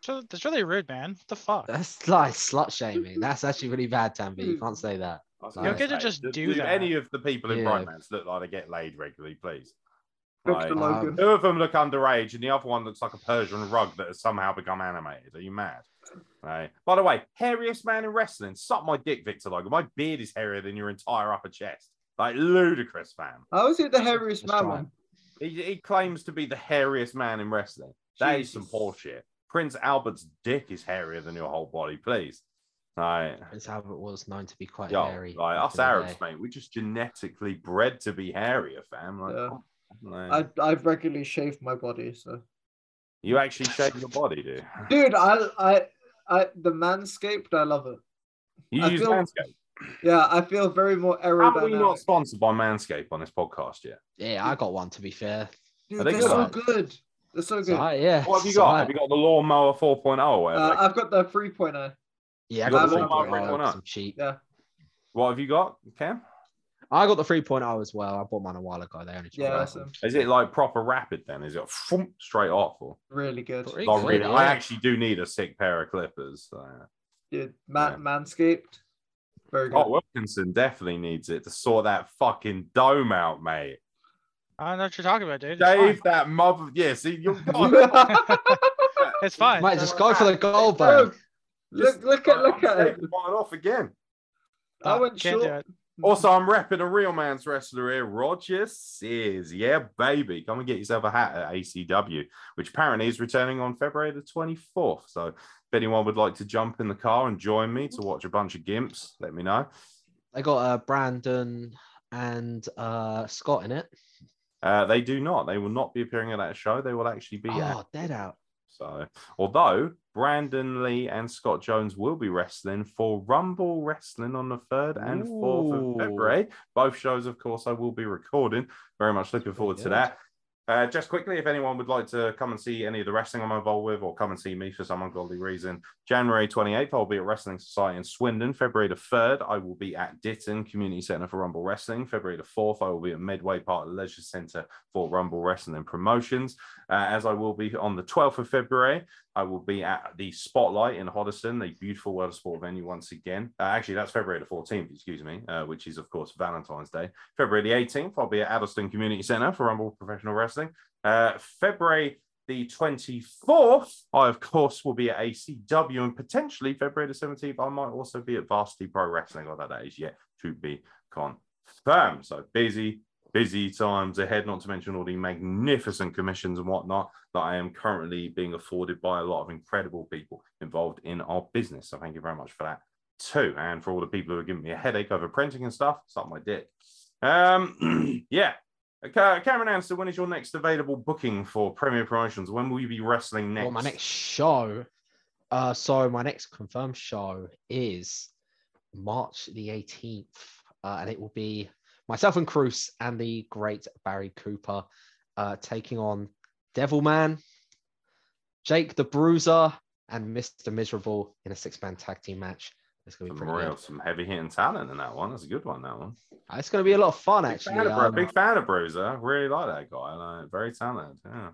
[SPEAKER 3] So That's really rude, man. What the fuck?
[SPEAKER 1] That's like slut shaming. That's actually really bad, Tambi.
[SPEAKER 2] Hmm.
[SPEAKER 1] You can't say that.
[SPEAKER 2] I was
[SPEAKER 1] You're
[SPEAKER 2] gonna
[SPEAKER 3] gonna
[SPEAKER 2] say,
[SPEAKER 3] just do
[SPEAKER 2] do
[SPEAKER 3] that.
[SPEAKER 2] any of the people in
[SPEAKER 1] Yeah.
[SPEAKER 2] romance look like they get laid regularly, please? Like,
[SPEAKER 4] Dr. Logan.
[SPEAKER 2] two of them look underage, and the other one looks like a Persian rug that has somehow become animated. Are you mad? Right. By the way, hairiest man in wrestling. Suck my dick, Victor Logan. My beard is hairier than your entire upper chest. Like ludicrous, fam.
[SPEAKER 4] How is it the hairiest
[SPEAKER 1] Let's
[SPEAKER 4] man
[SPEAKER 1] try
[SPEAKER 4] one?
[SPEAKER 2] He, he claims to be the hairiest man in wrestling. That is some
[SPEAKER 4] Jesus.
[SPEAKER 2] bullshit. Prince Albert's dick is hairier than your whole body, please. Right.
[SPEAKER 1] That's how it was known to be quite
[SPEAKER 2] Yo,
[SPEAKER 1] hairy.
[SPEAKER 2] like
[SPEAKER 1] back
[SPEAKER 2] us
[SPEAKER 1] in the
[SPEAKER 2] Arabs,
[SPEAKER 1] day.
[SPEAKER 2] mate, we're just genetically bred to be hairier, fam. Like,
[SPEAKER 4] Yeah.
[SPEAKER 2] come on, man.
[SPEAKER 4] I I regularly shave my body, so
[SPEAKER 2] you actually shave your body, dude.
[SPEAKER 4] dude, I I I the manscaped, I love it.
[SPEAKER 2] You
[SPEAKER 4] I
[SPEAKER 2] use
[SPEAKER 4] feel-
[SPEAKER 2] Manscaped.
[SPEAKER 4] Yeah, I feel very more
[SPEAKER 2] How are we not
[SPEAKER 4] aerodynamic.
[SPEAKER 2] sponsored by Manscaped on this podcast yet?
[SPEAKER 1] Yeah, I got one to be fair.
[SPEAKER 4] Dude,
[SPEAKER 2] I think
[SPEAKER 4] they're so
[SPEAKER 1] so.
[SPEAKER 4] good. They're so
[SPEAKER 1] It's
[SPEAKER 4] good.
[SPEAKER 1] alright, yeah.
[SPEAKER 2] What have you
[SPEAKER 1] it's
[SPEAKER 2] got?
[SPEAKER 1] alright.
[SPEAKER 2] Have you got the lawnmower 4.0 or whatever?
[SPEAKER 4] Uh,
[SPEAKER 2] they-
[SPEAKER 4] I've got the three pointer.
[SPEAKER 1] Yeah, I
[SPEAKER 2] You
[SPEAKER 1] got,
[SPEAKER 4] got
[SPEAKER 1] the
[SPEAKER 4] the
[SPEAKER 1] 3.0.
[SPEAKER 2] 3.0
[SPEAKER 1] because I'm cheap.
[SPEAKER 4] Yeah.
[SPEAKER 2] what have you got, Cam?
[SPEAKER 1] I got the 3.0 as well. I bought mine a while ago. They only just
[SPEAKER 4] Yeah,
[SPEAKER 1] got
[SPEAKER 4] that's
[SPEAKER 1] them.
[SPEAKER 4] um,
[SPEAKER 2] Is it like proper rapid then? Is it phoom, straight off? Or
[SPEAKER 4] really good.
[SPEAKER 1] Pretty
[SPEAKER 2] not
[SPEAKER 1] good,
[SPEAKER 2] really?
[SPEAKER 1] yeah.
[SPEAKER 2] I actually do need a sick pair of clippers. so-
[SPEAKER 4] Dude, man, manscaped. Very good.
[SPEAKER 2] Oh, Wilkinson definitely needs it to sort that fucking dome out, mate.
[SPEAKER 3] I don't know what you're talking about, dude. It's
[SPEAKER 2] Dave, that mother. Yeah, see, you're
[SPEAKER 3] fine. it's fine.
[SPEAKER 1] Mate, just go for the gold, bro.
[SPEAKER 4] Look, look, look at look at it.
[SPEAKER 2] Mine off again.
[SPEAKER 4] I went
[SPEAKER 3] Uh, Can't do it.
[SPEAKER 4] short.
[SPEAKER 2] Also, I'm repping a real man's wrestler here, Roger Sears. Yeah, baby. Come and get yourself a hat at ACW, which apparently is returning on February the 24th. So, if anyone would like to jump in the car and join me to watch a bunch of gimps, let me know.
[SPEAKER 1] They got uh, Brandon and uh, Scott in it.
[SPEAKER 2] Uh, they do not. They will not be appearing at that show. They will actually be at
[SPEAKER 1] Oh, dead out.
[SPEAKER 2] So, although Brandon Lee and Scott Jones will be wrestling for Rumble Wrestling on the 3rd and 4th
[SPEAKER 1] Ooh.
[SPEAKER 2] of February, both shows, of course, I will be recording. Very much looking forward to
[SPEAKER 1] good.
[SPEAKER 2] that. Uh, just quickly, if anyone would like to come and see any of the wrestling I'm involved with or come and see me for some ungodly reason, January 28th, I'll be at Wrestling Society in Swindon. February the 3rd, I will be at Ditton Community Centre for Rumble Wrestling. February the 4th, I will be at Medway Park Leisure Centre for Rumble Wrestling Promotions. Uh, as I will be on the 12th of February, I will be at the Spotlight in Hoddesdon, the beautiful World of Sport venue once again. Uh, actually, that's February the 14th, excuse me, uh, which is, of course, Valentine's Day. February the 18th, I'll be at Addleston Community Centre for Rumble Professional Wrestling. Uh, February the 24th, I, of course, will be at ACW and potentially February the 17th. I might also be at Varsity Pro Wrestling, although that is yet to be confirmed. So busy, busy times ahead, not to mention all the magnificent commissions and whatnot that I am currently being afforded by a lot of incredible people involved in our business. So thank you very much for that, too. And for all the people who are giving me a headache over printing and stuff, suck my dick. Um, yeah, Okay, Cameron Anson, when is your next available booking for Premier Promotions? When will you be wrestling next?
[SPEAKER 1] Well, my next show. Uh, so my next confirmed show is March the 18th, uh, and it will be myself and Cruz and the great Barry Cooper uh, taking on Devilman, Jake the Bruiser, and Mr. Miserable in a six-man tag team match. It's gonna be
[SPEAKER 2] Some
[SPEAKER 1] pretty
[SPEAKER 2] real,
[SPEAKER 1] good.
[SPEAKER 2] some heavy hitting talent in that one. That's a good one. That one.
[SPEAKER 1] Uh, It's gonna be a lot of fun,
[SPEAKER 2] Big
[SPEAKER 1] actually.
[SPEAKER 2] fan, of, Bru-
[SPEAKER 1] Um,
[SPEAKER 2] big fan of Bruiser. Really like that guy. Like, very talented. Yeah.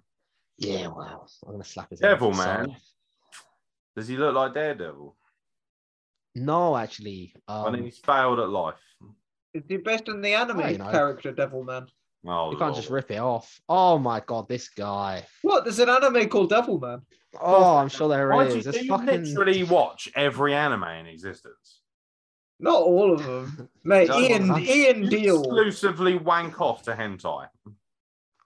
[SPEAKER 1] yeah, wow. I'm gonna slap his
[SPEAKER 2] Devil
[SPEAKER 1] ass, so-
[SPEAKER 2] man. Does he look like Daredevil?
[SPEAKER 1] No, actually.
[SPEAKER 2] I think
[SPEAKER 1] Um,
[SPEAKER 2] he's failed at life.
[SPEAKER 4] Is he based on the anime
[SPEAKER 1] I know.
[SPEAKER 4] character Devilman?
[SPEAKER 2] Oh,
[SPEAKER 1] you can't just
[SPEAKER 2] Lord.
[SPEAKER 1] rip it off. Oh my god, this guy.
[SPEAKER 4] What? There's an anime called Devilman.
[SPEAKER 1] Oh, I'm sure there
[SPEAKER 2] Why
[SPEAKER 1] is.
[SPEAKER 2] do you, do
[SPEAKER 1] It's
[SPEAKER 2] you
[SPEAKER 1] fucking...
[SPEAKER 2] literally watch every anime in existence?
[SPEAKER 4] Not all of them, mate.
[SPEAKER 2] No,
[SPEAKER 4] Ian
[SPEAKER 1] I'm-
[SPEAKER 4] Ian Deal.
[SPEAKER 2] Exclusively wank off to hentai.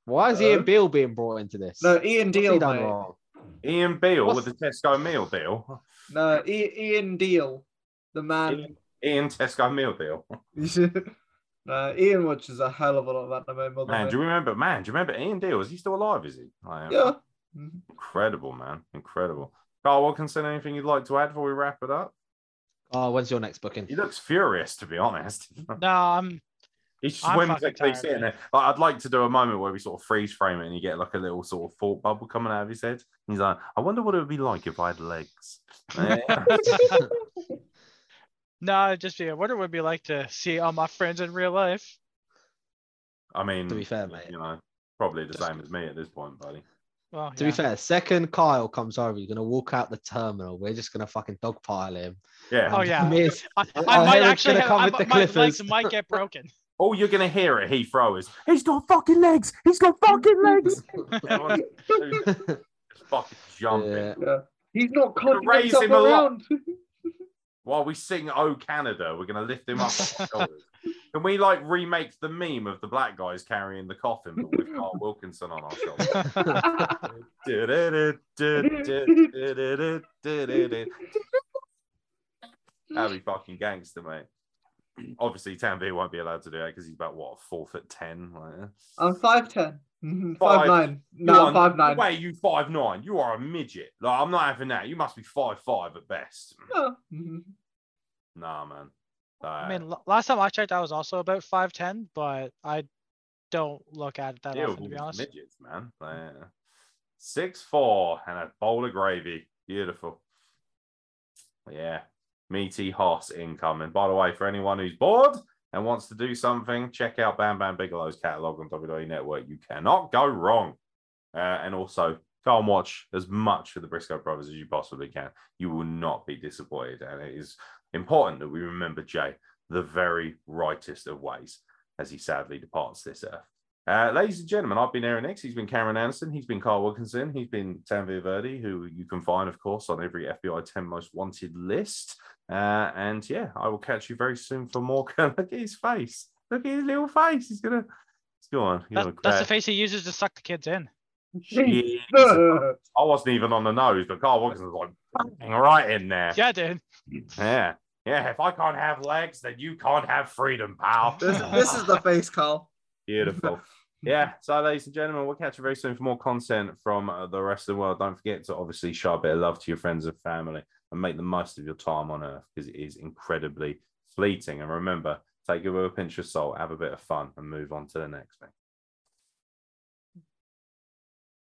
[SPEAKER 1] Why is
[SPEAKER 4] Hello?
[SPEAKER 1] Ian Beale being brought into this?
[SPEAKER 4] No, Ian
[SPEAKER 1] What's he
[SPEAKER 4] Deal.
[SPEAKER 1] done
[SPEAKER 4] Mate.
[SPEAKER 1] wrong?
[SPEAKER 2] Ian Beale
[SPEAKER 4] What's-
[SPEAKER 2] with the Tesco meal deal.
[SPEAKER 4] No, I- Ian Deal, the man.
[SPEAKER 2] Ian Tesco meal deal.
[SPEAKER 4] no, Ian watches a hell of a lot of anime. Mother
[SPEAKER 2] Man, do you remember? Man, do you remember Ian Deal? Is he still alive? Is he? I am.
[SPEAKER 4] yeah.
[SPEAKER 2] Incredible, man. Incredible. Carl Wilkinson, anything you'd like to add before we wrap it up?
[SPEAKER 1] Oh, when's your next booking?
[SPEAKER 2] He looks furious, to be honest.
[SPEAKER 3] No, I'm
[SPEAKER 2] he
[SPEAKER 3] I'm
[SPEAKER 2] swims
[SPEAKER 3] fucking
[SPEAKER 2] like they
[SPEAKER 3] tired,
[SPEAKER 2] sitting
[SPEAKER 3] man.
[SPEAKER 2] there. Like, I'd like to do a moment where we sort of freeze frame it and you get like a little sort of thought bubble coming out of his head. He's like, I wonder what it would be like if I had legs. Yeah.
[SPEAKER 3] no, it'd just be. I wonder what it'd be like to see all my friends in real life.
[SPEAKER 2] I mean,
[SPEAKER 1] To be fair, mate.
[SPEAKER 2] you know, probably the same as me at this point, buddy.
[SPEAKER 3] Well,
[SPEAKER 1] To be fair, second Kyle comes over, you're gonna walk out the terminal. We're just gonna fucking dogpile him.
[SPEAKER 2] Yeah.
[SPEAKER 3] Oh,
[SPEAKER 1] And
[SPEAKER 3] yeah.
[SPEAKER 1] me is-
[SPEAKER 3] I,
[SPEAKER 1] Oh,
[SPEAKER 3] I might
[SPEAKER 1] Harold's
[SPEAKER 3] actually
[SPEAKER 1] gonna
[SPEAKER 3] have,
[SPEAKER 1] come
[SPEAKER 3] I,
[SPEAKER 1] with the
[SPEAKER 3] might- my legs
[SPEAKER 1] Clippers.
[SPEAKER 3] might get broken.
[SPEAKER 2] All you're gonna hear at Heathrow is, "He's got fucking legs. He's got fucking legs." Just fucking jumping.
[SPEAKER 1] Yeah.
[SPEAKER 4] He's not
[SPEAKER 2] Gonna
[SPEAKER 4] coddling
[SPEAKER 2] raise
[SPEAKER 4] himself
[SPEAKER 2] him a lot.
[SPEAKER 4] around.
[SPEAKER 2] while we sing "Oh Canada," we're gonna lift him up. on our shoulders. Can we like remake the meme of the black guys carrying the coffin, but with Carl Wilkinson on our shoulders? That'd be fucking gangster, mate. Obviously, Tanvi won't be allowed to do that because he's about what four foot ten. Like,
[SPEAKER 4] I'm five ten. Five,
[SPEAKER 2] Five.
[SPEAKER 4] five nine.
[SPEAKER 2] You
[SPEAKER 4] Oh, No,
[SPEAKER 2] are-
[SPEAKER 4] I'm five nine.
[SPEAKER 2] Wait, you five nine? You are a midget. Like, I'm not having that. You must be five five at best.
[SPEAKER 4] Oh, mhm.
[SPEAKER 2] Nah, man.
[SPEAKER 3] I
[SPEAKER 2] Nah.
[SPEAKER 3] mean, l- last time I checked, I was also about five ten, but I don't look at it that
[SPEAKER 2] Deal
[SPEAKER 3] often, to
[SPEAKER 2] with
[SPEAKER 3] be
[SPEAKER 2] these
[SPEAKER 3] honest.
[SPEAKER 2] midgets, man. Yeah. Six four and a bowl of gravy. Beautiful. Yeah. Meaty Hoss incoming. By the way, for anyone who's bored and wants to do something, check out Bam Bam Bigelow's catalog on WWE Network. You cannot go wrong. Uh, and also go and watch as much of the Briscoe brothers as you possibly can. You will not be disappointed. And it is important that we remember Jay the very rightest of ways as he sadly departs this earth. Uh, ladies and gentlemen, I've been Aaron X. He's been Cameron Anderson. He's been Carl Wilkinson. He's been Tanvir Verdi, who you can find, of course, on every FBI 10 most wanted list. Uh, and yeah, I will catch you very soon for more. Look at his face. Look at his little face. He's gonna. He's gone. He's gonna
[SPEAKER 3] That, that's the
[SPEAKER 2] crack.
[SPEAKER 3] face he uses to suck the kids in.
[SPEAKER 2] Jesus. I wasn't even on the nose, but Carl Wilkinson was like bang right in there.
[SPEAKER 3] Yeah, dude.
[SPEAKER 2] Yeah. Yeah. If I can't have legs, then you can't have freedom, pal.
[SPEAKER 4] this, this is the face, Carl.
[SPEAKER 2] Beautiful. Yeah. So, ladies and gentlemen, we'll catch you very soon for more content from uh, the rest of the world. Don't forget to obviously show a bit of love to your friends and family and make the most of your time on Earth because it is incredibly fleeting. And remember, take it with a pinch of salt, have a bit of fun, and move on to the next thing.